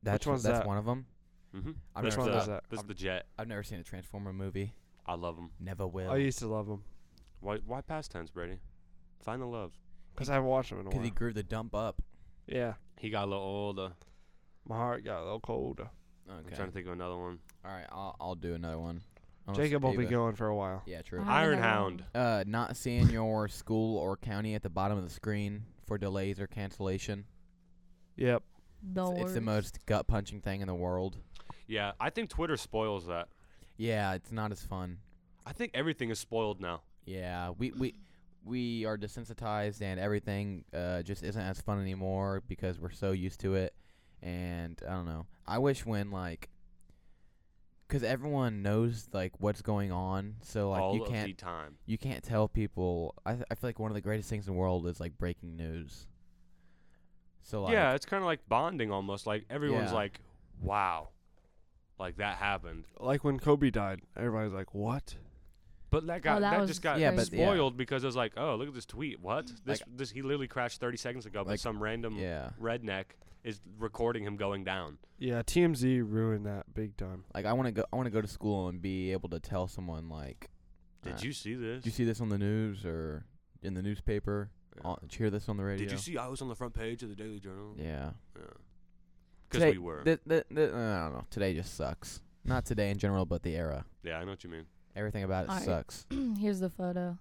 [SPEAKER 2] that's
[SPEAKER 5] one's
[SPEAKER 2] that's
[SPEAKER 5] that?
[SPEAKER 2] one of them.
[SPEAKER 3] Mm-hmm.
[SPEAKER 2] I've
[SPEAKER 3] That's
[SPEAKER 5] Which one
[SPEAKER 2] never,
[SPEAKER 3] the,
[SPEAKER 5] is
[SPEAKER 2] seen-
[SPEAKER 5] that?
[SPEAKER 3] That's the jet.
[SPEAKER 2] I've never seen a Transformer movie.
[SPEAKER 3] I love them.
[SPEAKER 2] Never will.
[SPEAKER 5] I used to love him
[SPEAKER 3] Why why past tense, Brady? Find the love.
[SPEAKER 5] because I haven't watched him in a
[SPEAKER 2] Because
[SPEAKER 5] while.
[SPEAKER 2] he grew the dump up.
[SPEAKER 5] yeah.
[SPEAKER 3] He got a little older.
[SPEAKER 5] My heart got a little
[SPEAKER 2] Oh,
[SPEAKER 5] cold.
[SPEAKER 2] Okay.
[SPEAKER 3] I'm trying to think of another one.
[SPEAKER 2] All right, I'll I'll do another one. Unless
[SPEAKER 5] Jacob will be
[SPEAKER 2] Ava-
[SPEAKER 5] going for a while.
[SPEAKER 2] Yeah, true.
[SPEAKER 4] I
[SPEAKER 3] Iron
[SPEAKER 4] don't know.
[SPEAKER 3] Hound.
[SPEAKER 2] Uh, not seeing your school or county at the bottom of the screen for delays or cancellation.
[SPEAKER 5] Yep.
[SPEAKER 4] The
[SPEAKER 2] It's, it's the
[SPEAKER 4] worst.
[SPEAKER 2] most gut punching thing in the world.
[SPEAKER 3] Yeah, I think Twitter spoils that.
[SPEAKER 2] Yeah, it's not as fun.
[SPEAKER 3] I think everything is spoiled now.
[SPEAKER 2] Yeah, we we we are desensitized and everything uh, just isn't as fun anymore because we're so used to it. And I don't know. I wish when like, because everyone knows like what's going on, so like
[SPEAKER 3] all
[SPEAKER 2] you
[SPEAKER 3] of
[SPEAKER 2] can't
[SPEAKER 3] the time.
[SPEAKER 2] you can't tell people. I th- I feel like one of the greatest things in the world is like breaking news. So like
[SPEAKER 3] yeah, it's kind of like bonding almost. Like everyone's
[SPEAKER 2] Yeah.
[SPEAKER 3] like, "Wow, like that happened."
[SPEAKER 5] Like when Kobe died, everybody's like, "What?"
[SPEAKER 3] But that guy,
[SPEAKER 4] Oh, that
[SPEAKER 3] that,
[SPEAKER 4] was
[SPEAKER 3] just got
[SPEAKER 2] Yeah, but- yeah.
[SPEAKER 3] spoiled because it was like, "Oh, look at this tweet. What? This this he literally crashed 30 seconds ago,
[SPEAKER 2] Like-
[SPEAKER 3] but some random
[SPEAKER 2] yeah,
[SPEAKER 3] redneck is recording him going down."
[SPEAKER 5] Yeah, TMZ ruined that big time.
[SPEAKER 2] like I want to go I want to go to school and be able to tell someone like,
[SPEAKER 3] Did
[SPEAKER 2] Uh,
[SPEAKER 3] you see this?
[SPEAKER 2] did you see this on the news or in the newspaper?
[SPEAKER 3] Yeah.
[SPEAKER 2] On, hear this on the radio?
[SPEAKER 3] Did you see I was on the front page of the Daily Journal?
[SPEAKER 2] Yeah.
[SPEAKER 3] Because
[SPEAKER 2] Today-
[SPEAKER 3] we were.
[SPEAKER 2] th- th- th- I don't know. Today just sucks. Not today in general, but the era.
[SPEAKER 3] yeah, I know what you mean.
[SPEAKER 2] Everything about it
[SPEAKER 4] Alright.
[SPEAKER 2] sucks.
[SPEAKER 4] Here's the photo.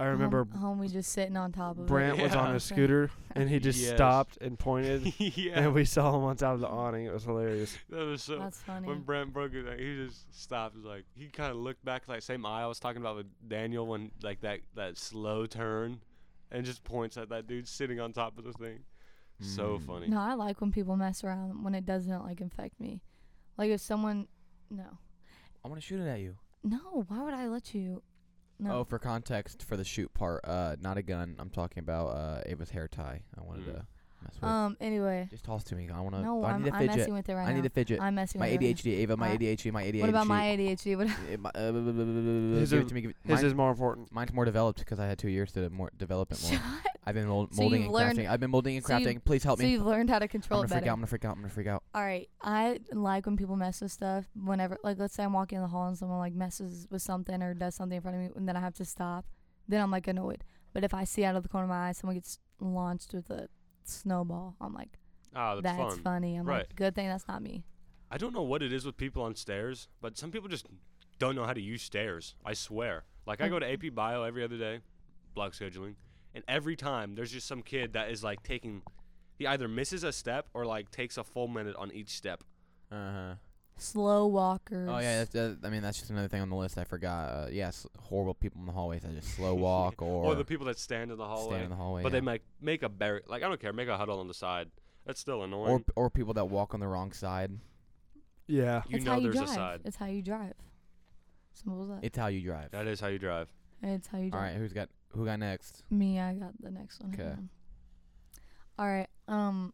[SPEAKER 5] I remember
[SPEAKER 4] Home- homie just sitting on top of
[SPEAKER 5] Brant
[SPEAKER 4] it.
[SPEAKER 5] was on
[SPEAKER 4] Yeah.
[SPEAKER 5] a scooter and he just
[SPEAKER 3] Yes.
[SPEAKER 5] stopped and pointed,
[SPEAKER 3] yeah,
[SPEAKER 5] and we saw him on top of the awning. It was hilarious.
[SPEAKER 3] that was so.
[SPEAKER 4] That's funny.
[SPEAKER 3] When Brent broke it, like, he just stopped. He was Like he kind of looked back, like same eye I was talking about with Daniel when like that that slow turn, and just points at that dude sitting on top of the thing. So
[SPEAKER 2] Mm.
[SPEAKER 3] funny.
[SPEAKER 4] No, I like when people mess around when it doesn't like infect me. Like if someone, no,
[SPEAKER 2] I want to shoot it at you.
[SPEAKER 4] no. Why would I let you? No.
[SPEAKER 2] Oh, for context, for the shoot part, uh, not a gun. I'm talking about uh, Ava's hair tie. I wanted
[SPEAKER 3] Mm.
[SPEAKER 2] to mess with.
[SPEAKER 4] um. Anyway.
[SPEAKER 2] just toss it to me. I want to.
[SPEAKER 4] No,
[SPEAKER 2] I
[SPEAKER 4] I'm,
[SPEAKER 2] need to
[SPEAKER 4] I'm
[SPEAKER 2] fidget.
[SPEAKER 4] messing with it right
[SPEAKER 2] I need
[SPEAKER 4] now.
[SPEAKER 2] to fidget.
[SPEAKER 4] I'm messing
[SPEAKER 2] My
[SPEAKER 4] with it.
[SPEAKER 2] ADHD, Ava. My
[SPEAKER 4] Uh,
[SPEAKER 2] ADHD. My ADHD.
[SPEAKER 4] What about my ADHD? What?
[SPEAKER 2] Eh, my- uh, b- b- b- b- b-
[SPEAKER 5] His
[SPEAKER 2] give it
[SPEAKER 5] is-
[SPEAKER 2] to me, give it-
[SPEAKER 5] His
[SPEAKER 2] mine-
[SPEAKER 5] is more important.
[SPEAKER 2] Mine's more developed because I had two years to more develop it more. I've been mold-
[SPEAKER 4] So
[SPEAKER 2] molding
[SPEAKER 4] you've
[SPEAKER 2] and
[SPEAKER 4] learned-
[SPEAKER 2] crafting. I've been molding and
[SPEAKER 4] so you've-
[SPEAKER 2] crafting. Please help
[SPEAKER 4] so
[SPEAKER 2] me.
[SPEAKER 4] you've learned how to
[SPEAKER 2] I'm
[SPEAKER 4] control
[SPEAKER 2] gonna
[SPEAKER 4] it
[SPEAKER 2] freak out.
[SPEAKER 4] better.
[SPEAKER 2] I'm gonna freak out. I'm gonna freak out.
[SPEAKER 4] All right, I like when people mess with stuff. Whenever, like, let's say I'm walking in the hall and someone like messes with something or does something in front of me, and then I have to stop, then I'm like annoyed. But if I see out of the corner of my eye someone gets launched with a snowball, I'm like,
[SPEAKER 3] Ah, that's,
[SPEAKER 4] that's,
[SPEAKER 3] fun.
[SPEAKER 4] funny. I'm
[SPEAKER 3] Right.
[SPEAKER 4] like, good thing that's not me.
[SPEAKER 3] I don't know what it is with people on stairs, but some people just don't know how to use stairs. I swear. Like I go to AP Bio every other day, block scheduling, and every time there's just some kid that is like taking, he either misses a step or like takes a full minute on each step.
[SPEAKER 2] Uh
[SPEAKER 3] Uh-huh.
[SPEAKER 2] huh.
[SPEAKER 4] Slow walkers.
[SPEAKER 2] Oh yeah, that's, that, I mean that's just another thing on the list I forgot. Uh, yes, horrible people in the hallways that just slow walk or,
[SPEAKER 3] Or, the people that stand in the hallway.
[SPEAKER 2] stand in the hallway.
[SPEAKER 3] But
[SPEAKER 2] yeah.
[SPEAKER 3] they make make a barrier. Like I don't care, make a huddle on the side. That's still annoying.
[SPEAKER 2] or or people that walk on the wrong side.
[SPEAKER 5] Yeah.
[SPEAKER 3] you
[SPEAKER 4] it's
[SPEAKER 3] know
[SPEAKER 4] how you
[SPEAKER 3] there's
[SPEAKER 4] drive.
[SPEAKER 3] a side.
[SPEAKER 4] It's how you drive. Simple as that.
[SPEAKER 2] It's how you drive.
[SPEAKER 3] That is how you drive.
[SPEAKER 4] it's how you
[SPEAKER 2] All
[SPEAKER 4] drive.
[SPEAKER 2] right, who's got who got next?
[SPEAKER 4] Me, I got the next one.
[SPEAKER 2] Okay.
[SPEAKER 4] All right. Um,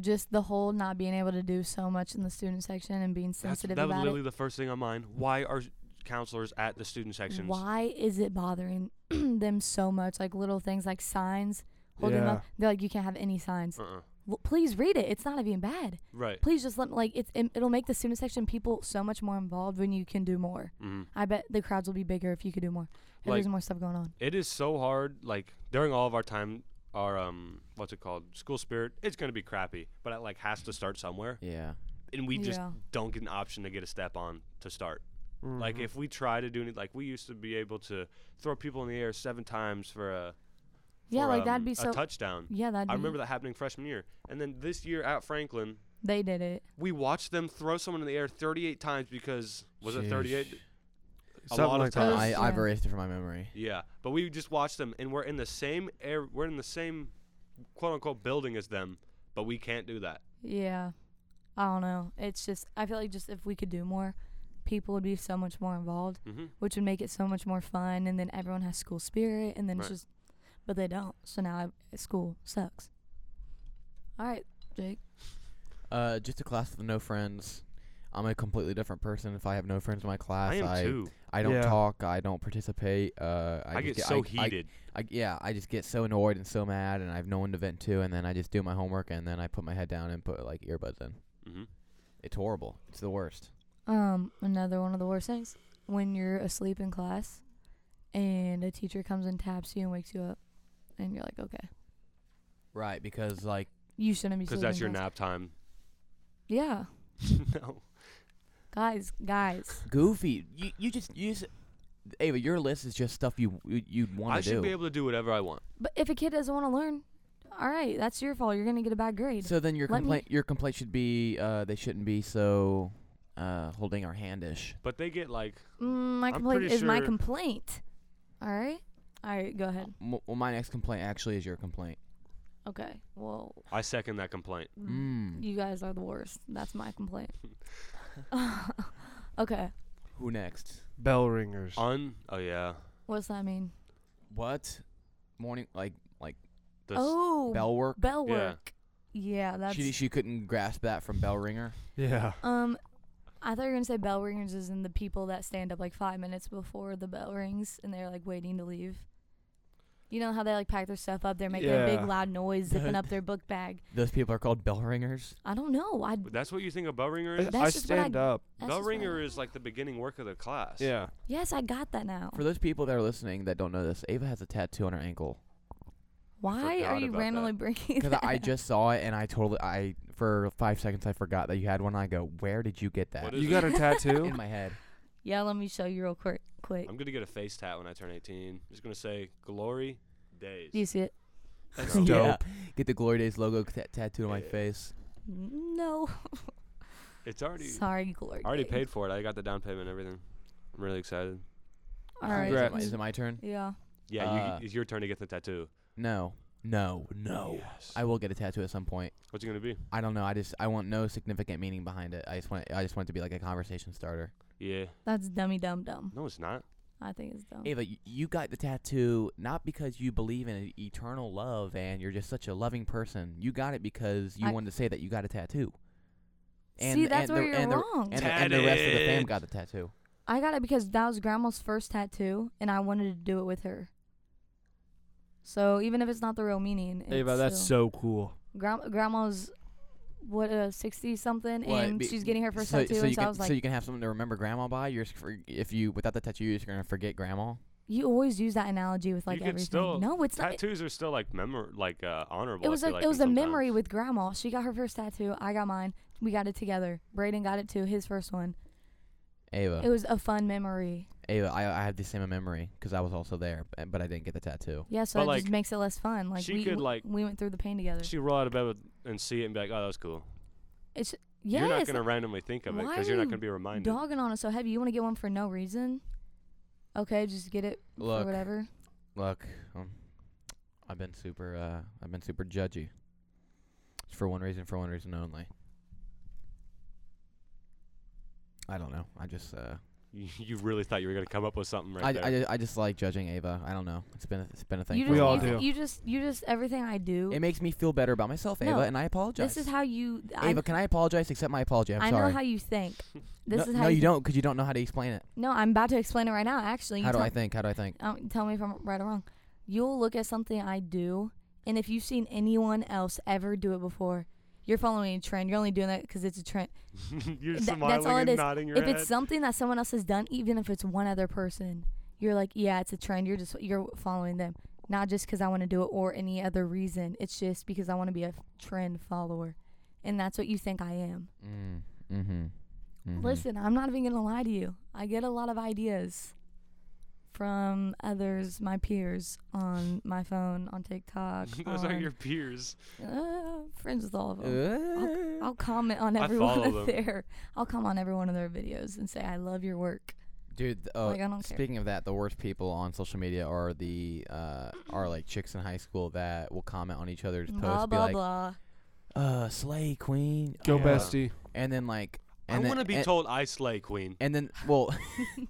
[SPEAKER 4] just the whole not being able to do so much in the student section and being
[SPEAKER 3] That's,
[SPEAKER 4] sensitive
[SPEAKER 3] that was
[SPEAKER 4] about
[SPEAKER 3] literally
[SPEAKER 4] it.
[SPEAKER 3] the first thing on mine. Why are counselors at the student sections?
[SPEAKER 4] Why is it bothering them so much? Like little things like signs holding
[SPEAKER 5] Yeah.
[SPEAKER 4] up. They're like, you can't have any signs.
[SPEAKER 3] Uh-uh.
[SPEAKER 4] Well, please read it. It's not even bad.
[SPEAKER 3] Right.
[SPEAKER 4] Please just let like it's it, it'll make the student section people so much more involved when you can do more.
[SPEAKER 3] Mm-hmm.
[SPEAKER 4] I bet the crowds will be bigger if you could do more. If
[SPEAKER 3] Like-
[SPEAKER 4] there's more stuff going on.
[SPEAKER 3] It is so hard. Like during all of our time, our um, what's it called? School spirit. It's gonna be crappy, but it like has to start somewhere,
[SPEAKER 2] Yeah.
[SPEAKER 3] and we just
[SPEAKER 4] Yeah.
[SPEAKER 3] don't get an option to get a step on to start. Like
[SPEAKER 4] Mm-hmm.
[SPEAKER 3] if we try to do it, like we used to be able to throw people in the air seven times for a
[SPEAKER 4] Yeah,
[SPEAKER 3] for,
[SPEAKER 4] like that'd
[SPEAKER 3] um,
[SPEAKER 4] be so.
[SPEAKER 3] a touchdown.
[SPEAKER 4] yeah, that'd
[SPEAKER 3] I
[SPEAKER 4] be.
[SPEAKER 2] Mm-hmm.
[SPEAKER 3] remember that happening freshman year, and then this year at Franklin,
[SPEAKER 4] They did it.
[SPEAKER 3] we watched them throw someone in the air 38 times because was it 38? A
[SPEAKER 5] Something
[SPEAKER 3] lot
[SPEAKER 5] like
[SPEAKER 3] of
[SPEAKER 5] that.
[SPEAKER 3] times.
[SPEAKER 2] I I've
[SPEAKER 4] Yeah.
[SPEAKER 2] erased it from my memory.
[SPEAKER 3] Yeah, but we just watched them, and we're in the same air. We're in the same quote unquote building as them, but we can't do that.
[SPEAKER 4] Yeah. I don't know. It's just I feel like just if we could do more people would be so much more involved,
[SPEAKER 3] Mm-hmm.
[SPEAKER 4] which would make it so much more fun. And then everyone has school spirit, and then
[SPEAKER 3] Right.
[SPEAKER 4] it's just, but they don't. So now I, school sucks. All right, Jake.
[SPEAKER 2] Uh, just a class with no friends. I'm a completely different person if I have no friends in my class.
[SPEAKER 3] I am
[SPEAKER 2] I,
[SPEAKER 3] too.
[SPEAKER 2] I don't
[SPEAKER 5] Yeah.
[SPEAKER 2] talk. I don't participate. Uh, I,
[SPEAKER 3] I,
[SPEAKER 2] just
[SPEAKER 3] get
[SPEAKER 2] get
[SPEAKER 3] so
[SPEAKER 2] I,
[SPEAKER 3] heated.
[SPEAKER 2] I, yeah, I just get so annoyed and so mad, and I have no one to vent to, and then I just do my homework, and then I put my head down and put like earbuds in.
[SPEAKER 3] mm-hmm.
[SPEAKER 2] It's horrible. It's the worst.
[SPEAKER 4] Um, another one of the worst things when you're asleep in class, and a teacher comes and taps you and wakes you up, and you're like, okay,
[SPEAKER 2] Right, because like
[SPEAKER 4] you shouldn't be.
[SPEAKER 3] Because
[SPEAKER 4] Because
[SPEAKER 3] that's your nap time.
[SPEAKER 4] Yeah,
[SPEAKER 3] no.
[SPEAKER 4] guys, guys.
[SPEAKER 2] goofy. You you just you just Ava, your list is just stuff you you- you'd
[SPEAKER 3] I
[SPEAKER 2] want to
[SPEAKER 3] should
[SPEAKER 2] do.
[SPEAKER 3] be able to do whatever I want.
[SPEAKER 4] But if a kid doesn't want to learn, all right, that's your fault. You're gonna get a bad grade.
[SPEAKER 2] so then your
[SPEAKER 4] Let me-
[SPEAKER 2] complaint your complaint should be uh they shouldn't be so uh holding our handish.
[SPEAKER 3] But they get like
[SPEAKER 4] Mm, my
[SPEAKER 3] I'm
[SPEAKER 4] complaint
[SPEAKER 3] pretty
[SPEAKER 4] is my
[SPEAKER 3] sure-
[SPEAKER 4] complaint. All right, all right. Go ahead.
[SPEAKER 2] M- well, my next complaint actually is your complaint.
[SPEAKER 4] Okay. Well,
[SPEAKER 3] I second that complaint.
[SPEAKER 2] Mm.
[SPEAKER 4] you guys are the worst. That's my complaint. okay.
[SPEAKER 2] Who next?
[SPEAKER 5] Bell ringers.
[SPEAKER 3] Un oh yeah.
[SPEAKER 4] What's that mean?
[SPEAKER 2] What? Morning like
[SPEAKER 3] The s-
[SPEAKER 4] oh,
[SPEAKER 2] bell work?
[SPEAKER 4] bell
[SPEAKER 3] Yeah.
[SPEAKER 4] work. Yeah, that's.
[SPEAKER 2] She she couldn't grasp that from bell ringer.
[SPEAKER 5] yeah.
[SPEAKER 4] Um, I thought you were gonna say bell ringers is in the people that stand up like five minutes before the bell rings and they're like waiting to leave. You know how they like pack their stuff up, they're making a
[SPEAKER 5] Yeah.
[SPEAKER 4] big loud noise, zipping up their book bag.
[SPEAKER 2] Those people are called bell ringers.
[SPEAKER 4] I don't know. I
[SPEAKER 3] but that's what you think a bell ringer
[SPEAKER 5] I,
[SPEAKER 3] is?
[SPEAKER 4] That's
[SPEAKER 5] I
[SPEAKER 4] just what I-
[SPEAKER 5] stand up.
[SPEAKER 4] that's
[SPEAKER 3] bell
[SPEAKER 4] just what I
[SPEAKER 3] ringer
[SPEAKER 4] know.
[SPEAKER 3] is like the beginning work of the class.
[SPEAKER 5] Yeah.
[SPEAKER 4] Yes, I got that now.
[SPEAKER 2] For those people that are listening that don't know this, Ava has a tattoo on her ankle.
[SPEAKER 4] Why are
[SPEAKER 3] forgot
[SPEAKER 4] you
[SPEAKER 3] about that.
[SPEAKER 4] randomly bringing
[SPEAKER 2] Because
[SPEAKER 4] that?
[SPEAKER 2] I
[SPEAKER 4] up?
[SPEAKER 2] just saw it and I totally, I for five seconds I forgot that you had one. I go, where did you get that?
[SPEAKER 3] What is
[SPEAKER 5] You got a tattoo?
[SPEAKER 2] in my head.
[SPEAKER 4] yeah, let me show you real quick. Quick,
[SPEAKER 3] I'm gonna get a face tat when I turn 18. I'm just gonna say glory days.
[SPEAKER 4] do you see it?
[SPEAKER 3] That's
[SPEAKER 5] dope.
[SPEAKER 2] Yeah. Get the Glory Days logo ta- tattooed on my
[SPEAKER 3] Yeah.
[SPEAKER 2] face.
[SPEAKER 4] No,
[SPEAKER 3] It's already
[SPEAKER 4] sorry, glory.
[SPEAKER 3] I already
[SPEAKER 4] days.
[SPEAKER 3] paid for it. I got the down payment and everything. I'm really excited.
[SPEAKER 4] All
[SPEAKER 2] Is it, my,
[SPEAKER 4] right.
[SPEAKER 2] is it my turn?
[SPEAKER 4] Yeah.
[SPEAKER 3] Yeah,
[SPEAKER 2] Uh,
[SPEAKER 3] you, it's your turn to get the tattoo.
[SPEAKER 2] No, no, no.
[SPEAKER 3] Yes.
[SPEAKER 2] I will get a tattoo at some point.
[SPEAKER 3] What's it gonna be?
[SPEAKER 2] I don't know. I just I want no significant meaning behind it. I just want I just want it to be like a conversation starter.
[SPEAKER 3] Yeah.
[SPEAKER 4] That's dummy dumb dumb.
[SPEAKER 3] No, it's not.
[SPEAKER 4] I think it's dumb.
[SPEAKER 2] Ava, y- you got the tattoo not because you believe in eternal love and you're just such a loving person. You got it because you
[SPEAKER 4] I-
[SPEAKER 2] wanted to say that you got a tattoo.
[SPEAKER 4] See, that's where
[SPEAKER 2] the-
[SPEAKER 4] you're
[SPEAKER 2] and the-
[SPEAKER 4] wrong.
[SPEAKER 2] and, the- and the rest of the fam
[SPEAKER 3] Tatted.
[SPEAKER 2] got the tattoo.
[SPEAKER 4] I got it because that was grandma's first tattoo, and I wanted to do it with her. So even if it's not the real meaning, it's still-
[SPEAKER 5] so cool.
[SPEAKER 4] Gran- grandma's what uh sixty something, and she's getting her first
[SPEAKER 2] so,
[SPEAKER 4] tattoo,
[SPEAKER 2] So
[SPEAKER 4] and
[SPEAKER 2] you
[SPEAKER 4] so
[SPEAKER 2] can,
[SPEAKER 4] I was like,
[SPEAKER 2] so
[SPEAKER 4] you,
[SPEAKER 2] you can have something to remember grandma by. You're just for, if you without the tattoo, you're just gonna forget grandma.
[SPEAKER 4] always use that analogy with like
[SPEAKER 3] could
[SPEAKER 4] everything.
[SPEAKER 3] still
[SPEAKER 4] no, it's not.
[SPEAKER 3] Tattoos are still like memor like uh, honorable.
[SPEAKER 4] It
[SPEAKER 3] I
[SPEAKER 4] was
[SPEAKER 3] feel
[SPEAKER 4] like,
[SPEAKER 3] like
[SPEAKER 4] it was a
[SPEAKER 3] in some
[SPEAKER 4] memory
[SPEAKER 3] times.
[SPEAKER 4] with grandma. She got her first tattoo. I got mine. We got it together. Braden got it too. His first one.
[SPEAKER 2] Ava,
[SPEAKER 4] It was a fun memory.
[SPEAKER 2] Ava, I, I have the same memory because I was also there, b- but I didn't get the tattoo.
[SPEAKER 4] Yeah, so
[SPEAKER 3] But,
[SPEAKER 4] it
[SPEAKER 3] like,
[SPEAKER 4] just makes it less fun. Like
[SPEAKER 3] she
[SPEAKER 4] we
[SPEAKER 3] could,
[SPEAKER 4] we-
[SPEAKER 3] like-
[SPEAKER 4] we went through the pain together.
[SPEAKER 3] She roll out of bed with, and see it and be like, "Oh, that was cool."
[SPEAKER 4] It's yes.
[SPEAKER 3] You're not gonna randomly think of it
[SPEAKER 4] why
[SPEAKER 3] because
[SPEAKER 4] are
[SPEAKER 3] you're not
[SPEAKER 4] you
[SPEAKER 3] gonna be reminded.
[SPEAKER 4] dogging on it so heavy. You want to get one for no reason? Okay, just get it
[SPEAKER 2] Look.
[SPEAKER 4] for whatever.
[SPEAKER 2] Look, um, I've been super, uh, I've been super judgy. It's for one reason, for one reason only. I don't know. I just, uh,
[SPEAKER 3] You, you really thought you were gonna come up with something right
[SPEAKER 2] I,
[SPEAKER 3] there.
[SPEAKER 2] I, ju- I just like judging Ava. I don't know. It's been, a, it's been a thing.
[SPEAKER 4] You
[SPEAKER 2] for
[SPEAKER 4] just,
[SPEAKER 2] a
[SPEAKER 5] We all
[SPEAKER 4] you,
[SPEAKER 2] while.
[SPEAKER 5] do.
[SPEAKER 4] You just, you just everything I do.
[SPEAKER 2] It makes me feel better about myself, Ava,
[SPEAKER 4] No,
[SPEAKER 2] and I apologize.
[SPEAKER 4] this is how you. I,
[SPEAKER 2] Ava, can I apologize? Accept my apology. I'm
[SPEAKER 4] I
[SPEAKER 2] sorry.
[SPEAKER 4] know how you think. This
[SPEAKER 2] no,
[SPEAKER 4] is how
[SPEAKER 2] no, you don't, because you don't know how to explain it.
[SPEAKER 4] No, I'm about to explain it right now. Actually, you
[SPEAKER 2] How do
[SPEAKER 4] tell,
[SPEAKER 2] I think? How do I think?
[SPEAKER 4] um, tell me if I'm right or wrong. You'll look at something I do, and if you've seen anyone else ever do it before, you're following a trend. You're only doing that because it's a trend.
[SPEAKER 3] you're
[SPEAKER 4] Th- that's
[SPEAKER 3] smiling
[SPEAKER 4] all it
[SPEAKER 3] and
[SPEAKER 4] is.
[SPEAKER 3] nodding your
[SPEAKER 4] if
[SPEAKER 3] head.
[SPEAKER 4] it's something that someone else has done, even if it's one other person, you're like, yeah, it's a trend. You're just you're following them, not just because I want to do it or any other reason. It's just because I want to be a f- trend follower, and that's what you think I am.
[SPEAKER 2] Mm, mm-hmm. hmm
[SPEAKER 4] Listen, I'm not even gonna lie to you. I get a lot of ideas from others, my peers, on my phone, on TikTok.
[SPEAKER 3] Those
[SPEAKER 4] on,
[SPEAKER 3] are your peers.
[SPEAKER 4] uh, friends with all of them.
[SPEAKER 2] Uh,
[SPEAKER 4] I'll comment on
[SPEAKER 3] I
[SPEAKER 4] every one
[SPEAKER 3] follow them.
[SPEAKER 4] of their. I'll comment on every one of their videos and say I love your work.
[SPEAKER 2] Dude, th- oh,
[SPEAKER 4] Like, I don't care.
[SPEAKER 2] speaking of that, the worst people on social media are the uh, are like chicks in high school that will comment on each other's posts,
[SPEAKER 4] Blah
[SPEAKER 2] be
[SPEAKER 4] blah
[SPEAKER 2] like,
[SPEAKER 4] blah.
[SPEAKER 2] "Uh, slay queen,"
[SPEAKER 5] Go
[SPEAKER 3] Yeah.
[SPEAKER 5] bestie.
[SPEAKER 2] and then like, And
[SPEAKER 3] I
[SPEAKER 2] then-
[SPEAKER 3] want to be
[SPEAKER 2] and-
[SPEAKER 3] told I slay queen.
[SPEAKER 2] And then, well,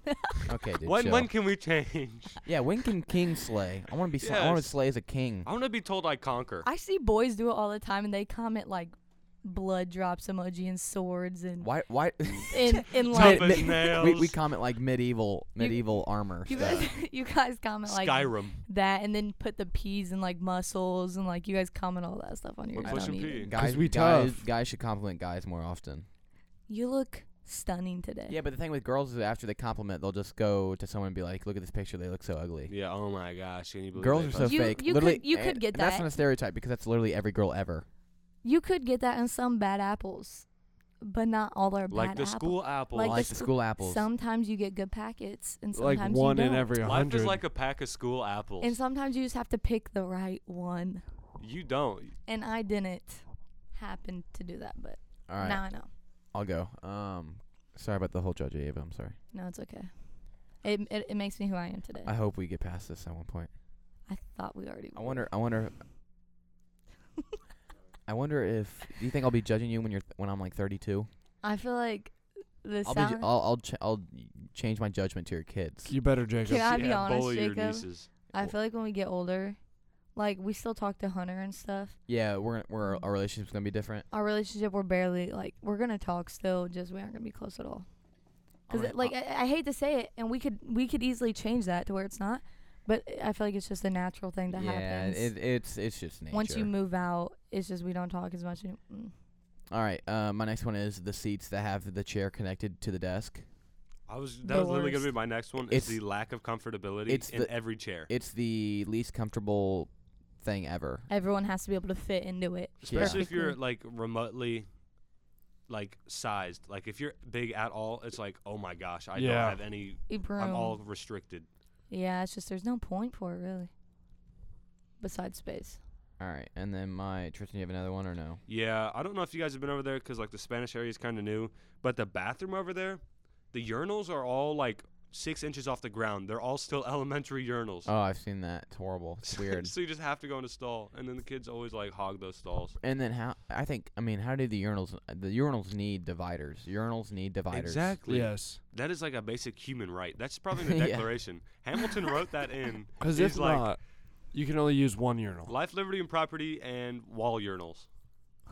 [SPEAKER 2] okay, dude.
[SPEAKER 3] When
[SPEAKER 2] chill.
[SPEAKER 3] when can we change?
[SPEAKER 2] yeah, when can king slay? I want to be. Sl- I want to
[SPEAKER 3] Yes.
[SPEAKER 2] slay as a king.
[SPEAKER 3] I want to be told I conquer.
[SPEAKER 4] I see boys do it all the time, and they comment like blood drops emoji and swords and
[SPEAKER 2] Why? Why?
[SPEAKER 4] and, and
[SPEAKER 3] Tough
[SPEAKER 4] like
[SPEAKER 2] Mid-
[SPEAKER 3] as
[SPEAKER 2] mid-
[SPEAKER 3] nails.
[SPEAKER 2] we, we comment like medieval medieval armor
[SPEAKER 4] you
[SPEAKER 2] stuff.
[SPEAKER 4] guys, you guys comment like
[SPEAKER 3] Skyrim.
[SPEAKER 4] that, and then put the peas and like muscles, and like you guys comment all that stuff on your.
[SPEAKER 3] We're
[SPEAKER 4] I don't
[SPEAKER 3] pushing
[SPEAKER 4] need
[SPEAKER 3] P.
[SPEAKER 4] it.
[SPEAKER 2] Guys,
[SPEAKER 5] we
[SPEAKER 2] guys,
[SPEAKER 5] tough.
[SPEAKER 2] guys should compliment guys more often.
[SPEAKER 4] You look stunning today.
[SPEAKER 2] Yeah, but the thing with girls is after they compliment, they'll just go to someone and be like, "Look at this picture. They look so ugly."
[SPEAKER 3] Yeah. Oh my gosh. Can you believe
[SPEAKER 2] Girls
[SPEAKER 3] they
[SPEAKER 2] are so
[SPEAKER 3] posted-
[SPEAKER 4] You-
[SPEAKER 2] fake.
[SPEAKER 4] you
[SPEAKER 2] literally,
[SPEAKER 4] could- you could
[SPEAKER 2] and-
[SPEAKER 4] get
[SPEAKER 2] and That's
[SPEAKER 4] that.
[SPEAKER 2] not a stereotype because that's literally every girl ever.
[SPEAKER 4] You could get that in some bad apples, but not all are
[SPEAKER 3] like
[SPEAKER 4] bad
[SPEAKER 3] the
[SPEAKER 4] apples.
[SPEAKER 3] school apple.
[SPEAKER 4] Like
[SPEAKER 2] Like,
[SPEAKER 4] the
[SPEAKER 2] the
[SPEAKER 4] sc-
[SPEAKER 2] school apples.
[SPEAKER 4] Sometimes you get good packets, and sometimes
[SPEAKER 5] Like one
[SPEAKER 4] you
[SPEAKER 5] in
[SPEAKER 4] don't.
[SPEAKER 5] every
[SPEAKER 3] Life
[SPEAKER 5] hundred.
[SPEAKER 3] is like a pack of school apples.
[SPEAKER 4] And sometimes you just have to pick the right one.
[SPEAKER 3] you don't.
[SPEAKER 4] And I didn't happen to do that, but
[SPEAKER 2] All right,
[SPEAKER 4] now I know.
[SPEAKER 2] I'll go. Um, sorry about the whole judge Ava. I'm sorry.
[SPEAKER 4] No, it's okay. It it, it makes me who I am today.
[SPEAKER 2] I hope we get past this at one point.
[SPEAKER 4] I thought we already.
[SPEAKER 2] I
[SPEAKER 4] were.
[SPEAKER 2] wonder. I wonder. I wonder if do you think I'll be judging you when you're when I'm like 32.
[SPEAKER 4] I feel like the
[SPEAKER 2] I'll be.
[SPEAKER 4] sound.
[SPEAKER 2] ju- I'll. I'll, ch- I'll change my judgment to your kids.
[SPEAKER 5] you better, Jacob.
[SPEAKER 4] Can I be
[SPEAKER 3] yeah,
[SPEAKER 4] honest,
[SPEAKER 3] bully your
[SPEAKER 4] Jacob?
[SPEAKER 3] nieces.
[SPEAKER 4] I feel like when we get older, like we still talk to Hunter and stuff.
[SPEAKER 2] Yeah, we're we're our relationship's gonna be different.
[SPEAKER 4] Our relationship, we're barely like we're gonna talk still. Just we aren't gonna be close at all. Cause
[SPEAKER 2] Alright,
[SPEAKER 4] it- like
[SPEAKER 2] I'll-
[SPEAKER 4] I, I hate to say it, and we could we could easily change that to where it's not, but I feel like it's just a natural thing that
[SPEAKER 2] yeah,
[SPEAKER 4] happens.
[SPEAKER 2] it, it's it's just nature.
[SPEAKER 4] Once you move out, it's just we don't talk as much. any- mm.
[SPEAKER 2] All right. Uh, my next one is the seats that have the chair connected to the desk.
[SPEAKER 3] I was. That
[SPEAKER 4] The
[SPEAKER 3] was literally gonna be
[SPEAKER 4] worst.
[SPEAKER 3] my next one.
[SPEAKER 2] It's-
[SPEAKER 3] It's, the lack of comfortability
[SPEAKER 2] it's
[SPEAKER 3] in
[SPEAKER 2] the-
[SPEAKER 3] every chair,
[SPEAKER 2] It's the least comfortable thing ever.
[SPEAKER 4] Everyone has to be able to fit into it.
[SPEAKER 3] especially if you're
[SPEAKER 4] Perfectly.
[SPEAKER 3] like remotely, like sized. Like if you're big at all, it's like oh my gosh, I
[SPEAKER 5] Yeah.
[SPEAKER 3] don't have any.
[SPEAKER 4] A broom.
[SPEAKER 3] I'm all restricted.
[SPEAKER 4] yeah, it's just there's no point for it really. Besides space.
[SPEAKER 2] All right, and then my Tristan, you have another one or no?
[SPEAKER 3] Yeah, I don't know if you guys have been over there because like the Spanish area is kind of new, but the bathroom over there, the urinals are all like six inches off the ground. They're all still elementary urinals.
[SPEAKER 2] Oh, I've seen that. It's horrible. It's
[SPEAKER 3] So-
[SPEAKER 2] weird.
[SPEAKER 3] so you just have to go in a stall, and then the kids always like hog those stalls.
[SPEAKER 2] And then how? I think. I mean, how do the urinals? The urinals need dividers. Urinals need dividers.
[SPEAKER 3] Exactly.
[SPEAKER 5] Yes.
[SPEAKER 3] That is like a basic human right. That's probably in the
[SPEAKER 2] Yeah.
[SPEAKER 3] Declaration. Hamilton wrote that in.
[SPEAKER 5] Because
[SPEAKER 3] He's
[SPEAKER 5] if
[SPEAKER 3] like
[SPEAKER 5] not, you can only use one urinal.
[SPEAKER 3] life, liberty, and property, and wall urinals.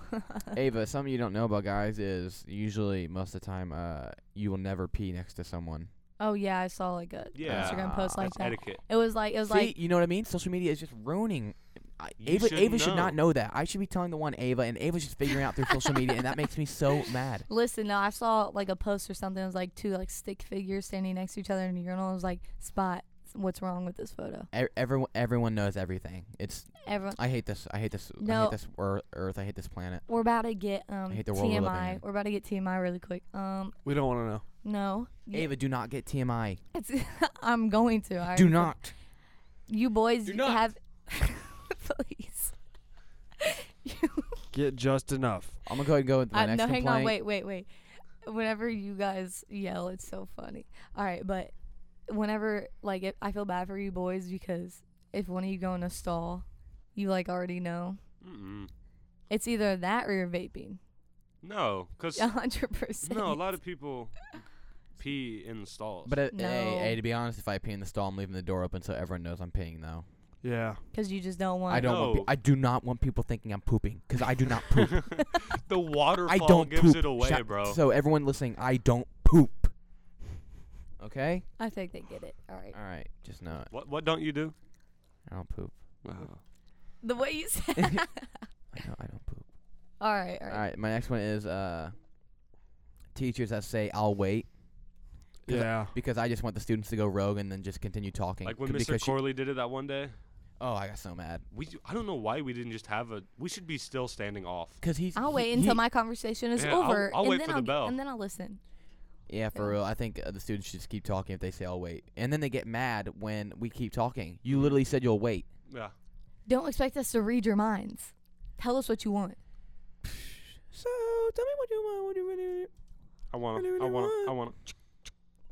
[SPEAKER 2] Ava, something you don't know about guys is usually most of the time, uh, you will never pee next to someone.
[SPEAKER 4] Oh yeah, I saw like a
[SPEAKER 3] Yeah.
[SPEAKER 4] Instagram post like
[SPEAKER 3] That's
[SPEAKER 4] that.
[SPEAKER 3] etiquette.
[SPEAKER 4] It was like it was
[SPEAKER 2] See,
[SPEAKER 4] like
[SPEAKER 2] you know what I mean? Social media is just ruining. I,
[SPEAKER 3] You
[SPEAKER 2] Ava,
[SPEAKER 3] should
[SPEAKER 2] Ava should not
[SPEAKER 3] know.
[SPEAKER 2] know that. I should be telling the one Ava, and Ava's just figuring out through social media, and that makes me so mad.
[SPEAKER 4] listen. No, I saw like a post or something. It was like two like stick figures standing next to each other in a urinal. It was like spot. What's wrong with this photo?
[SPEAKER 2] E- Everyone, everyone knows everything. It's
[SPEAKER 4] Everyone.
[SPEAKER 2] I hate this. I hate this. I
[SPEAKER 4] No.
[SPEAKER 2] hate this ear- Earth. I hate this planet.
[SPEAKER 4] We're about to get um
[SPEAKER 2] hate the world we're living in.
[SPEAKER 4] TMI. We're about to get TMI really quick. Um,
[SPEAKER 5] We don't want to know.
[SPEAKER 4] no. Y-
[SPEAKER 2] Ava, do not get TMI.
[SPEAKER 4] It's, I'm going to. I
[SPEAKER 2] Do
[SPEAKER 4] already-
[SPEAKER 2] not.
[SPEAKER 4] You boys
[SPEAKER 3] Do not.
[SPEAKER 4] have. Please.
[SPEAKER 5] Get just enough.
[SPEAKER 2] I'm gonna go ahead and go with my
[SPEAKER 4] Uh,
[SPEAKER 2] next
[SPEAKER 4] no, hang
[SPEAKER 2] complaint.
[SPEAKER 4] on. Wait, wait, wait. Whenever you guys yell, it's so funny. All right, but whenever like if, I feel bad for you boys because if one of you go in a stall, you like already know
[SPEAKER 3] Mm-mm.
[SPEAKER 4] it's either that or you're vaping.
[SPEAKER 3] No, because
[SPEAKER 4] A hundred percent.
[SPEAKER 3] no, a lot of people pee in the stalls.
[SPEAKER 2] But uh, hey,
[SPEAKER 4] No.
[SPEAKER 2] hey, to be honest, if I pee in the stall, I'm leaving the door open so everyone knows I'm peeing. Though
[SPEAKER 5] Yeah.
[SPEAKER 4] because you just don't want.
[SPEAKER 2] I don't. Want
[SPEAKER 3] No.
[SPEAKER 2] pe- I do not want people thinking I'm pooping because I do not poop.
[SPEAKER 3] the waterfall
[SPEAKER 2] I don't
[SPEAKER 3] gives
[SPEAKER 2] poop.
[SPEAKER 3] it away,
[SPEAKER 2] Shut-
[SPEAKER 3] bro.
[SPEAKER 2] So everyone listening, I don't poop. Okay.
[SPEAKER 4] I think they get it. All right.
[SPEAKER 2] All right. Just know it.
[SPEAKER 3] what what don't you do?
[SPEAKER 2] I don't poop.
[SPEAKER 4] The way you said.
[SPEAKER 2] I don't. I don't poop.
[SPEAKER 4] all right.
[SPEAKER 2] All
[SPEAKER 4] All right.
[SPEAKER 2] right. My next one is uh, teachers that say I'll wait
[SPEAKER 5] Yeah.
[SPEAKER 2] because I just want the students to go rogue and then just continue talking.
[SPEAKER 3] Like when
[SPEAKER 2] c-
[SPEAKER 3] Mr.
[SPEAKER 2] because she-
[SPEAKER 3] Corley did it that one day.
[SPEAKER 2] oh, I got so mad
[SPEAKER 3] We I don't know why we didn't just have a. We should be still standing off.
[SPEAKER 2] because he's.
[SPEAKER 4] I'll
[SPEAKER 2] he-
[SPEAKER 4] wait until
[SPEAKER 2] he-
[SPEAKER 4] my conversation is
[SPEAKER 3] Yeah, I'll-
[SPEAKER 4] over.
[SPEAKER 3] I'll
[SPEAKER 4] and
[SPEAKER 3] wait
[SPEAKER 4] then
[SPEAKER 3] for the
[SPEAKER 4] I'll, g-
[SPEAKER 3] bell.
[SPEAKER 4] And then I'll listen.
[SPEAKER 2] Yeah, for
[SPEAKER 4] Yeah.
[SPEAKER 2] real. I think uh, the students should just keep talking if they say I'll wait, and then they get mad when we keep talking. You literally said you'll wait.
[SPEAKER 3] Yeah.
[SPEAKER 4] Don't expect us to read your minds. Tell us what you want.
[SPEAKER 2] So tell me what you want. What do you really?
[SPEAKER 3] I want
[SPEAKER 2] Really,
[SPEAKER 3] to. I
[SPEAKER 2] really
[SPEAKER 3] want to. I
[SPEAKER 2] want.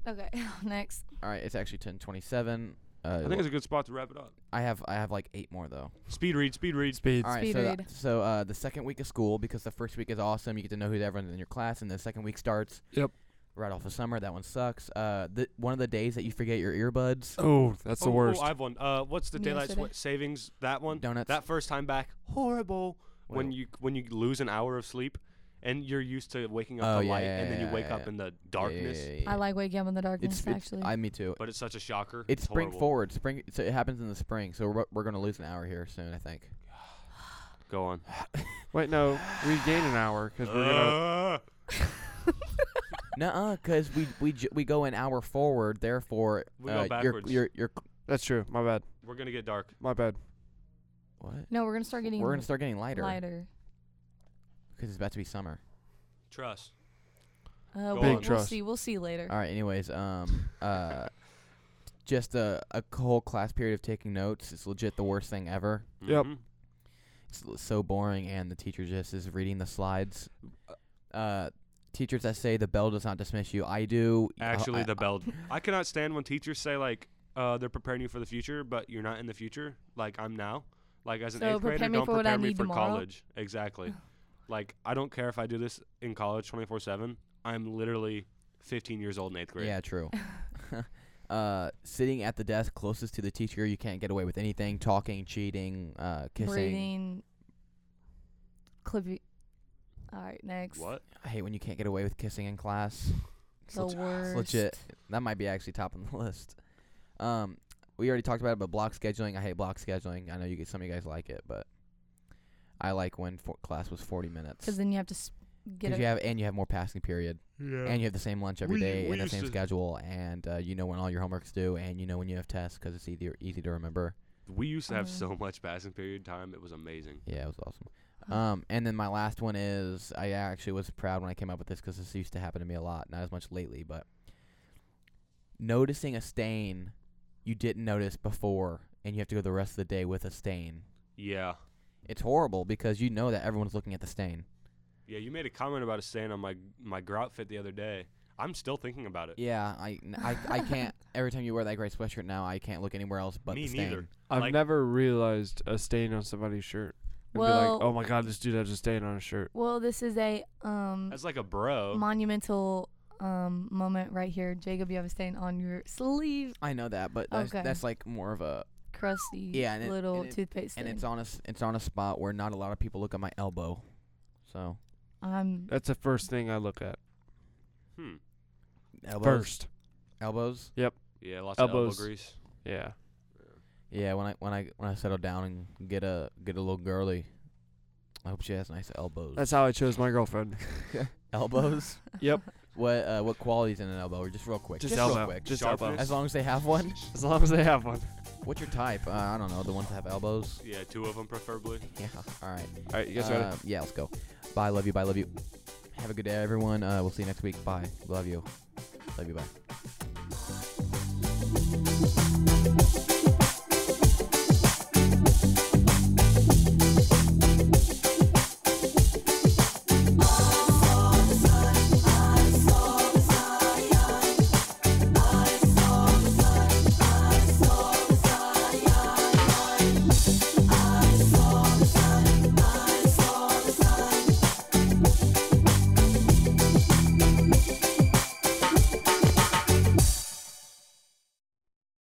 [SPEAKER 3] want
[SPEAKER 4] Okay, next.
[SPEAKER 2] All right, it's actually ten twenty-seven. Uh,
[SPEAKER 3] I think it's a good spot to wrap it up.
[SPEAKER 2] I have I have like eight more though.
[SPEAKER 3] Speed read, speed read.
[SPEAKER 5] Speed.
[SPEAKER 2] All right,
[SPEAKER 4] Speed
[SPEAKER 2] so
[SPEAKER 4] read.
[SPEAKER 2] th- so uh, the second week of school because the first week is awesome. You get to know who everyone's in your class, and the second week starts.
[SPEAKER 5] Yep.
[SPEAKER 2] Right off of summer, that one sucks. Uh, the one of the days that you forget your earbuds.
[SPEAKER 5] Oh, that's
[SPEAKER 3] Oh,
[SPEAKER 5] the worst.
[SPEAKER 3] Oh, I have one. Uh, what's the
[SPEAKER 4] Me
[SPEAKER 3] daylight
[SPEAKER 4] yesterday.
[SPEAKER 3] swa- savings? That one.
[SPEAKER 2] Donuts.
[SPEAKER 3] That first time back, horrible. When
[SPEAKER 2] Wait.
[SPEAKER 3] you when you lose an hour of sleep, and you're used to waking up
[SPEAKER 2] Oh,
[SPEAKER 3] to
[SPEAKER 2] yeah,
[SPEAKER 3] light,
[SPEAKER 2] yeah,
[SPEAKER 3] and then you
[SPEAKER 2] yeah,
[SPEAKER 3] wake
[SPEAKER 2] yeah,
[SPEAKER 3] up
[SPEAKER 2] yeah.
[SPEAKER 3] in the
[SPEAKER 2] Yeah, yeah,
[SPEAKER 3] darkness.
[SPEAKER 2] yeah, yeah,
[SPEAKER 4] I
[SPEAKER 2] yeah.
[SPEAKER 4] like waking up in the darkness
[SPEAKER 2] It's, it's
[SPEAKER 4] actually.
[SPEAKER 2] I me too.
[SPEAKER 3] But it's such a shocker.
[SPEAKER 2] It's spring
[SPEAKER 3] horrible.
[SPEAKER 2] forward. Spring. So it happens in the spring. So we're we're gonna lose an hour here soon. I think.
[SPEAKER 3] Go on.
[SPEAKER 5] Wait, no, we gain an hour because we're gonna.
[SPEAKER 3] Uh,
[SPEAKER 2] Nuh-uh, cause we we ju- we go an hour forward. Therefore,
[SPEAKER 3] We go
[SPEAKER 2] uh, your
[SPEAKER 3] backwards.
[SPEAKER 2] your your
[SPEAKER 5] That's true. My bad.
[SPEAKER 3] we're gonna get dark.
[SPEAKER 5] My bad.
[SPEAKER 2] what?
[SPEAKER 4] no, we're gonna start getting
[SPEAKER 2] We're gonna start getting lighter
[SPEAKER 4] lighter.
[SPEAKER 2] because it's about to be summer.
[SPEAKER 3] Trust.
[SPEAKER 4] Uh,
[SPEAKER 3] Go
[SPEAKER 4] we'll,
[SPEAKER 3] on.
[SPEAKER 4] we'll
[SPEAKER 5] trust.
[SPEAKER 4] see. We'll see later.
[SPEAKER 2] All right. Anyways, um, uh, just a a whole class period of taking notes. It's legit the worst thing ever.
[SPEAKER 5] Yep.
[SPEAKER 3] Mhm.
[SPEAKER 2] It's l- so boring, and the teacher just is reading the slides. Uh, teachers that say the bell does not dismiss you, I do. Uh,
[SPEAKER 3] Actually,
[SPEAKER 2] I-
[SPEAKER 3] the bell. I cannot stand when teachers say like uh, they're preparing you for the future, but you're not in the future. Like I'm now. Like as an
[SPEAKER 4] So
[SPEAKER 3] eighth
[SPEAKER 4] prepare
[SPEAKER 3] grader,
[SPEAKER 4] me
[SPEAKER 3] don't
[SPEAKER 4] for what I
[SPEAKER 3] prepare me
[SPEAKER 4] need
[SPEAKER 3] for
[SPEAKER 4] tomorrow?
[SPEAKER 3] college. Exactly. like I don't care if I do this in college 24 seven. I'm literally 15 years old in eighth grade.
[SPEAKER 2] Yeah, true. uh, sitting at the desk closest to the teacher, you can't get away with anything. Talking, cheating, uh, kissing.
[SPEAKER 4] Breathing. Clippy. All right, next.
[SPEAKER 3] What?
[SPEAKER 2] I hate when you can't get away with kissing in class.
[SPEAKER 4] The worst.
[SPEAKER 2] It's legit. That might be actually top on the list. Um, we already talked about it, but block scheduling. I hate block scheduling. I know you g some of you guys like it, but I like when for- class was 40 minutes.
[SPEAKER 4] Because then you have to s- get
[SPEAKER 2] Because
[SPEAKER 4] it.
[SPEAKER 2] you have and you have more passing period,
[SPEAKER 5] Yeah.
[SPEAKER 2] and you have the same lunch every
[SPEAKER 5] We-
[SPEAKER 2] day
[SPEAKER 5] we
[SPEAKER 2] and the
[SPEAKER 5] used
[SPEAKER 2] same
[SPEAKER 5] to-
[SPEAKER 2] schedule, and uh, you know when all your homework's due, and you know when you have tests because it's easy easy to remember.
[SPEAKER 3] We used to have
[SPEAKER 4] Uh-huh.
[SPEAKER 3] so much passing period time. It was amazing.
[SPEAKER 2] Yeah, it was awesome.
[SPEAKER 4] Huh.
[SPEAKER 2] Um, and then my last one is I actually was proud when I came up with this because this used to happen to me a lot, not as much lately, but noticing a stain you didn't notice before, and you have to go the rest of the day with a stain.
[SPEAKER 3] Yeah.
[SPEAKER 2] It's horrible because you know that everyone's looking at the stain.
[SPEAKER 3] Yeah. You made a comment about a stain on my my grout fit the other day. I'm still thinking about it.
[SPEAKER 2] Yeah, I, n- I, I can't. Every time you wear that gray sweatshirt now, I can't look anywhere else but
[SPEAKER 3] Me
[SPEAKER 2] the stain.
[SPEAKER 3] neither.
[SPEAKER 5] I've
[SPEAKER 3] Like-
[SPEAKER 5] never realized a stain on somebody's shirt. And be
[SPEAKER 4] Well-
[SPEAKER 5] like, oh my god, this dude has a stain on his shirt.
[SPEAKER 4] Well, this is a um
[SPEAKER 3] That's like a bro.
[SPEAKER 4] monumental um moment right here. Jacob, you have a stain on your sleeve,
[SPEAKER 2] I know that, but that's,
[SPEAKER 4] Okay.
[SPEAKER 2] that's like more of a
[SPEAKER 4] crusty
[SPEAKER 2] Yeah, and it-
[SPEAKER 4] little
[SPEAKER 2] and it-
[SPEAKER 4] toothpaste stain.
[SPEAKER 2] and it's on a s- it's on a spot where not a lot of people look at my elbow, so Oh,
[SPEAKER 4] I'm
[SPEAKER 5] That's the first thing I look at.
[SPEAKER 3] hmm.
[SPEAKER 2] elbows,
[SPEAKER 5] First.
[SPEAKER 2] elbows.
[SPEAKER 3] Yeah. Lots of
[SPEAKER 5] Elbows.
[SPEAKER 3] elbow grease.
[SPEAKER 5] Yeah.
[SPEAKER 2] Yeah, when I when I when I settle down and get a get a little girly, I hope she has nice elbows.
[SPEAKER 5] That's how I chose my girlfriend.
[SPEAKER 2] elbows.
[SPEAKER 5] Yep.
[SPEAKER 2] What uh, what qualities in an elbow? Or Just real quick.
[SPEAKER 5] Just,
[SPEAKER 2] real
[SPEAKER 5] elbow.
[SPEAKER 2] quick.
[SPEAKER 5] Just
[SPEAKER 3] Sharpness.
[SPEAKER 5] elbow.
[SPEAKER 2] as long as they have one.
[SPEAKER 5] As long as they have one.
[SPEAKER 2] What's your type? Uh, I don't know. The ones that have elbows.
[SPEAKER 3] Yeah. Two of them preferably.
[SPEAKER 2] Yeah. All right.
[SPEAKER 5] All right, you guys ready?
[SPEAKER 2] Uh, yeah. Let's go. Bye. Love you. Bye. Love you. Have a good day, everyone. Uh, we'll see you next week. Bye. Love you. Love you. Bye.